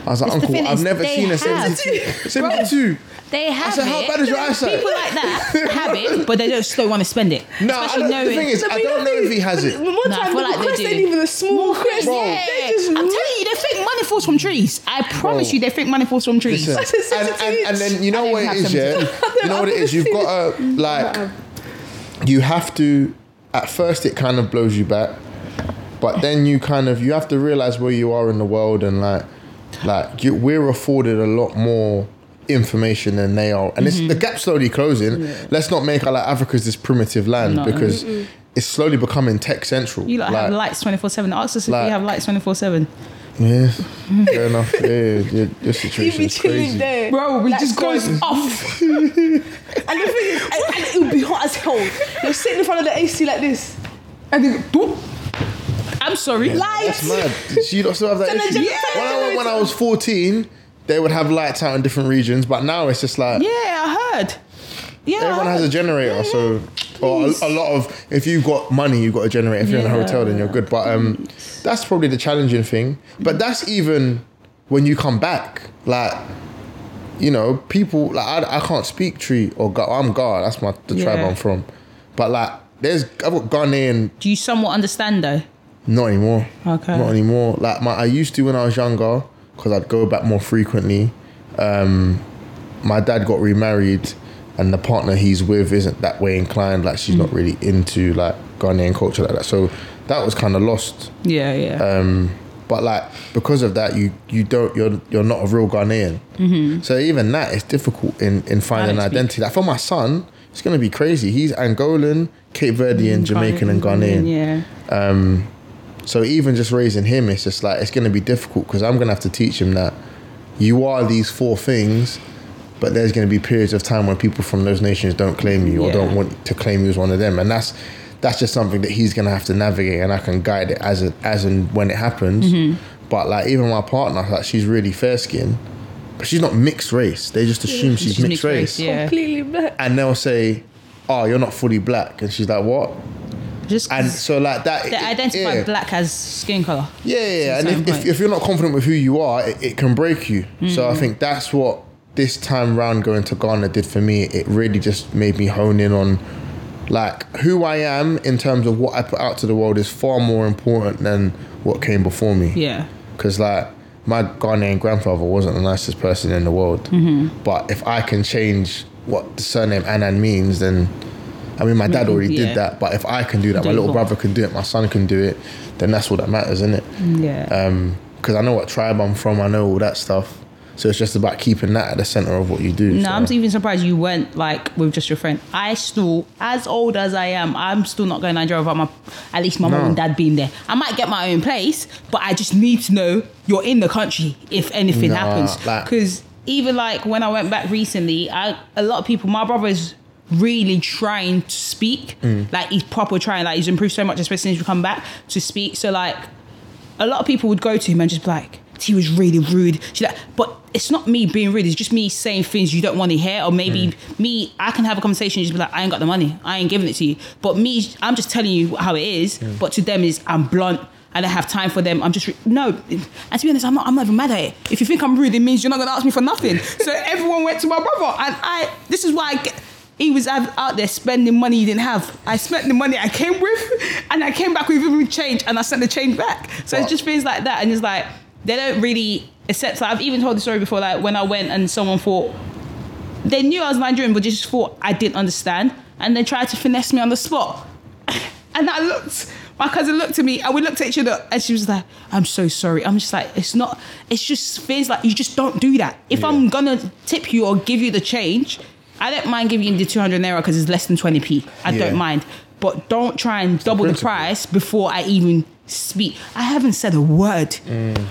I was like,
It's the
Uncle,
thing,
I've
it's
never
they
seen a
have-
72. 72.
They have
I said, How
it.
bad is your eyesight?
People like that have it.
But they just don't want to spend it.
No, I
Especially
don't, the
knowing.
thing is, I don't know if he has it.
One
Nah, I
time,
feel
the
like they
request
do.
ain't even a small request.
Bro.
They just
I'm telling you, they think money falls from trees. I promise
Bro.
you, they think money falls from trees.
Listen,
That's a
and, and, and then you know
I
what
didn't
it
have
is, yeah. You know what it is. You've got to
um,
like, you have to. At first, it kind of blows you back, but then you kind of you have to realize where you are in the world and like, like you, we're afforded a lot more information than they are, and it's the
Mm-hmm.
gap slowly closing. Let's not make our like Africa's this primitive land
No.
because it's slowly becoming tech central.
You like, have
Like,
lights 24 7. Ask us if we
like-
have lights 24 7.
yeah, fair enough. Yeah, yeah, your, your
you be
situation's
chilling
crazy.
there.
Bro, we
Like,
just goes
going-
off.
And the thing is, and, and it would be hot as hell. You're sitting in front of the AC like this.
And then, boop. I'm sorry.
That's mad. She don't still have that
Tell her
issue.
Jennifer,
When, I,
tell her
when I was 14, they would have lights out in different regions, but now it's just like
Yeah, I heard. Yeah. I
everyone has
heard.
a generator. So, or a, a lot of, if you've got money, you've got a generator. If you're in a hotel, then you're good. But um, that's probably the challenging thing. But that's even when you come back. Like, you know, people, like, I, I can't speak tree or Ga- I'm Ga, that's my the tribe
Yeah.
I'm from. But like, there's, I've got Ghanaian
Do you somewhat understand though?
Not anymore.
Okay.
Not anymore. Like my, I used to when I was younger, because I'd go back more frequently. Um, my dad got remarried, and the partner he's with isn't that way inclined. Like she's not really into like Ghanaian culture like that. So that was kind of lost.
Yeah, yeah.
Um, but like because of that, you you don't you're you're not a real Ghanaian. So even that is difficult in in finding an
Finding speak.
identity. Like for my son, it's gonna be crazy. He's Angolan, Cape Verdean, Jamaican, and Ghanaian.
Yeah.
Um, so even just raising him, it's just like it's going to be difficult because I'm going to have to teach him that you are these four things, but there's going to be periods of time where people from those nations don't claim you or
Yeah.
don't want to claim you as one of them, and that's that's just something that he's going to have to navigate, and I can guide it as it, as and when it happens.
Mm-hmm.
But like even my partner, like she's really fair skinned, but she's not mixed race. They just assume she's,
She's
mixed, race,
yeah.
Completely mad.
and they'll say, "Oh, you're not fully black," and she's like, "What?"
Just
And
'cause
so like that.
they identify
yeah.
black as skin color.
Yeah, yeah, yeah. and
certain
if, if,
point.
if you're not confident with who you are, it, it can break you. So I think that's what this time round going to Ghana did for me. It really just made me hone in on Like who I am in terms of what I put out to the world is far more important than what came before me.
Yeah.
Because like my Ghanaian grandfather wasn't the nicest person in the world,
Mm-hmm.
but if I can change what the surname Anan means, then I mean my dad already
Mm-hmm, yeah.
did that. But if I can do that,
Do
my
it
little
for-
brother can do it, my son can do it, then that's all that matters, isn't it?
Yeah.
Uh, Because I know what tribe I'm from, I know all that stuff. So it's just about keeping that at the center of what you do.
No,
so.
I'm even surprised you went like with just your friend. I still, as old as I am, I'm still not going to Nigeria without my, at least my mom and dad being there. I might get my own place, but I just need to know you're in the country if anything
Nah,
happens.
like-
Because even like when I went back recently, I a lot of people, my brother is really trying to speak,
Mm.
like he's proper trying, like he's improved so much, especially since we come back to speak. So like a lot of people would go to him and just be like, he was really rude. She like, but it's not me being rude. It's just me saying things you don't want to hear, or maybe me. I can have a conversation and just be like, I ain't got the money. I ain't giving it to you. But me, I'm just telling you how it is. But to them is I'm blunt. I don't have time for them. I'm just re- no. And to be honest, I'm not. I'm not even mad at it. If you think I'm rude, it means you're not gonna ask me for nothing. so everyone went to my brother, and I. This is why I get. He was out out there spending money he didn't have. I spent the money I came with, and I came back with even change, and I sent the change back. So it's just things like that, and it's like they don't really accept. Like, I've even told the story before, like when I went and someone thought they knew I was Nigerian, but just thought I didn't understand, and they tried to finesse me on the spot. And I looked, my cousin looked at me, and we looked at each other, and she was like, "I'm so sorry." I'm just like, "It's not. It's just things like you just don't do that. If I'm gonna tip you or give you the change, I don't mind giving you the 200 naira because it's less than 20p. I
Yeah.
don't mind, but don't try and double the
principle.
price before I even." Speak. I haven't said a word.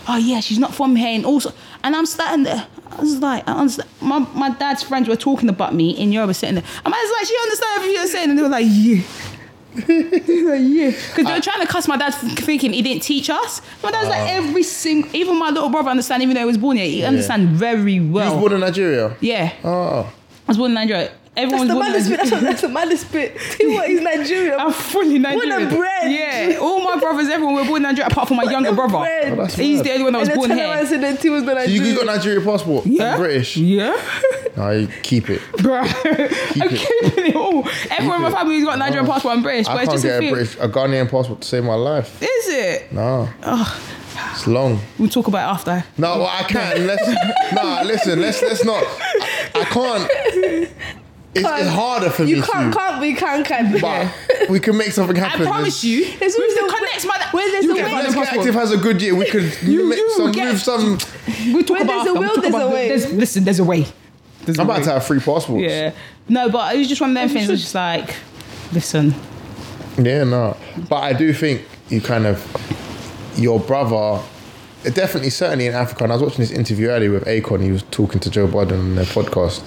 Oh yeah, she's not from here, and also, and I'm standing there. I was like, I understand. My, my dad's friends were talking about me in Europe, sitting there. And I was like, she understand everything you're saying, and they were like, yeah. Because they were trying to cuss my dad for thinking he didn't teach us. My dad's like every single, even my little brother understand, even though he was born here, he understand very
He was
well.
born in Nigeria.
yeah, I
Oh,
was born in Nigeria. Everyone
That's the
was born in
maddest bit.
Nigeria.
That's, what, that's the maddest bit. He what is Nigerian.
I'm fully Nigerian.
bread.
Yeah, all my brothers, everyone were born in Nigeria apart from my younger brother.
bread. Oh,
that's
He's
mad.
the only one that was
and then
born
turn around
here.
and said that he was not
so you,
Nigerian.
you got Nigerian passport?
Yeah,
British.
Yeah.
No, you keep it.
bro. I'm
it.
keeping it all. Everyone in my
it.
family's got Nigerian passport and British, but
I
it's
can't
just
get
a
a
thing.
British, a Ghanaian passport to save my life.
Is it?
No, it's long.
We'll talk about it after.
No, well, I can't. Let's nah. Listen, let's let's not. I, I can't. It's, it's harder for
You
me.
can't,
to,
can't, we can, can.
but we can make something
I
happen.
promise you,
There's
with
always
the
a-
connects, man.
where there's a
get
way.
Ghanaian
Let's get
passport.
active has a good year. We could make
you
some
get-
move some.
We'll talk
Where
about
there's a
after.
will,
We'll talk
there's
about
a
the-
way.
There's, listen, there's a way. There's a
I'm about
way.
to have free passports.
Yeah. No, but it was just one of them things. I was just like, listen.
Yeah, no. But I do think you kind of your brother definitely certainly in Africa, and I was watching this interview earlier with Akon, he was talking to Joe Biden on their podcast.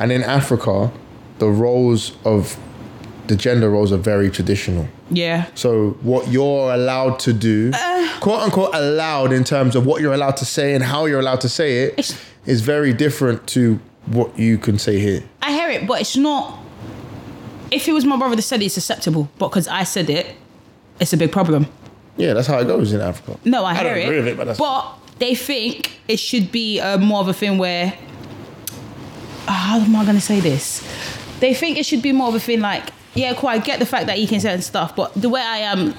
And in Africa, the roles of the gender roles are very traditional.
Yeah.
So what you're allowed to do,
Uh.
quote unquote allowed in terms of what you're allowed to say and how you're allowed to say it
It's-
is very different to what you can say here.
I hear it, but it's not. If it was my brother that said it, it's acceptable, but because I said it, it's a big problem.
Yeah, that's how it goes in Africa.
No, I,
I
hear
don't
it.
agree with it, but that's-
they think it should be uh, more of a thing where. Ah, How am I going to say this? They think it should be more of a thing like, yeah, cool, I get the fact that he can say and stuff, but the way I am,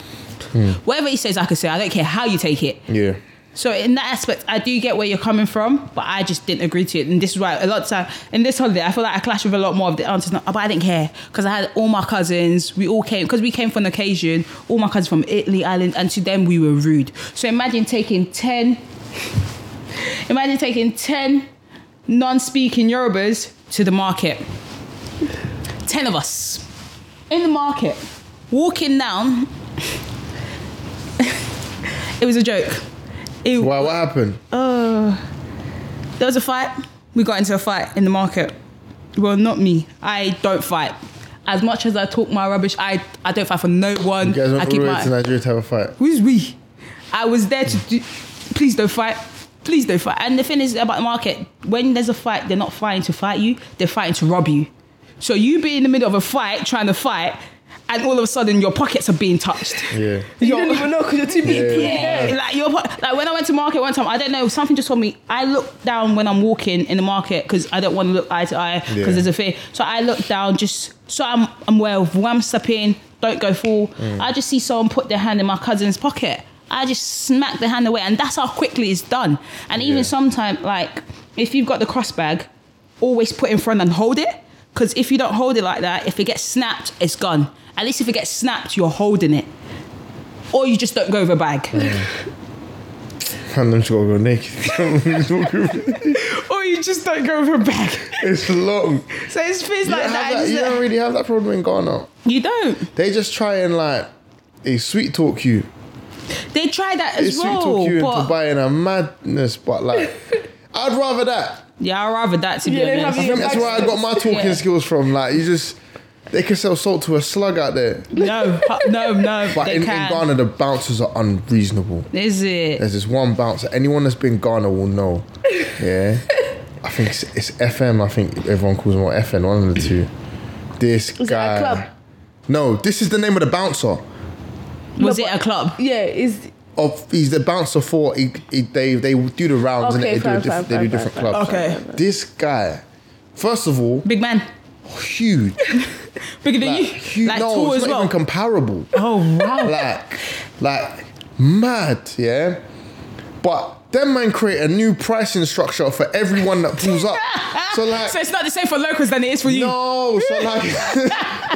whatever he says, I can say. I don't care how you take it.
Yeah.
So in that aspect, I do get where you're coming from, but I just didn't agree to it. And this is why a lot of time in this holiday, I feel like I clashed with a lot more of the aunties. "Oh, But I didn't care because I had all my cousins. We all came because we came for an occasion. All my cousins from Italy, Ireland, and to them we were rude. So imagine taking ten. Imagine taking ten non-speaking Yorubas to the market. Ten of us in the market, walking down. it was a joke. It,
Why? What happened?
Uh, there was a fight. We got into a fight in the market. Well, not me. I don't fight. As much as I talk my rubbish, I, I don't fight for no one.
You guys
I
went all
keep
the way to
my.
Nigeria to have a fight.
Who's we? I was there to do. Please don't fight. Please don't fight. And the thing is about the market, when there's a fight, they're not fighting to fight you. They're fighting to rob you. So you be in the middle of a fight, trying to fight, and all of a sudden your pockets are being touched.
Yeah.
You
Your-
don't even know because you're too busy.
yeah. Like your po- like when I went to market one time, I don't know something just told me I look down when I'm walking in the market because I don't want to look eye to eye because
Yeah.
there's a fear. So I look down just so I'm I'm aware of where I'm stepping. Don't go full.
Mm.
I just see someone put their hand in my cousin's pocket. I just smack the hand away, and that's how quickly it's done. And even
Yeah.
sometimes, like if you've got the cross bag, always put in front and hold it. Because if you don't hold it like that, if it gets snapped, it's gone. At least if it gets snapped, you're holding it, or you just don't go with a bag.
And I'm just gonna go naked.
or you just don't go with a bag.
it's long.
So it's things
You,
like
don't
that.
have that-
It's
you
like-
don't really have that problem in Ghana.
you don't.
They just try and like they sweet talk you.
They try that
They
as
sweet
well.
talk you
but
into buying a madness, but like I'd rather that.
yeah, I'd rather that to be
Yeah, they
honest.
have
I think
Yeah,
that's where I got my talking
Yeah.
skills from. Like you just they can sell salt to a slug out there.
No, no, no.
But
they
in, in
can.
Ghana the bouncers are unreasonable.
Is it?
There's this one bouncer. Anyone that's been Ghana will know. Yeah. I think it's, it's FM. I think everyone calls him what FM. One of the two. This
Is it a
guy.
club?
No, this is the name of the bouncer.
Was
No,
it a
but-
club?
Yeah, is
Of he's the bouncer for. He, he, they they do the rounds
Okay,
and they,
fine,
do, a diff-
fine,
they do
fine,
different
fine,
clubs.
Okay.
This guy, first of all,
Big man.
huge.
Bigger than
Like,
you.
huge.
Like
no,
tall
it's
as
not
well.
even comparable.
oh wow.
like, like mad, yeah. But them man create a new pricing structure for everyone that pulls up. So like,
so it's not the same for locals than it is for you.
no, so like,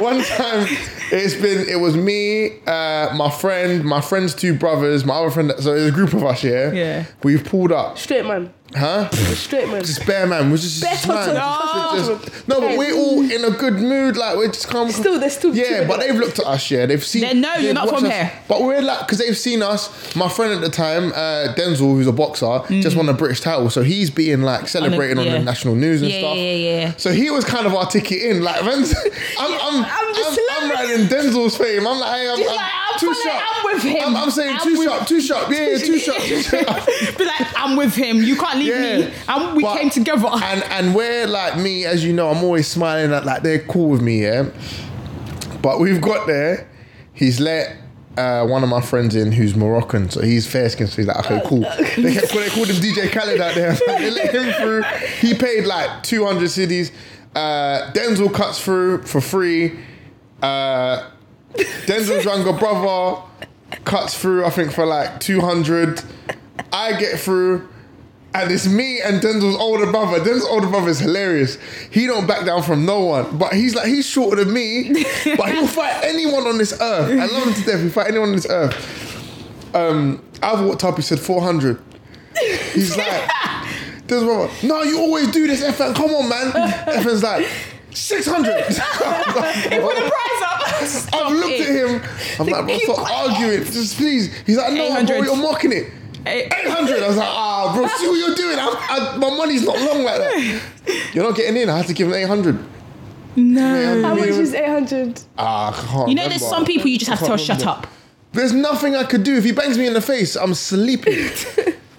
one time it's been it was me, uh, my friend, my friend's two brothers, my other friend. So it's a group of us, yeah.
Yeah.
We've pulled up,
straight man.
huh?
Straight man.
Just bare man, we're just,
Bare
just
total-
man.
No.
We're just- no, but we're all in a good mood. Like we're just calm.
Still, they're still
Yeah,
timid.
but they've looked at us. Yeah, they've seen.
They know you're
they've
not
watched
from
us.
here.
But we're like, because they've seen us. My friend at the time, uh, Denzel, who's a boxer, just won a British title, so he's being like celebrating on,
yeah.
the national news and
Yeah,
stuff.
yeah, yeah.
So he was kind of our ticket in. Like, I'm, I'm, I'm,
I'm the
I'm, I'm
celebrity.
riding Denzel's fame. I'm like, hey, I'm,
He's
I'm
like, I'm
too
following-
sharp.
I'm with him.
I'm, I'm saying
I'm
too
with-
sharp, too sharp. Yeah, yeah, too sharp, too sharp.
Be like, I'm with him. You can't leave me. I'm, we
but-
came together.
And and we're like me, as you know, I'm always smiling at like they're cool with me, yeah. But we've got there. He's let uh, one of my friends in who's Moroccan, so he's fair skinned, so he's like, okay, cool. They, kept, they called him DJ Khaled out there. they let him through. He paid like 200 cities. Uh, Denzel cuts through for free. Uh, Denzel's younger brother cuts through, I think, for like 200. I get through. And it's me and Denzel's older brother. Denzel's older brother is hilarious. He don't back down from no one. But he's like, he's shorter than me. but he'll fight anyone on this earth. I love him to death. He'll fight anyone on this earth. Um, I've walked up, he said 400. He's like, Denzel's brother, no, you always do this, FN. Come on, man. FN's like, 600. he put the
Rise up.
I've looked at him. I'm like, bro,
keep
stop arguing. Just please. He's like, no, bro,
800.
you're mocking it.
Eight-
800. I was like, ah, bro, see what you're doing. I, I, my money's not long like that. You're not getting in. I had to give him 800.
No.
How
I mean,
much is 800?
ah, I can't
You know, there's
remember.
some people you just have to tell
Can't
shut
remember.
up.
There's nothing I could do. If he bangs me in the face, I'm sleeping.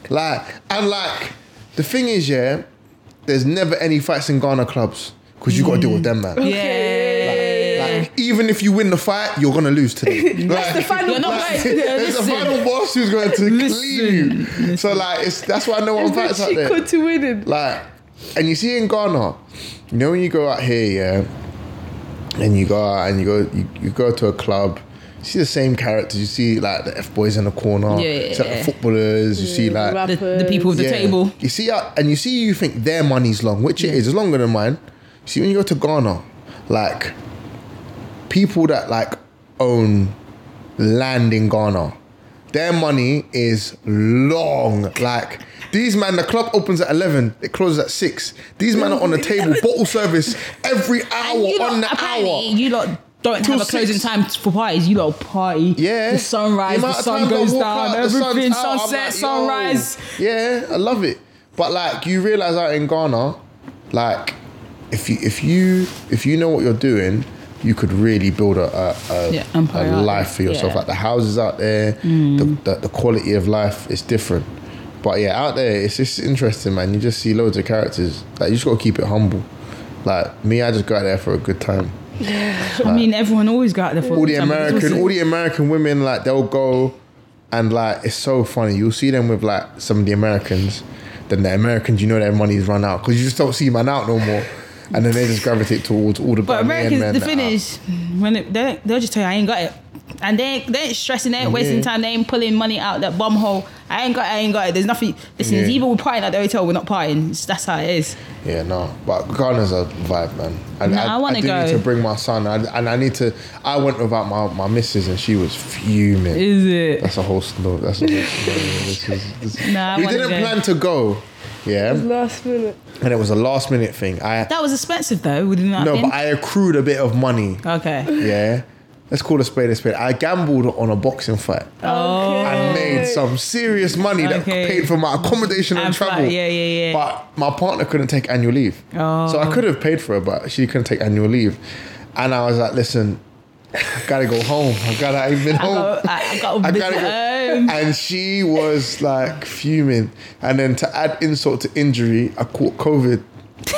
like, and like, the thing is, yeah, there's never any fights in Ghana clubs because you got to deal with
Mm.
them,
Oh,
man. Like, even if you win the fight, you're gonna lose today. Like,
the final
You're not
boss.
going- Yeah,
there's a
listen.
final boss who's going to
Listen,
clean you. So like, it's that's why no one
There's no
fights Oh, out
cheat
there.
code to winning.
Like, and you see in Ghana, you know when you go out here, yeah, and you go out and you go you, you go to a club. you See the same characters. You see like the f boys in the corner.
Yeah, yeah,
you see, like,
yeah.
the footballers. You see like
The, the people of the
yeah.
table.
You see, how- and you see, you think their money's long, which it is. It's longer than mine. You see, when you go to Ghana, like people that like own land in Ghana, their money is long. Like these man, the club opens at eleven, it closes at six. These men are on the table, bottle service every hour
you
on
lot,
the hour.
apparently, you lot don't
Till
have a closing
six.
time for parties. You lot party.
Yeah.
The sunrise, the,
amount of
sun
times I
goes
walk
down,
out, the sun's
everything,
out, I'm
sunset,
like, yo.
sunrise.
Yeah, I love it. But like you realise out in Ghana, like if you if you if you know what you're doing, you could really build a a, a,
Yeah, empire
a
out
life for
there.
yourself.
Yeah. Mm.
Like the houses out there, the, the the quality of life is different. But yeah, out there it's just interesting, man. You just see loads of characters. Like you just gotta keep it humble. Like me, I just go out there for a good time.
I mean, everyone always got there for
all the American, all the American women, like they'll go and like it's so funny. You'll see them with like some of the Americans, then the Americans, you know, their money's run out because you just don't see man out no more, and then they just gravitate towards all the
But
Ghanaian
Americans,
men
the
that
thing
are-
is, when it, they they'll just tell you I ain't got it, and they ain't, they ain't stressing, they ain't wasting
Yeah.
time, they ain't pulling money out that bum hole. I ain't got, it, I ain't got it. There's nothing. Listen, it's
Yeah.
either we're partying at the hotel, we're not partying. It's- That's how it is.
Yeah, no, but Ghana's a vibe, man. And
No, I wanna
do
go.
need to bring my son, I, and I need to. I went without my, my missus, and she was fuming.
Is it?
that's a whole story. That's a whole story. This is- this-
Nah, I
we
wanna
didn't
go.
plan to go, yeah,
Last minute.
and it was a last minute thing. I
That was expensive though, wouldn't that?
no, but I accrued a bit of money.
okay.
Yeah, let's call a spade a spade. I gambled on a boxing fight.
Oh,
I made some serious money
Okay.
that paid for my accommodation and,
And flight,
travel.
yeah, yeah, yeah.
But my partner couldn't take annual leave.
Oh.
So I could have paid for it, but she couldn't take annual leave. And I was like, listen, I gotta go home. I gotta, I ain't been home.
got- I- I gotta visit home.
And she was like fuming. And then to add insult to injury, I caught COVID. So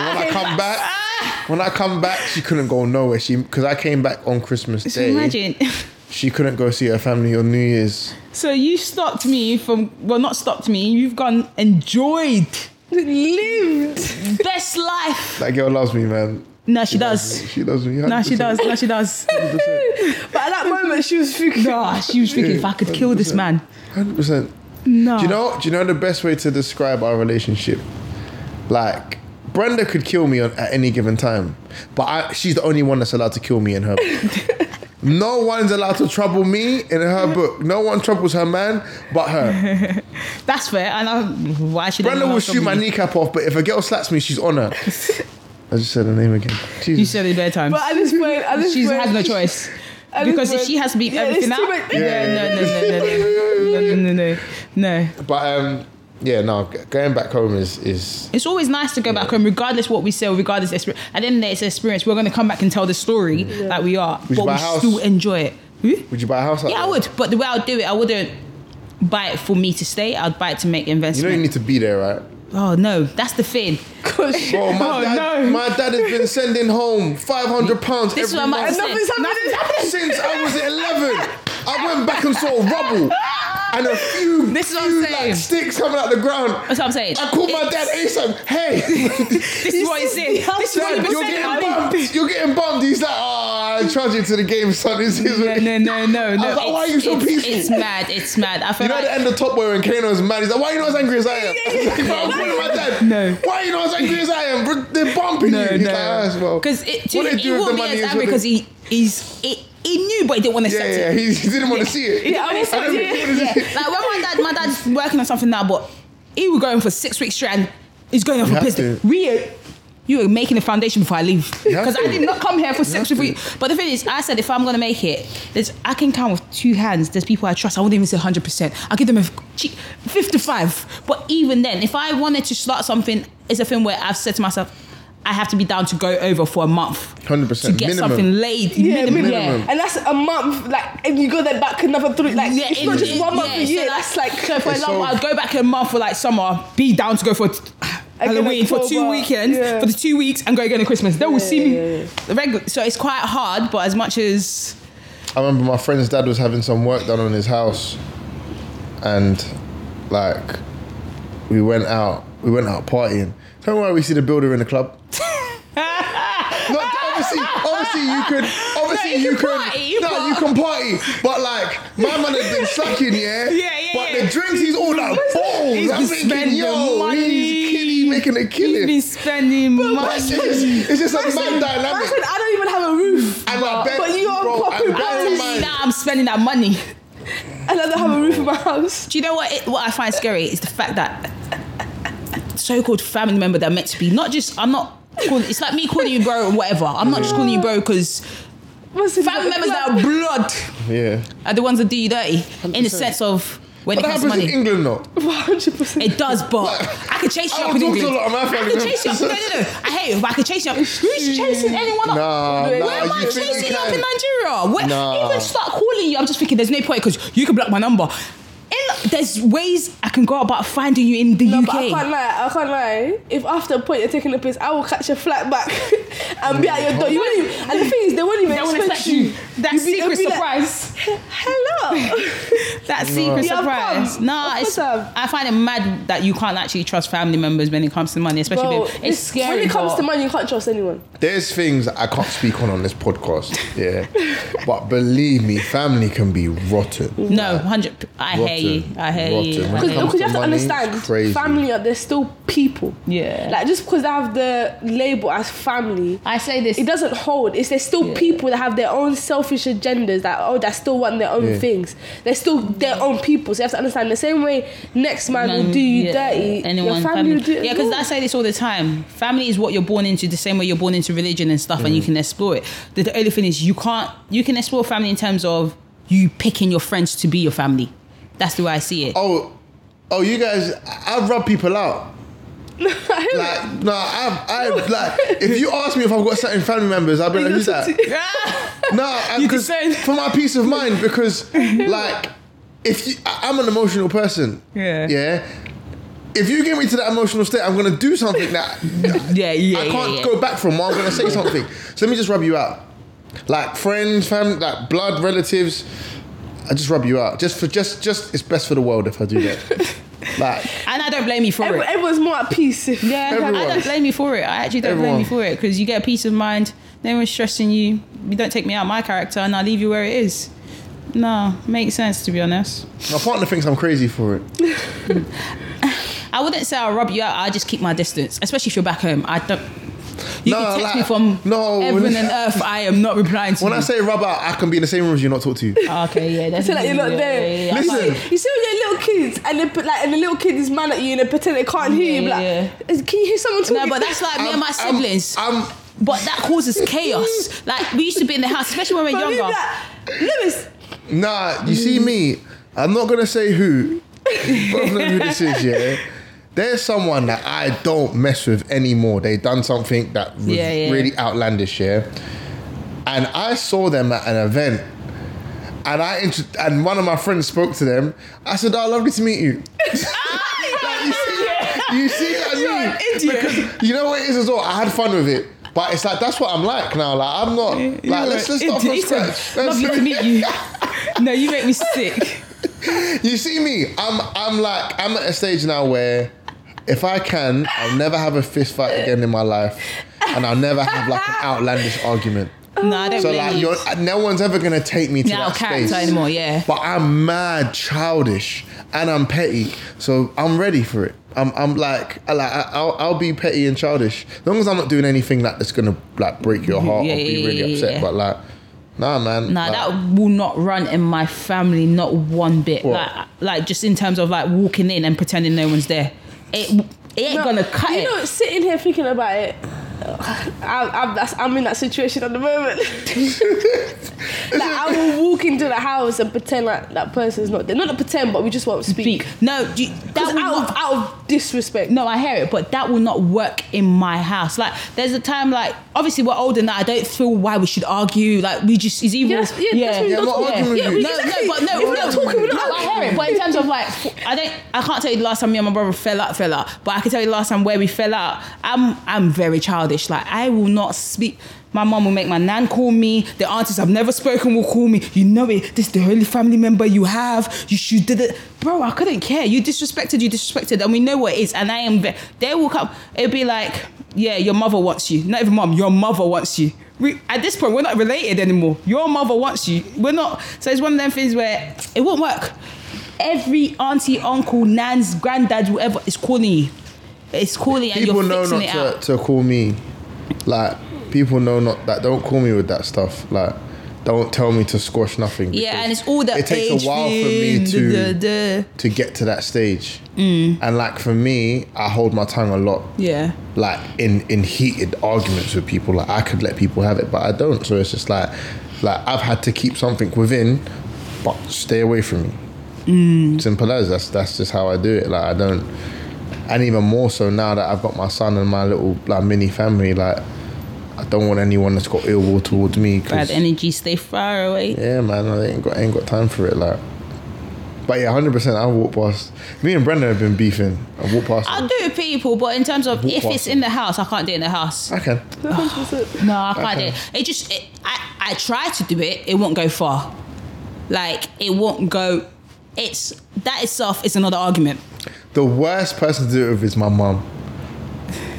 when I come back, when I come back, she couldn't go nowhere. She because I came back on Christmas
so
Day.
imagine.
She couldn't go see her family on New Year's.
So you stopped me from well, not stopped me. You've gone enjoyed
lived.
best life.
That girl loves me, man.
No, she does.
She loves me.
No, she does. No, she does.
But at that moment, she was freaking.
Nah, she was thinking if I could kill this man.
Hundred percent.
No.
Do you know? Do you know the best way to describe our relationship? Like Brenda could kill me on, at any given time, but I, she's the only one that's allowed to kill me in her. book. no one's allowed to trouble me in her book. No one troubles her man but her.
That's fair. And I, why should
Brenda
anyone
will
else
shoot my
love me?
kneecap off, but if a girl slaps me, she's on her. I just said her name again. Jesus.
You said it bare times.
But at this point, at this
She's
point,
had no choice.
at this
Because if
point-
she has to beat
Yeah,
everything
it's too
out.
much-
Yeah, no, no, no, no, no, no, no, no, no.
But um, yeah, no. g- Going back home is is
It's always nice to go back home, regardless what we say, or regardless the experience. At the end of the day, it's an experience. We're going to come back and tell the story that we are,
Would you
but
buy
we
a house?
still enjoy it. Hmm?
Would you buy a house? Like
Yeah, I
that?
would. But the way I would do it, I wouldn't buy it for me to stay. I'd buy it to make
You know
investment.
you need to be there, right?
oh no, that's the thing.
Bro, my,
Oh,
dad,
no.
my dad has been sending home five hundred pounds
This is
every
what I'm about to
month
say.
Nothing's happening.
Nothing's happening.
since I was eleven. I went back and saw rubble and a few,
This is what I'm
few
saying.
like, sticks coming out the ground.
That's what I'm saying.
I called my
It's-
dad ASAP. Hey,
This is what it's in. This is what
dad,
you've
you're
been
getting
saying.
bumped. You're getting bumped. He's like, oh, I charge you to the game, son. This is what
No, no, no, no, no.
I was like, why are you so
it's,
peaceful?
It's mad. It's mad. I feel
You know
like
at the end of Top Boy when Kano's mad, he's like, why you not as angry as I am? If I was calling my dad,
No.
why you not as angry as I am? Bro, They're bumping
no,
you. He's like, "Ah,
no.
well,
Because it, to
what they
him,
do
he
with the
wouldn't be
money
as
is
angry
what
because
they-
he he's he, he knew, but he didn't want to
Yeah,
accept
yeah,
it.
he, he didn't want to see it.
Yeah, I was
I didn't
like,
wanna see it.
Like when my dad, my dad's working on something now, but he was going for six weeks straight. and He's going off
You
a
have
pistol.
to.
Rio, uh, you were making the foundation before I leave
You have
because I
to.
did not come here for six
have to.
weeks. But the thing is, I said if I'm gonna make it, there's I can count with two hands. There's people I trust. I wouldn't even say hundred percent. I give them a f- cheap fifty-five. But even then, if I wanted to start something, it's a thing where I've said to myself. I have to be down to go over for a month
100%,
to get
minimum.
something laid.
Yeah,
minimum,
minimum.
yeah.
And that's a month, like, and you go there back another three, like,
Yeah,
it's not just
it-
one month
yeah,
a year.
so
that's like,
so for
It's
example,
so-
I'd go back in a month for like summer, be down to go for t- Halloween for two
October,
weekends,
yeah.
for the two weeks, and go again on Christmas. They will see me
yeah, yeah.
the regular. So it's quite hard, but as much as
I remember my friend's dad was having some work done on his house, and like we went out, we went out partying. Tell me why we see the builder in the club. Not, obviously, obviously you could, obviously
No, you
you,
can
could,
party,
no,
but-
you can party, but like my man has been slacking, yeah.
Yeah, yeah,
But
yeah.
the drinks, he's all out balls.
He's
I'm
been
thinking,
spending
yo,
money.
he's killing, making a
you've been
killing.
spending money.
It's just, it's just a mad
my
dynamic.
friend, I don't even have a roof.
And I bet,
but you are
bro,
proper
and bear in
brothers.
mind,
Now I'm spending that money.
And I don't have a roof in my house.
Do you know what? It, what I find scary is the fact that so-called family member that are meant to be not just. I'm not. Calling, it's like me calling you bro or whatever. I'm not just calling you bro because
Must have
family
been
members that
like-
are blood
Yeah.
are the ones that do you dirty in the sense of when
But
it
that
comes
happens
to money.
in England though.
100%.
It does, but I could chase
I
you up
don't
in
talk to
England.
a lot of my
I
family
could chase you up. No, no,
members.
no. I hate you, but I could chase you up. Who's chasing anyone up?
Nah,
Where
nah,
am
you
I
think you
chasing you up
can?
in Nigeria? Where,
Nah.
Even start calling you, I'm just thinking there's no point because you can block my number. In,
There's ways I can go about finding you in the
No, but I
UK.
can't lie. I can't lie. If after a point you're taking the piss, I will catch a flat back and be at your door. You won't even, and the thing is, they won't even
They won't
expect,
expect
you.
you. That
You'll be- they'll
secret
be like,
surprise.
Hello.
That secret
You have
surprise.
come. Of
No,
course um,
it's,
I have.
I find it mad that you can't actually trust family members when it comes to money, especially
Bro,
babe. it's
this-
scary.
when it comes
but-
to money, you can't trust anyone.
There's things I can't speak on on this podcast. Yeah, but believe me, family can be rotten.
no, hundred. I hear you. I hear you.
Rotten.
I
When it comes
hear you.
Because you have to
money, it's
understand,
crazy.
family are they're still people.
Yeah.
Like just because they have the label as family,
I say this.
it doesn't hold. It's there's still people that have their own selfish agendas that oh that still want their own
Yeah.
things. They're still their own people. So you have to understand the same way next man will do you
yeah,
dirty.
Anyone,
your family, will do
Yeah, because I say this all the time. Family is what you're born into, the same way you're born into religion and stuff,
Mm.
and you can explore it. The, the only thing is, you can't. You can explore family in terms of you picking your friends to be your family. That's the way I see it.
Oh, oh, you guys, I I rub people out. Like, no, I, I, like, if you ask me if I've got certain family members, I'd be like, who's that? No, I, uh, 'cause-
disown-
for my peace of mind because like if you, I, I'm an emotional person.
Yeah.
Yeah. If you get me to that emotional state, I'm gonna do something that
yeah, yeah,
I can't
yeah, yeah.
go back from. Or I'm gonna say something. So let me just rub you out. Like friends, family, like blood relatives. I just rub you out. Just for just just it's best for the world if I do that. like
and I don't blame you for
Every-
it.
everyone's more at peace. If
Yeah, I
Everyone.
don't blame you for it. I actually don't blame
Everyone.
you for it because you get peace of mind. No one's stressing you. You don't take me out of my character, and I leave you where it is. No, makes sense to be honest.
my partner thinks I'm crazy for it.
I wouldn't say I'll rub you out. I just keep my distance, especially if you're back home. I don't. You
No,
can text
like-
me from
no,
heaven
when-
and earth. I am not replying to
When
you. Ah,
I say rub out, I can be in the same room as you, and not talk to you.
okay, yeah, that's
So like you're not
yeah,
there.
yeah, yeah.
Listen.
You see, you see all your little kids, and they put like, and the little kid is mad at you, and they pretend they can't hear you.
Yeah,
Like,
yeah,
"Is- can you hear someone talking?
No, but that's like me and my
I'm-
siblings.
I'm
but that causes chaos. Like we used to be in the house, especially when we were
But me
younger.
like, Lewis,
Nah, you see me. I'm not gonna say who. Both know who this is, yeah. There's someone that I don't mess with anymore. They done something that was
Yeah, yeah.
really outlandish, yeah. And I saw them at an event, and I int- and one of my friends spoke to them. I said, "Oh, lovely to meet you." Like, you see, you see what I mean? Because you know what it is as well. I had fun with it, but it's like that's what I'm like now. Like I'm not like let's let's start from
Idiot.
scratch. Let's-
Lovely to meet you. No, you make me sick.
You see me? I'm I'm like I'm at a stage now where if I can, I'll never have a fist fight again in my life. And I'll never have like an outlandish argument.
No, I don't
So
blame
like
you.
you're, no one's ever gonna take me to
Yeah,
that
our character
space
anymore, yeah.
But I'm mad childish and I'm petty, so I'm ready for it. I'm, I'm like, I, like I- I'll, I'll be petty and childish as long as I'm not doing anything like that's gonna like break your heart
Yeah,
or be
yeah,
really
yeah,
upset.
yeah.
But like, nah, man.
Nah,
like,
that will not run in my family, not one bit.
What?
Like, like just in terms of like walking in and pretending no one's there. It, it ain't
no,
gonna cut
you
it.
know, sitting here thinking about it. I, I'm, that's, I'm in that situation at the moment. like I will walk into the house and pretend like that person's not there. Not to pretend, but we just won't speak.
Speak. No, do you, that
'Cause
will
out,
not,
of, out of disrespect.
no, I hear it, but that will not work in my house. Like, there's a time like obviously we're older now. I don't feel why we should argue. Like, we just is even
Yes, yeah, that's what
Yeah, I'm not
we're not talking.
arguing with
yeah,
you.
we-
No,
exactly.
no, but no,
If we're
no,
not talking, we're
no,
not
I hear it. But in terms of like, I don't, I can't tell you the last time me and my brother fell out, fell out. But I can tell you the last time where we fell out. I'm, I'm very childish. Like I will not speak. My mom will make my nan call me. The aunties I've never spoken will call me. You know it. This is the only family member you have. You should did it, bro. I couldn't care. You disrespected. You disrespected, and we know what it is. And I am. Ve- they will come. It'll be like, yeah, your mother wants you. Not even mom. Your mother wants you. We, at this point, we're not related anymore. Your mother wants you. We're not. So it's one of them things where it won't work. Every auntie, uncle, nan's, granddad, whatever is calling you. It's calling and
people
you're
know
fixing
not
it
to,
out.
to call me like people know not that don't call me with that stuff like don't tell me to squash nothing
Yeah,
because
and it's all that
it takes
age
a while
thing,
for me to
duh, duh, duh.
to get to that stage mm. and like for me i hold my tongue a lot
Yeah.
like in in heated arguments with people like i could let people have it but i don't so it's just like like i've had to keep something within but stay away from me simple as that's that's just how i do it like i don't and even more so now that i've got my son and my little like mini family like i don't want anyone that's got ill will towards me 'cause-
Bad energy, stay far away.
yeah man i ain't got ain't got time for it like But yeah, hundred percent. I walk past. Me and Brenda have been beefing. I walk past.
I'll do people, but in terms of
Walk
if
past
it's
it.
in the house, I can't do it in the house.
I can.
No, I can't do
Okay.
it. It just, it, I, I try to do it. It won't go far. Like it won't go. It's that itself is another argument.
The worst person to do it with is my mum.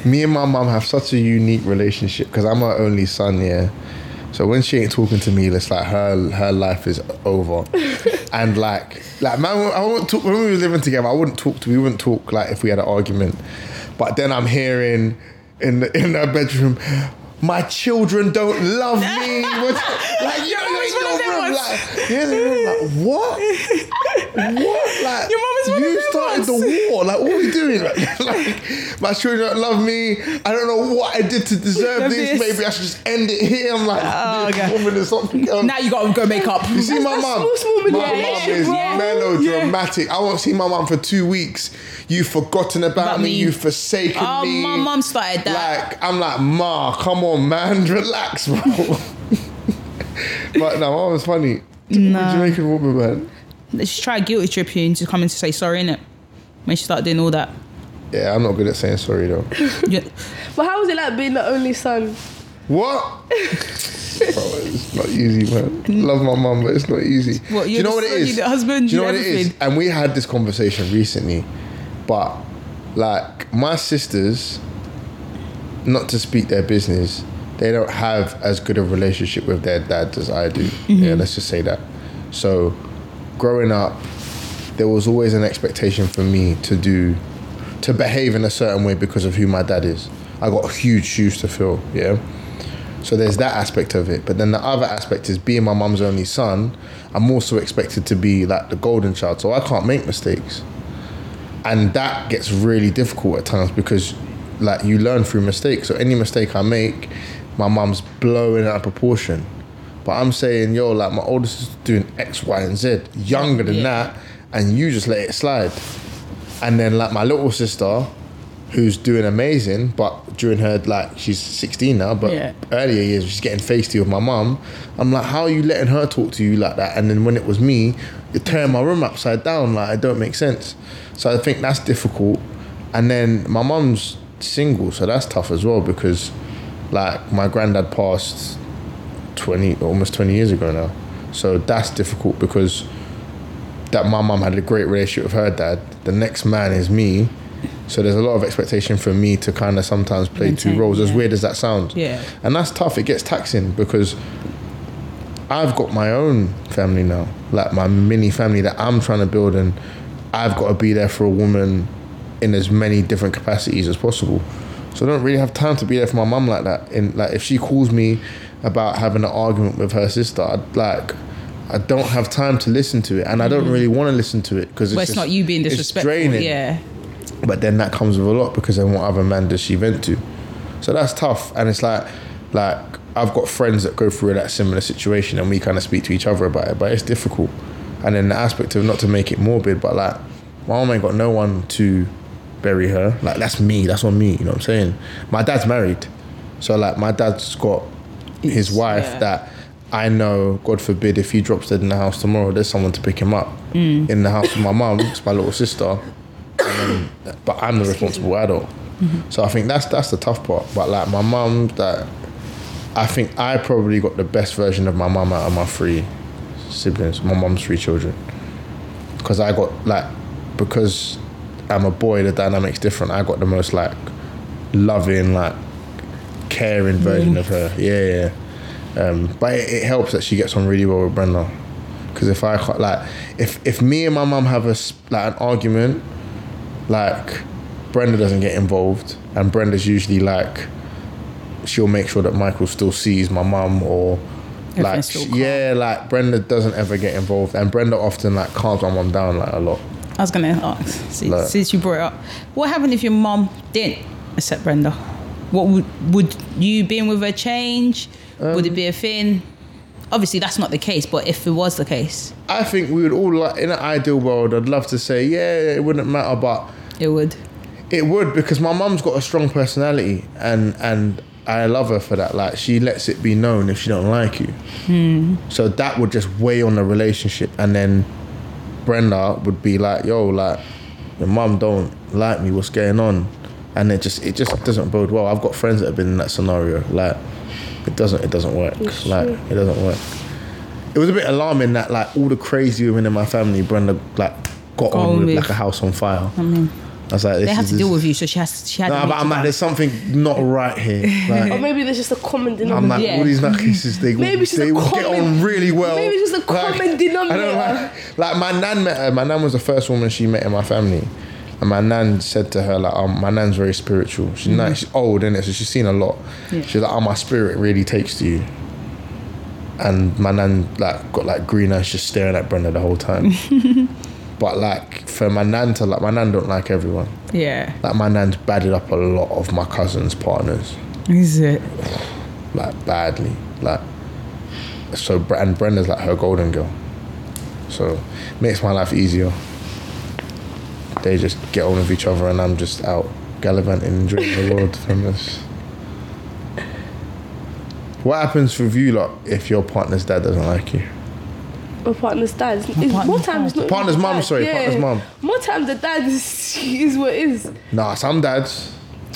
Me and my mum have such a unique relationship because I'm her only son, yeah. So when she ain't talking to me, it's like her her life is over. and like like man, I won't talk when we were living together, I wouldn't talk to we wouldn't talk like if we had an argument. But then I'm hearing in the, in her bedroom, my children don't love me. What- like yo, you're in your room, like you're in the room, like what? What? Like your
mum is one of
you
them
started
ones.
the war. Like what are we doing? Like, like, my children don't love me. I don't know what I did to deserve
Deserve
this.
this.
Maybe I should just end it here. I'm like,
Oh,
this
okay.
woman is something else.
Now you gotta go make up.
you see my mum.
small, small
My
manipulation,
mum is
bro.
melodramatic. I won't see my mum for two weeks. You've forgotten about,
About
me.
me.
You've forsaken
Oh,
me.
my mum started that.
Like I'm like, ma, come on, man, relax, bro. but no, my mum's funny.
Nah.
Jamaican woman, man.
Let's just try a guilty trip you into coming to say sorry, innit? When she start doing all that.
Yeah, I'm not good at saying sorry though.
Yeah.
But how was it like being the only son?
What? Bro, it's not easy, man. Love my mum, but it's not easy.
What,
Do you
you're
know
the
what it
son,
is?
you're the husband,
Do you know
you're
what it is?
everything.
And we had this conversation recently, but like my sisters, not to speak their business, they don't have as good a relationship with their dad as I do. Yeah, let's just say that. So, growing up, there was always an expectation for me to do, to behave in a certain way because of who my dad is. I got huge shoes to fill. Yeah. So there's that aspect of it. But then the other aspect is being my mum's only son, I'm also expected to be like the golden child. So I can't make mistakes. And that gets really difficult at times because like you learn through mistakes. So any mistake I make, my mum's blowing it out of proportion. But I'm saying, yo, like my oldest is doing X, Y, and Z, younger than that, and you just let it slide. And then like my little sister, who's doing amazing, but during her like she's 16 now, but
Yeah.
earlier years she's getting feisty with my mum. I'm like, how are you letting her talk to you like that? And then when it was me, you're tearing my room upside down. Like it don't make sense. So I think that's difficult. And then my mum's single, so that's tough as well because like my granddad passed 20 almost 20 years ago now so that's difficult because that my mum had a great relationship with her dad the next man is me so there's a lot of expectation for me to kind of sometimes play two
Maintain,
roles as
yeah.
weird as that sounds
Yeah.
and that's tough it gets taxing because i've got my own family now like my mini family that i'm trying to build and i've got to be there for a woman in as many different capacities as possible so i don't really have time to be there for my mum like that and like if she calls me about having an argument with her sister i'd like I don't have time to listen to it, and I don't really want to listen to it because it's,
Where Mm-hmm. it's
just-
not you being
it's
disrespectful.
draining.
Yeah.
But then that comes with a lot because then what other man does she vent to? So that's tough. And it's like, like I've got friends that go through that similar situation and we kind of speak to each other about it, but it's difficult. And then the aspect of not to make it morbid, but like my mum ain't got no one to bury her. Like that's me, that's on me, you know what I'm saying? My dad's married. So like my dad's got his wife that I know, God forbid, if he drops dead in the house tomorrow, there's someone to pick him up. In the house with my mum, it's my little sister but I'm the responsible adult. So I think that's that's the tough part. But like my mum, that I think I probably got the best version of my mum out of my three siblings, my mum's three children, because I got like because I'm a boy, the dynamics different. I got the most like loving, like caring version of her.
Mm.
Yeah, yeah. Um, but it, it helps that she gets on really well with Brenda. Because if I can't- like, if if me and my mum have a s- like an argument, like Brenda doesn't get involved, and Brenda's usually like she'll make sure that Michael still sees my mum or like
Everything's still
sh-
calm.
yeah, like Brenda doesn't ever get involved, and Brenda often like calms my mum down like a lot.
I was gonna ask since,
Like-
since you brought it up. What happened if your mom didn't accept Brenda? What would would you being with her change? would it
Um,
be a thing? Obviously, that's not the case. But if it was the case,
I think we would all like in an ideal world. I'd love to say yeah, it wouldn't matter, but
it would.
It would because my mum's got a strong personality and and I love her for that. Like she lets it be known Hmm. if she don't like you. So that would just weigh on the relationship and then Brenda would be like, "Yo, like, your mum don't like me. What's going on?" And it just it just doesn't bode well. I've got friends that have been in that scenario. Like, it doesn't it doesn't work. like, it doesn't work. It was a bit alarming that like all the crazy women in my family, Brenda like got on with,
with.
like a house on fire. I mean, I was like, this
They have
is,
to
this-
deal with you, so she has. She had.
Nah,
to
but I'm like, there's something not right here. Like,
Or maybe there's just a common
I'm like
denominator.
all these nutcases. They
Maybe
will,
it's just
they
a
will get
common-
on really well.
maybe it's just a common
I
denominator.
don't like, like my nan met her. My nan was the first woman she met in my family, and my nan said to her like, um, "My nan's very spiritual. She's
Mm-hmm.
nice. She's old, innit? So she's seen a lot. She's like, oh, my spirit really takes to you." And my nan like got like green eyes, just staring at Brenda the whole time. but like for my nan to like, my nan don't like everyone.
yeah.
Like my nan's badded up a lot of my cousins' partners
Is it?
like badly. Like so, Bre- and Brenda's like her golden girl, so makes my life easier. They just get on with each other, and I'm just out gallivanting, enjoying the world from this. What happens with you lot if your partner's dad doesn't like you?
My partner's dad. It's- more times, not
Partner's
even
mum,
dad.
sorry, partner's mum.
More times the dad is, is what is.
Nah, some dads.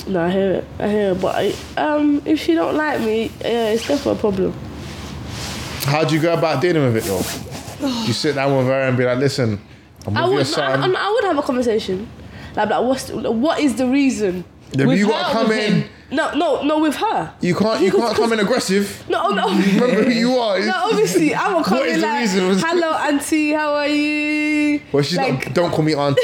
No, I hear it. I hear it. But I, um, if she don't like me, yeah, it's definitely a problem.
How do you go about dealing with it though? You sit down with her and be like, listen, I'm with
Oh. I
your
would, I,
son.
I, I would have a conversation. Like, like what's, what is the reason?
Yeah, but you gotta
her or
come
with
in.
No, no, no, with her.
You can't. You
Because-
can't come in aggressive.
No, no.
Remember who you are.
No, obviously, I will come
What is
in
the
like,
reason?
hello, auntie, how are you?
Well, she's
like,
not. Don't call me auntie.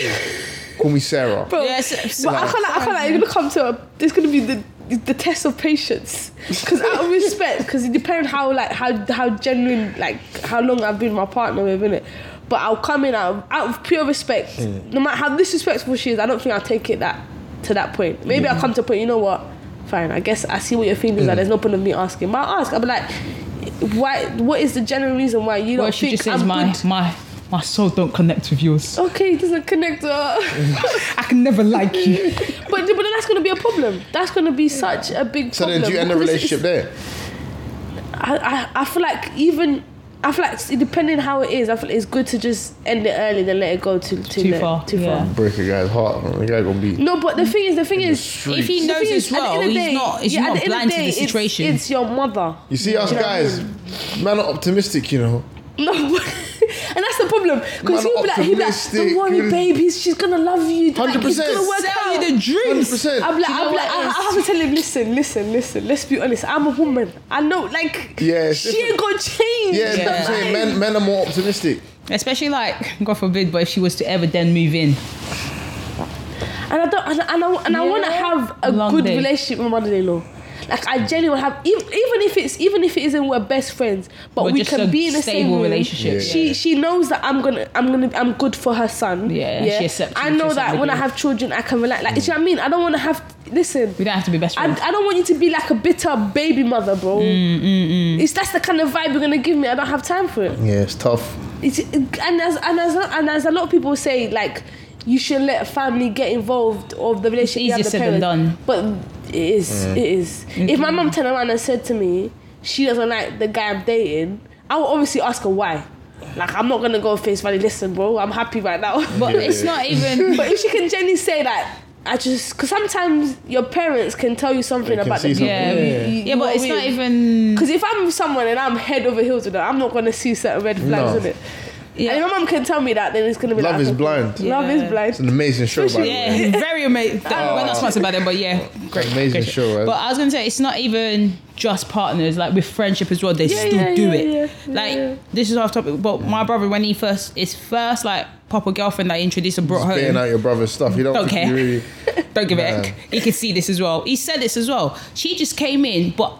call me Sarah.
bro.
Yes, it's
but I
like-
can't, I can't, like, you're gonna come to a, it's gonna be the, the test of patience. Because out of respect, because it depends how, like, how, how genuine, like, how long I've been my partner with, innit? But I'll come in out of, out of pure respect. No matter how disrespectful she is, I don't think I'll take it that to that point. Maybe I'll come to a point, you know what? Fine, I guess I see what your feelings are. There's no point of me asking. But I'll ask. I'll be like, why? What is the general reason why you
Well,
don't
she
think
just says
I'm
my
good?
my my soul don't connect with yours.
Okay, it doesn't connect. Uh,
I can never like you.
but but then that's gonna be a problem. That's gonna be such a big
So
problem.
then, do you end the
because
relationship
it's-
there?
I, I I feel like even. I feel like depending how it is, I feel it's good to just end it early than let it go too too,
Too
late-
far,
Too
yeah.
far.
Break a guy's heart. man. The guy gonna be.
No, but the thing is, the thing is,
streets.
If he
the
knows
thing
as
is, at the
well,
end of
he's
day-
not- he's
at
not
the end of
blind to the
it's-
situation.
It's, your mother.
You see us
Yeah.
guys, man, are optimistic. You know,
No, and that's the problem
Man,
because he'll be like, he'll be like,
optimistic,
don't worry,
good.
baby, she's gonna love you. Like, it's
100%.
gonna work
Sell
out.
you the
hundred
dreams.
percent.
I'm like,
Do you know
I'm
what
like, I,
it
I
is?
have to tell him, listen, listen, listen. Let's be honest. I'm a woman. I know, like,
Yeah, it's
she ain't gonna change.
Yeah, that's what I'm saying. Men, men are more optimistic.
Especially like, God forbid, but if she was to ever then move in,
And I don't, and, I- and I, and I want to have a
Long
good
day.
relationship with my mother-in-law. Like, I genuinely have, even, even if it's, even if it isn't we're best friends, but
But
we
just
can
a
be in a
stable
same
relationship.
Yeah.
Room. She, she knows that I'm gonna, I'm gonna, I'm good for her son.
Yeah, and she accepts
I
you
know
for
that
something
when I
good.
have children, I can relate.
Mm.
Like, do you know what I mean? I don't want to have. Listen,
we don't have to be best
I,
friends.
I don't want you to be like a bitter baby mother, bro.
Mm,
It's that's the kind of vibe you're gonna give me. I don't have time for it.
Yeah, it's tough.
It's, and as and as and as a lot of people say, like you should let family get involved of the relationship. you have
easier
the
said than
parents.
done. Mm.
But it is,
Mm.
it is. If my mum turned around and said to me she doesn't like the guy I'm dating, I would obviously ask her why. Like I'm not gonna go face value. Listen, bro, I'm happy right now.
but it's not even.
But if she can genuinely say that, I just because sometimes your parents can tell you something
can
about
see
the
something.
Yeah,
Yeah.
yeah, but it's not even.
because Mm. if I'm with someone and I'm head over heels with them, I'm not gonna see certain red flags
No.
in it.
Yeah.
And if my mum can tell me that, then it's gonna be
Love
like,
is
okay,
blind.
Love is blind.
It's an amazing show, by the way.
Yeah, very amazing. We're not sponsored by them, but yeah, great.
Oh. Amazing
great.
show, eh? right?
But I was gonna say it's not even just partners. Like with friendship as well, they
Yeah,
still
yeah,
do
yeah,
it.
yeah, yeah,
like
yeah.
this is off topic, but my brother when he first his first like proper girlfriend that he introduced and brought home.
Being out your brother's stuff. You don't,
Don't
think
care.
You really,
Don't give
Nah.
it. He could see this as well. He said this as well. She just came in, but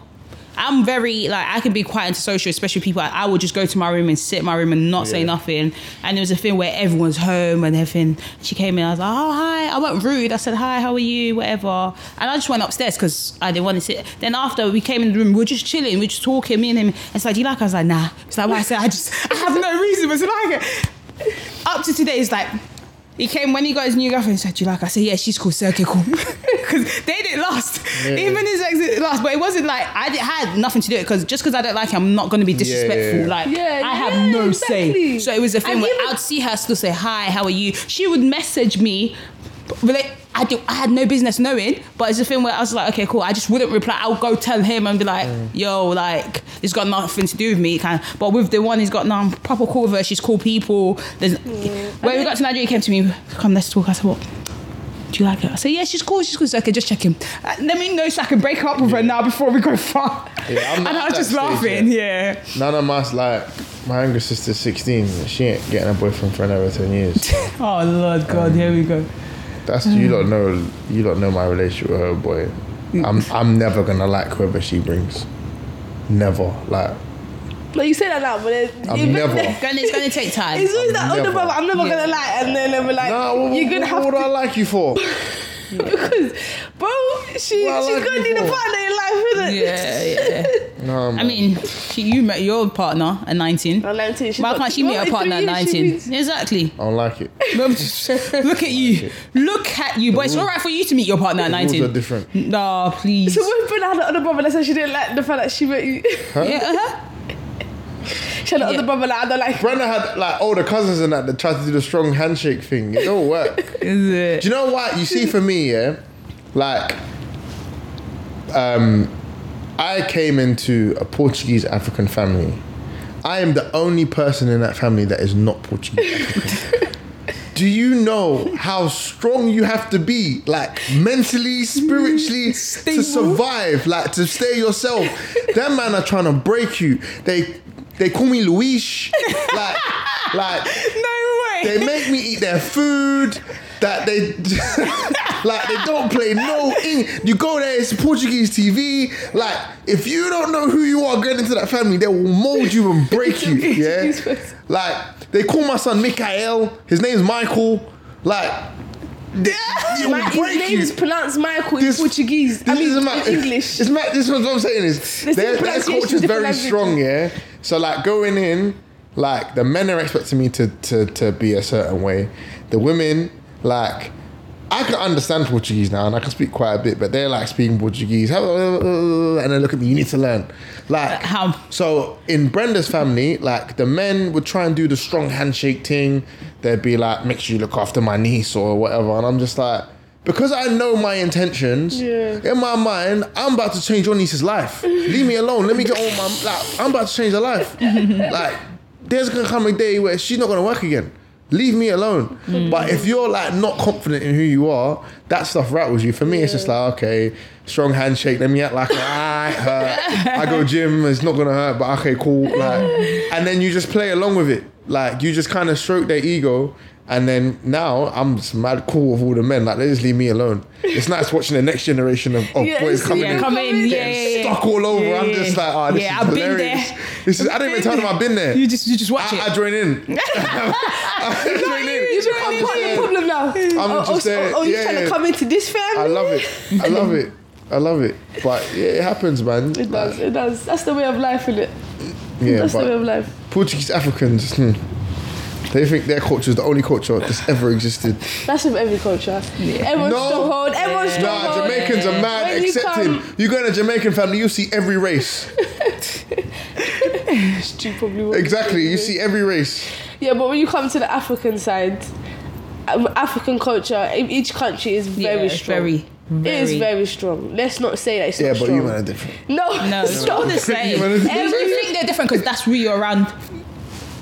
I'm very like I can be quite antisocial, especially people. I, I would just go to my room and sit in my room and not say
Yeah.
nothing. And it was a thing where everyone's home and everything. She came in, I was like, oh hi. I went rude. I said hi, how are you, whatever. And I just went upstairs because I didn't want to sit. Then after we came in the room, we are just chilling, we are just talking. Me and him. It's like, do you like? Her? I was like, nah. It's like, why? I said, I just I have no reason but to like it up to today is like he came when he got his new girlfriend. He said, "Do you like?" her?" I said, "Yeah, she's cool. So okay, cool." because they didn't last.
Yeah.
Even his ex didn't last, but it wasn't like I did, had nothing to do it because just because I don't like him, I'm not going to be disrespectful.
yeah.
Like
Yeah,
I have
yeah,
no say.
exactly.
So it was a thing
And
where
even-
I'd see her still say hi, how are you? She would message me. but Really, I, do, I had no business knowing, but it's a thing where I was like, okay, cool. I just wouldn't reply. I'll go tell him and be like,
Mm.
yo, like it's got nothing to do with me, kind. Of. But with the one, he's got no I'm proper cool with her. She's cool people. There's when we got to Nigeria, he came to me. Come, let's talk. I said, what? Do you like her? I said, yeah, she's cool. She's cool. She's okay, just check him. Uh, let me know so I can break up with her now before we go far.
Yeah, I'm not
and I
at
was
that
just
stage
laughing. Yeah.
None of my like my younger sister's sixteen. She ain't getting a boyfriend for another ten years.
Oh Lord God, here we go.
That's you
Mm.
don't know. You don't know my relationship with her boy. I'm I'm never gonna like whoever she brings. Never like
Like you say that now, but it,
I'm
it-
never.
Granny, it's gonna take time.
It's always that
I'm
older
never.
brother. I'm never gonna lie, and then they'll be like,
Nah, what,
"You're
what,
gonna have
what would I
to,"
like you for?
because,
What
bro, she
I
she's
like
gonna need a
before.
partner in life, isn't it?
yeah, yeah.
No, man.
I mean, she, you met your partner at 19.
At 19, she's
Why
not-
can't she meet
well,
her
in
partner at
three years she
19?
meets-
Exactly.
I don't like it.
Look at you. Look at you. But it's all right for you to meet your partner at
The rules are
19.
different.
No, please.
So when Bruna had an older brother, that's why she didn't like the fact that she met you.
Yeah, uh-huh.
she had an older brother, like I don't like.
Brenna had like older cousins and that that tried to do the strong handshake thing. It don't work.
Is it?
Do you know what? You see, for me, yeah, like, um, I came into a Portuguese African family. I am the only person in that family that is not Portuguese. African. Do you know how strong you have to be, like mentally, spiritually, to
Stable.
survive, like to stay yourself? That man are trying to break you. They they call me Luis, like like
No way.
they make me eat their food. That they like they don't play no English. You go there, it's Portuguese TV. Like if you don't know who you are going into that family, they will mold you and break you. Yeah. Like they call my son Mikael. His name's Michael. Like they, it will
My,
break
his name
you.
is pronounced Michael
This-
in Portuguese. I
This
mean,
is my-
in English.
It's my, this is what I'm saying is
There's
their, their
different pronunciations,
culture's
different
very
languages.
strong, yeah. So like going in, like the men are expecting me to to to be a certain way. The women, like I can understand Portuguese now and I can speak quite a bit, but they're like speaking Portuguese, and they look at me. You need to learn, like
How?
So in Brenda's family, like the men would try and do the strong handshake thing. They'd be like, "Make sure you look after my niece or whatever," and I'm just like, because I know my intentions.
Yeah.
In my mind, I'm about to change your niece's life. Leave me alone. Let me get on with my. Like, I'm about to change her life. like, there's gonna come a day where she's not gonna work again. Leave me alone. But if you're like not confident in who you are, that stuff rattles you. For me, it's just like okay, strong handshake. Let me act like I hurt. I go gym. It's not gonna hurt. But okay, cool. Like, and then you just play along with it. Like you just kind of stroke their ego. And then now I'm just mad cool with all the men. Like they just leave me alone. It's nice watching the next generation of, of
Yeah,
boys
it's-
coming
yeah,
in,
Come in. Yeah, yeah, yeah.
stuck all over.
Yeah,
I'm
yeah.
just like, oh, this
Yeah,
is
I've been
hilarious.
there.
This is. I didn't even tell them I've been there.
You just, you just watch
I,
it.
I join in. I join in.
You're
I'm
part
just
of the
there.
problem now.
I'm
oh,
just
oh,
saying,
oh, you're
yeah,
trying
yeah.
to come into this family?
I love it. I love it. I love it. But yeah, it happens, man.
It does. It does. That's the way of life, isn't it?
Yeah,
That's the way of
but
life.
Portuguese Africans, hmm, they think their culture is the only culture that's ever existed.
That's with every culture. Everyone's
No.
stronghold. Everyone's
Nah,
stronghold.
Jamaicans are mad
When you
accepting. You,
come-
go in a Jamaican family, you see every race.
Stu probably won't.
Exactly, you see every race.
Yeah, but when you come to the African side, um, African culture, e- each country is very
Yeah,
strong.
Very,
It is
very-
very strong. Let's not say that it's
Yeah,
not
but
strong.
you man are different.
no,
No, it's all the same.
You man are different.
Everything they're different because that's where you're around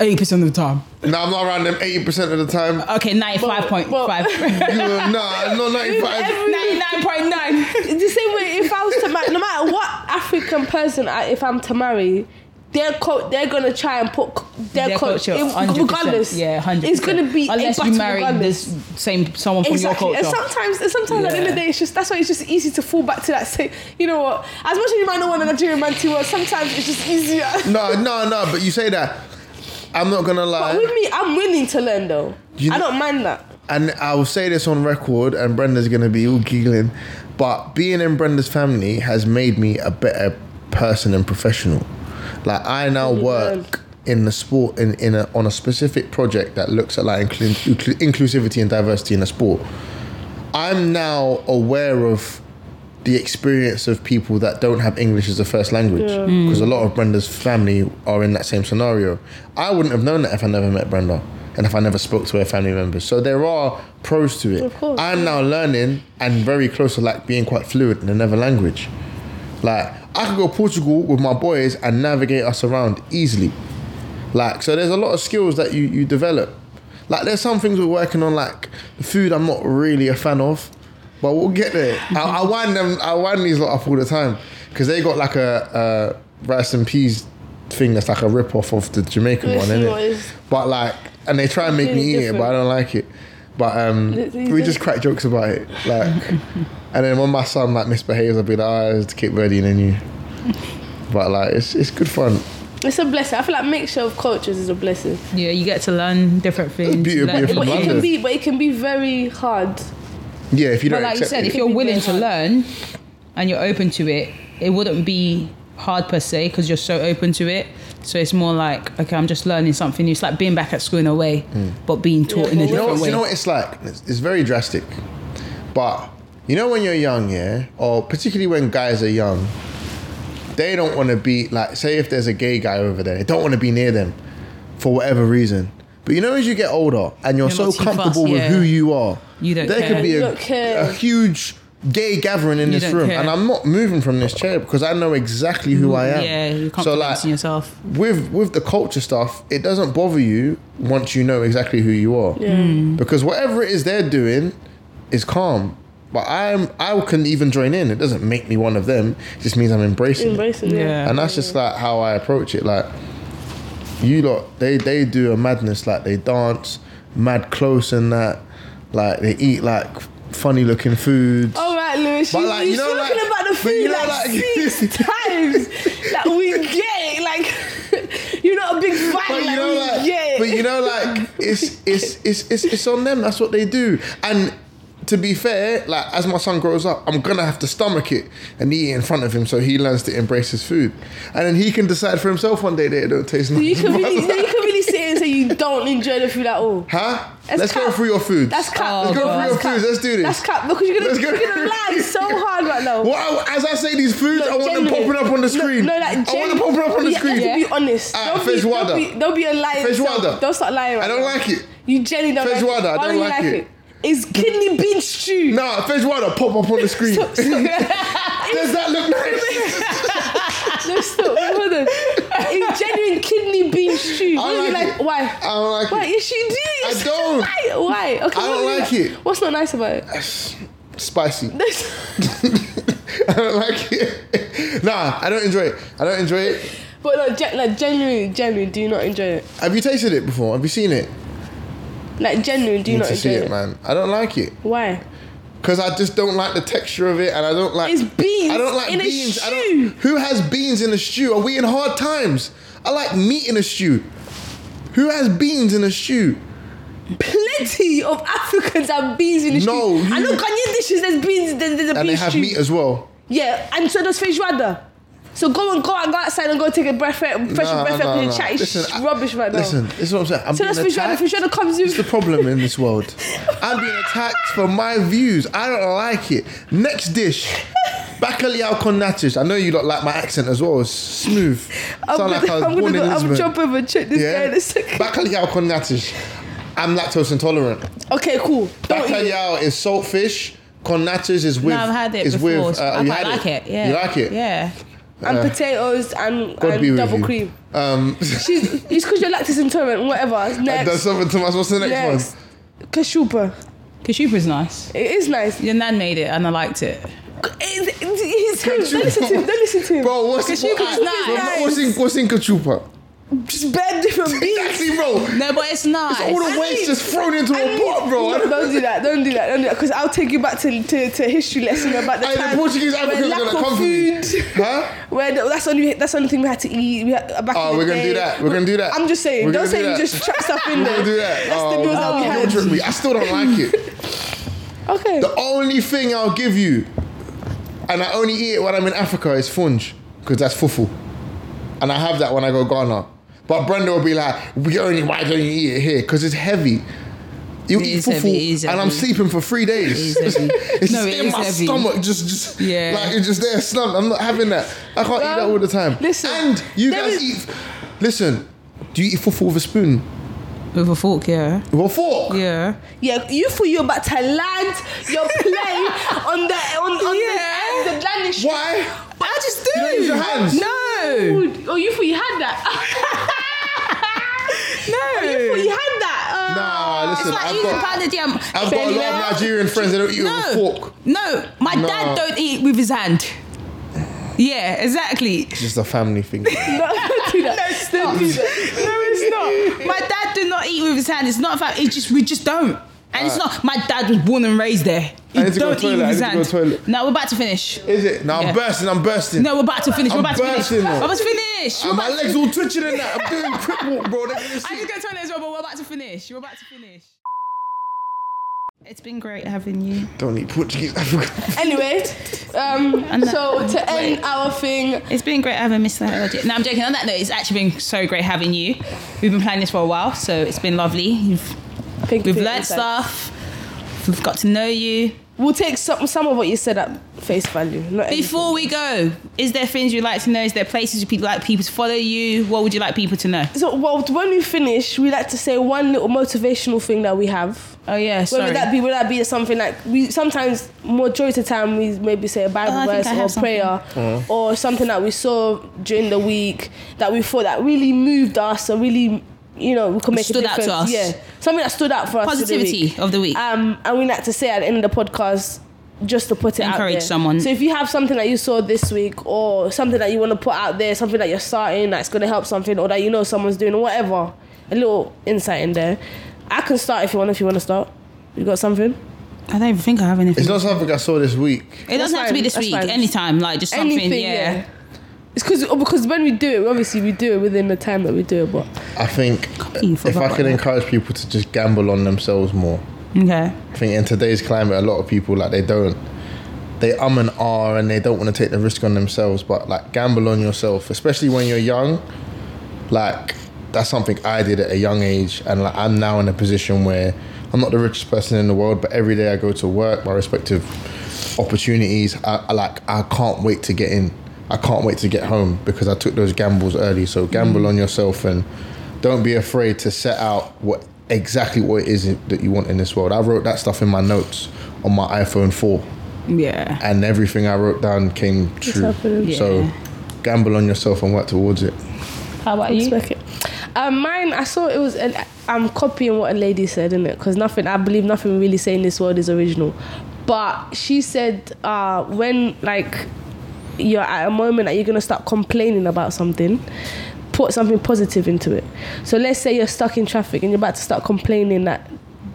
80% of the time.
Nah, I'm not around them 80% of the time.
Okay, 95.5.
You are- nah, I'm not 95.
Every-
99.9.
It's the same way if I was to marry, no matter what African person, I, if I'm to marry, their cult, they're gonna try and put c- their,
Their
culture,
culture,
in-
100%.
regardless.
Yeah, 100%.
It's gonna be
Unless
a
you
battle
marry
regardless.
this same someone from
Exactly,
your
and
culture.
sometimes, and sometimes at the end of the day, it's just that's why it's just easy to fall back to that. Say, you know what? As much as you might not want a Nigerian man to work, sometimes it's just easier.
No, no, no, but you say that. I'm not gonna lie.
But with me, I'm willing to learn though.
You
I
know-
don't mind that.
and I'll say this on record, and Brenda's gonna be all giggling, but being in Brenda's family has made me a better person and professional. Like I now work in the sport in, in a, on a specific project that looks at like inclu- inclu- inclusivity and diversity in the sport. I'm now aware of the experience of people that don't have English as a first language because a lot of Brenda's family are in that same scenario. I wouldn't have known that if I never met Brenda and if I never spoke to her family members. So there are pros to it.
Of course,
I'm now learning and very close to like being quite fluent in another language. Like I could go Portugal with my boys and navigate us around easily. Like so there's a lot of skills that you, you develop. Like there's some things we're working on, like the food I'm not really a fan of. But we'll get there. I, I wind them I wind these lot up all the time. Cause they got like a, a rice and peas thing that's like a rip off of the Jamaican
Yes,
one,
you
innit?
know, it's-
But like and they try and make me
Completely
eat it, but I
different.
don't like it. But um,
Th- these
we
are-
just crack jokes about it, like. and then when my son like misbehaves, I'll be like, "Ah, it's Kate Birdie and then you." But like, it's it's good fun.
It's a blessing. I feel like mixture of cultures is a blessing.
Yeah, you get to learn different things.
beauty of
Learn-
being from
But it
London.
can be, but it can be very hard.
Yeah, if you don't
But like you
accept
said,
it.
if you're
Could be
willing
good.
to learn,
and you're open to it, it wouldn't be hard per se because you're so open to it. So it's more like, okay, I'm just learning something new. It's like being back at school in a way, but being taught in
Hmm.
a
but
you know,
different
what,
way.
you know what it's like. It's, it's very drastic, but you know when you're young, yeah, or particularly when guys are young, they don't want to be like. Say if there's a gay guy over there, they don't want to be near them for whatever reason. But you know, as you get older and you're,
You're
so
not too fussed,
comfortable with
yeah.
who you are,
You don't
there
care.
could be
You
a,
don't care.
a huge gay gathering in
You
this
don't
room,
care. Mm,
and I'm not moving from this chair because I know exactly who I am.
yeah, you're confident
so like,
in yourself.
with with the culture stuff, it doesn't bother you once you know exactly who you are.
Hmm.
Because whatever it is they're doing is calm. But I'm I can even join in. It doesn't make me one of them. It just means I'm embracing. it.
Embracing it.
Yeah.
And that's just like how I approach it. Like you lot, they they do a madness. Like they dance mad close and that. Like they eat like funny looking foods.
All right, Lewis.
But
you,
like,
you
you know,
talking
like-
about the
but
food
you know,
like,
like-
six times. Like we get it. Like you're not a big fan.
But you
like,
know,
we
like,
get it.
but you know, like, it's it's it's it's it's on them. That's what they do. And to be fair, like, as my son grows up, I'm gonna have to stomach it and eat it in front of him, so he learns to embrace his food, and then he can decide for himself one day that it don't taste
you
nice.
can really, you can really sit here and say you don't enjoy the food at all.
Huh?
That's
Let's go
cap.
through your foods.
That's cap.
Let's go through
That's
your
cap.
foods. Let's do this.
That's cap because you're gonna
Let's go.
you're gonna lie so hard right now.
Well, I- as I say these foods,
Look,
I want them
genuinely.
popping up on the screen.
No, no, like
I want
genuinely.
them popping up on the
You
screen.
have to be honest.
Ah,
don't, be,
Fejwada.
don't be don't be a liar. to yourself.
Fejwada.
Don't start lying. Right
I don't
now.
like it.
You genuinely don't like
Fejwada,
it.
I
Why
don't
you
like it.
It's kidney bean stew.
Nah, fish water pop up on the screen.
Stop,
Does that look nice?
No, stop. Hold on. It's genuine kidney bean stew.
I
Why
don't
you
like
like?
it.
Why?
I don't like
Why?
it.
Yes, you do.
I
Yes,
don't.
you like. Why? Okay.
I don't
what do you
like it.
What's not nice about it?
Spicy.
That's-
I don't like it. Nah, I don't enjoy it. I don't enjoy it.
but like, gen- like genuinely, genuinely, do you not enjoy it?
Have you tasted it before? Have you seen it?
Like genuinely, do you
need
not
to see
enjoy
it,
it?
man. I don't like it
Why?
because I just don't like the texture of it, and I don't like.
It's beans
I don't like
in a
beans. I don't-
stew.
who has beans in a stew? Are we in hard times? I like meat in a stew. Who has beans in a stew?
Plenty of Africans have beans in the
No,
stew. I
you-
know Ghanaian dishes. There's beans. There's, there's a
And
bean
they have
stew.
meat as well.
Yeah, and so does fejwada. So go and go and go outside and go take a breath, fresh
Nah,
breath
nah,
up in
nah.
the chat. It's
Listen, I-
rubbish right now.
Listen, this is what I'm saying. I'm
So that's
being
fejwada.
attacked.
Fejwada comes in.
It's the problem in this world. I'm being attacked for my views. I don't like it. Next dish. Bacalhau con nachos. I know you lot like my accent as well. It's smooth.
I'm
Sound
gonna,
like I was
I'm
born
gonna
in
go, I'm
Lisbon.
jump over and check this guy in a second.
Bacalhau con nachos. I'm lactose intolerant.
Okay, cool. Don't eat it.
Bacalhau is saltfish. Con nachos is with.
No, I've had it
is
before.
With, uh,
I
you
quite
had
like it. Yeah.
You like it?
Yeah.
And potatoes and,
God be with
and double
you.
cream.
Um,
She's, it's because you're lactose intolerant, whatever.
that's
Next.
something to my. What's the next,
Next. Kashupa.
Kashupa's nice.
It is nice.
Your nan made it and I liked it.
It, it, it's him.
Kashupa.
Don't listen to him. Don't listen to
one?
him.
Bro, what's, what,
Kashupa's nice.
what's in what's in kachupa?
Just bare different beans.
Exactly, bro.
No, but it's nice.
All the waste just thrown into a pot, bro. I
No,
don't-
don't do that. Don't do that. Don't do that. Because I'll take you back to, to, to a history lesson about the
Hey,
time
the Portuguese
where
Africans are
lack
gonna
of
come for me.
food.
Huh?
Where the, that's only that's the only thing we had to eat. We had, back
Oh,
in the
we're gonna
day.
do that. We're gonna do that.
I'm just saying.
We're
don't
gonna
say
do
you
that.
just chuck stuff in
We're
there.
gonna do that.
That's the
Oh,
meals that
guilt
we had.
trip me. I still don't like it.
Okay.
The only thing I'll give you, and I only eat it when I'm in Africa, is funge, because that's fufu. And I have that when I go Ghana. But Brenda will be like, we only, why don't you eat it here? Because it's heavy. You
It
eat
is
fufu,
heavy, it is
and I'm
heavy.
sleeping for three days.
is heavy.
it's
No,
just
it
in
is
my
heavy.
stomach, just, just
Yeah.
like it's just there slumped. I'm not having that. I can't eat that
Well,
all the time.
listen,
and you
there
guys
is-
eat. Listen, do you eat fufu with a spoon?
With a fork, yeah.
With a fork?
Yeah.
Yeah, you thought you were about to land your plane on the on, on
Yeah.
the, on the landing strip.
Why?
I just do.
You don't use your hands.
No.
Oh, you thought you had that.
No.
you thought you had that. Uh,
Nah, listen.
It's like
I've
eating
got,
pounded yam.
I've got a lot of Nigerian friends that don't eat
um, no,
with a fork.
No, my
No.
dad don't eat with his hand. Yeah, exactly.
It's just a family thing.
no, Uh, do that.
no, it's not. My dad do not eat with his hand. It's not about. It's just we just don't. And it's not. My dad was born and raised there. He
I need to go
don't
to the
eat with
toilet,
his
I need to go to the toilet.
hand. No, we're about to finish.
Is it? No, I'm
Yeah.
bursting. I'm bursting.
No, we're about to finish. We're
I'm
about to finish.
bursting, though.
We're about to finish. We're
And my
about to-
legs all twitching and that. I'm doing crip walk, bro. They're gonna
I
see.
need to go to the toilet as well, but we're about to finish. We're about to finish. It's been great having you.
Don't eat Portuguese. Africa.
Anyway, um,
And that-
so to end our thing,
It's been great having Mr. Elliot. No, I'm joking. On that note, it's actually been so great having you. We've been planning this for a while, so it's been lovely. You've,
thank you
we've
for your
learnt
insight.
stuff. We've got to know you.
We'll take some some of what you said at face value. Not everything.
Before we go, is there things you'd like to know? Is there places you'd like people to follow you? What would you like people to know?
So, well, when we finish, we like to say one little motivational thing that we have.
Oh yeah, sorry.
Whether that be, whether that be something like we sometimes majority of the time we maybe say a Bible
Oh, I think
verse
I have
or prayer or something that we saw during the week that we thought that really moved us or really you know we could make
Stood
a
out to
difference.
us.
Yeah, something that stood out for us. through the week.
Positivity of the week.
Um, and we like to say at the end of the podcast, just to put it out
Encourage
there.
someone.
So if you have something that you saw this week, or something that you want to put out there, something that you're starting that's going to help something, or that you know someone's doing, or whatever, a little insight in there. I can start if you want. If you want to start, you got something.
I don't even think I have anything.
It's not something I saw this week.
it doesn't have to be
fine,
this
that's
week.
fine.
Anytime, like just something.
Anything,
yeah.
yeah. It's because because when we do it, obviously we do it within the time that we do it. But
I think
you
if
forgot
I
about
can
that.
encourage people to just gamble on themselves more.
Okay.
I think in today's climate, a lot of people like they don't, they um and ah, and they don't want to take the risk on themselves. But like gamble on yourself, especially when you're young. Like that's something I did at a young age, and like I'm now in a position where I'm not the richest person in the world, but every day I go to work, my respective opportunities, I, I like I can't wait to get in. I can't wait to get home because I took those gambles early. So gamble on yourself and don't be afraid to set out what exactly what it is that you want in this world. I wrote that stuff in my notes on my iPhone 4
Yeah.
and everything I wrote down came true.
happening.
So
Yeah.
gamble on yourself and work towards it.
How about you?
respect it. Um, mine, I saw it was. An, I'm copying what a lady said, in it? Because nothing, I believe nothing we really say in this world is original. But she said, uh, when like you're at a moment that you're gonna start complaining about something, put something positive into it. So let's say you're stuck in traffic and you're about to start complaining that,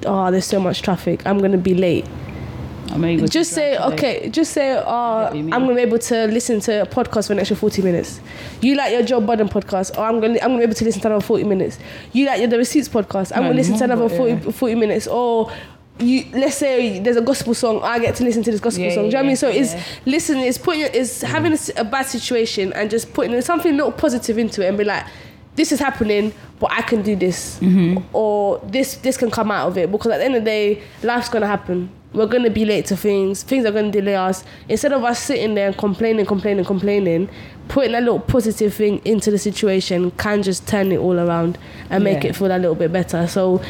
oh, there's so much traffic, I'm gonna be late
I may go to
just say
drive today.
okay just say uh,
what you
i'm
mean.
gonna be able to listen to a podcast for an extra 40 minutes you like your joe budden podcast or i'm gonna i'm gonna be able to listen to another 40 minutes you like your the receipts podcast i'm
No,
gonna listen to
no,
another
but,
40,
yeah.
40 minutes or you let's say there's a gospel song i get to listen to this gospel
Yeah,
song do you know what i
yeah,
mean so it's
yeah.
listening it's putting it's having a, s- a bad situation and just putting something little positive into it and be like this is happening but i can do this or this this can come out of it because at the end of the day life's gonna happen we're gonna be late to things things are gonna delay us instead of us sitting there and complaining complaining complaining putting that little positive thing into the situation can just turn it all around and make
Yeah.
it feel a little bit better so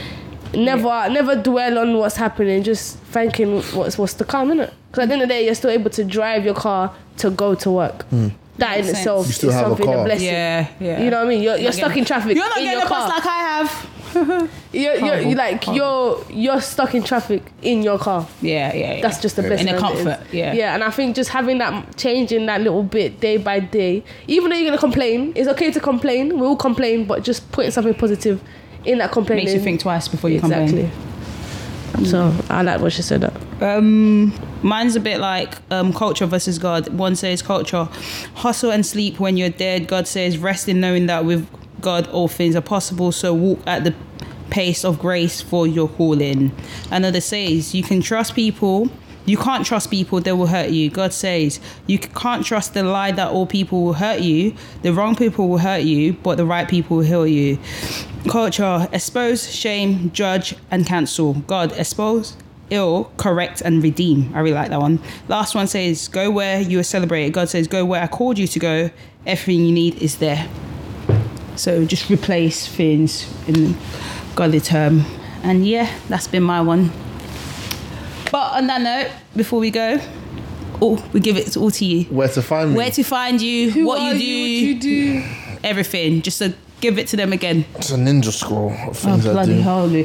Never, never dwell on what's happening. Just thanking what's what's to come, innit? Because at the end of the day, you're still able to drive your car to go to work. That in
Makes sense.
itself
Hmm. You still
is
have a
something
car.
a blessing.
Yeah, yeah.
You know what I mean? You're, you're
Not
stuck
getting-
in traffic.
You're not
in
getting
your
a bus
car.
like I have.
You're, you're,
Horrible,
you're like you're you're stuck in traffic in your car.
Yeah, yeah. yeah.
That's just a blessing.
And the
as it is.
comfort, yeah.
Yeah, and I think just having that changing that little bit day by day, even though you're gonna complain, it's okay to complain. We all complain, but just putting something positive in that complaining
makes you think twice before you come
exactly. Mm.
complain.
So I like what she said. That.
Um, mine's a bit like um, culture versus God. One says culture, hustle and sleep when you're dead. God says rest in knowing that with God all things are possible. So walk at the pace of grace for your calling. Another says you can trust people You can't trust people that will hurt you. God says you c- can't trust the lie that all people will hurt you. The wrong people will hurt you, but the right people will heal you. Culture expose, shame, judge, and cancel. God expose, ill, correct, and redeem. I really like that one. Last one says go where you are celebrated. God says go where I called you to go. Everything you need is there. So just replace things in godly term. And yeah, that's been my one. But on that note, before we go, oh, we give it all to you.
Where to find me?
Where to find you,
Who
what
are
you do,
What you do?
everything. Just to give it to them again.
Oh,
it's a ninja scroll of
Oh,
things I
bloody
do.
holy.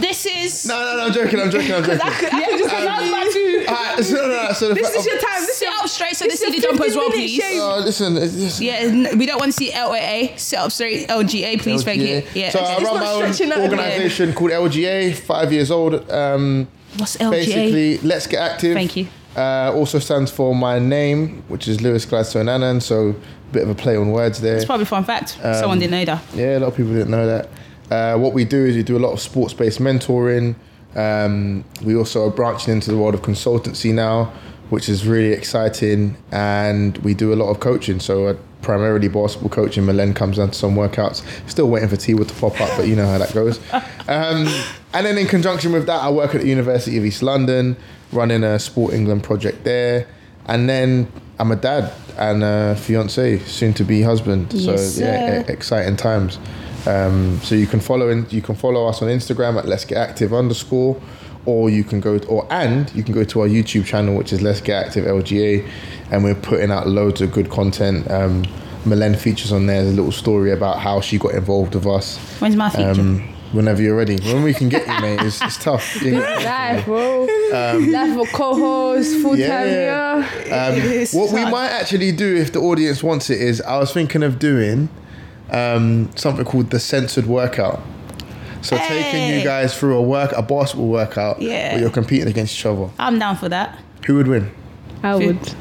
This is.
No, no, no, I'm joking, I'm joking, I'm joking.
Um,
Alright, so, no, no, so the
This
fact-
is your time. This is
Sit
your
up straight so they
This
see
is
the
a
jumper as well,
15
please.
minute shame.
Oh, listen, it's just,
Yeah, n- we don't want to see LAA. Sit up straight LGA, please. Thank you.
LGA.
Yeah.
So uh, I
It's
run
not
my own
stretching out,
organisation called LGA, five years old. Um,
What's LGA?
Basically, let's get active.
Thank you.
Uh, also stands for my name, which is Lewis Gladstone Annan. So a bit of a play on words there.
It's probably a fun fact.
um,
Someone didn't know that.
Yeah, a lot of people didn't know that. Uh, what we do is we do a lot of sports based mentoring. Um, we also are branching into the world of consultancy now, which is really exciting. And we do a lot of coaching. So, uh, primarily basketball coaching. Milen comes down to some workouts. Still waiting for T-Wood to pop up, but you know how that goes. Um, and then, in conjunction with that, I work at the University of East London, running a Sport England project there. And then I'm a dad and a fiance, soon to be husband.
Yes,
so, yeah,
sir.
e- exciting times. Um, so you can follow in, you can follow us on Instagram at Let's Get Active underscore, or you can go or and you can go to our YouTube channel which is Let's Get Active LGA, and we're putting out loads of good content. Um, Melen features on there. There's a little story about how she got involved with us.
When's my feature?
Um, whenever you're ready, when we can get you, mate. It's, it's tough. You know.
life, bro. life for co-host, full time.
Um, Yeah,
Yeah,
yeah. Um, what we might actually do if the audience wants it is I was thinking of doing um, something called the censored workout. So taking you
Hey.
guys through a work a basketball workout
Yeah.
where you're competing against each other.
I'm down for that.
Who would win?
I would.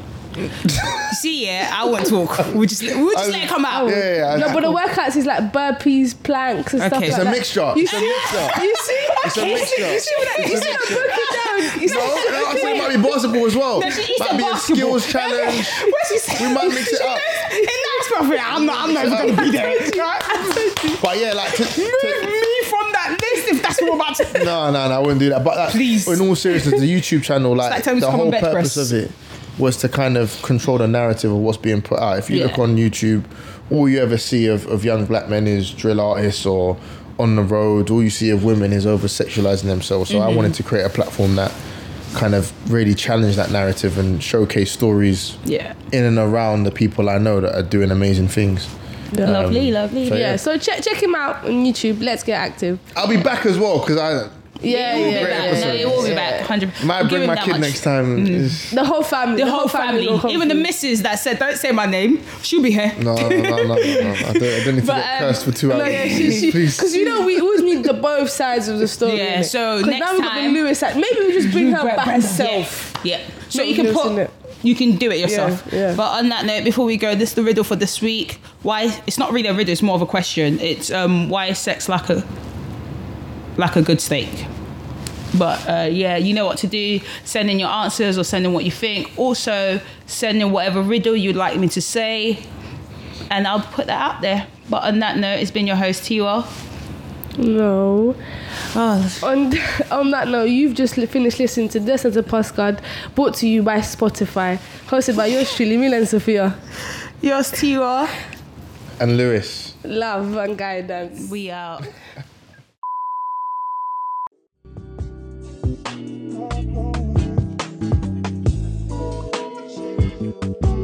See, yeah, I won't talk. We'll just, we'll just let it come out.
Yeah, yeah, yeah.
No, but the workouts is like burpees, planks, and stuff
Okay.
like
it's
It's
a
that.
mixture.
You
It's a
see-
mixture.
You see,
It's a
Okay, you see-
mixture.
You see what I
It's
you
a
see
mixture.
what I broke it down. You see
No,
what I
no, I
broke
said it
it
might be basketball as well.
she- she
might
said
be a
basketball.
skills challenge.
down. What she said?
we might mix it up.
In that profit, I'm not, I'm not even going to be there.
But yeah, like to, to,
me from that list if that's what I'm about to
No, no, no, I wouldn't do that. But that,
Please.
in all seriousness, the YouTube channel,
like
like,
telling me
the
to come on
whole
bed
purpose
press.
of it was to kind of control the narrative of what's being put out. If you
Yeah.
look on YouTube, all you ever see of, of young black men is drill artists or on the road. All you see of women is over sexualizing themselves.
Mm-hmm.
So I wanted to create a platform that kind of really challenged that narrative and showcase stories
Yeah.
in and around the people I know that are doing amazing things. Um,
Lovely, lovely.
so
Yeah,
yeah.
so check check him out on YouTube. Let's get active.
I'll be back as well because I
Yeah,
We'll
yeah,
be
Great
back.
episode.
No, it will be back. 100.
might
We'll give
bring
him
my
that
kid
much. Mm.
next time. It's-
The whole family.
The, whole, family,
will come
even the
through.
missus that said, "Don't say my name," she'll be here.
No, no, no, no, no. no. I, don't, I don't need to
But,
get
um,
cursed for two hours.
No, yeah, she, she,
Please.
because you know we always need the both sides of the story.
Yeah,
innit?
so
'Cause
next
now we've got the
time-
Lewis side. Maybe we just bring her back herself.
Yeah. yeah. So
Not
you can
loose,
put.
innit?
You can do it yourself.
yeah.
But on that note, before we go, this is the riddle for this week. Why? It's not really a riddle. It's more of a question. It's um, why is sex like a like a good steak? But uh, yeah, you know what to do. Send in your answers or send in what you think. Also, send in whatever riddle you'd like me to say, and I'll put that out there. But on that note, it's been your host Tiwa.
No. On on that note, you've just li- finished listening to This as a Postcard, brought to you by Spotify, hosted by yours truly, Mila and Sophia.
Yours Tiwa.
and Lewis.
Love and guidance.
We out.
Thank you.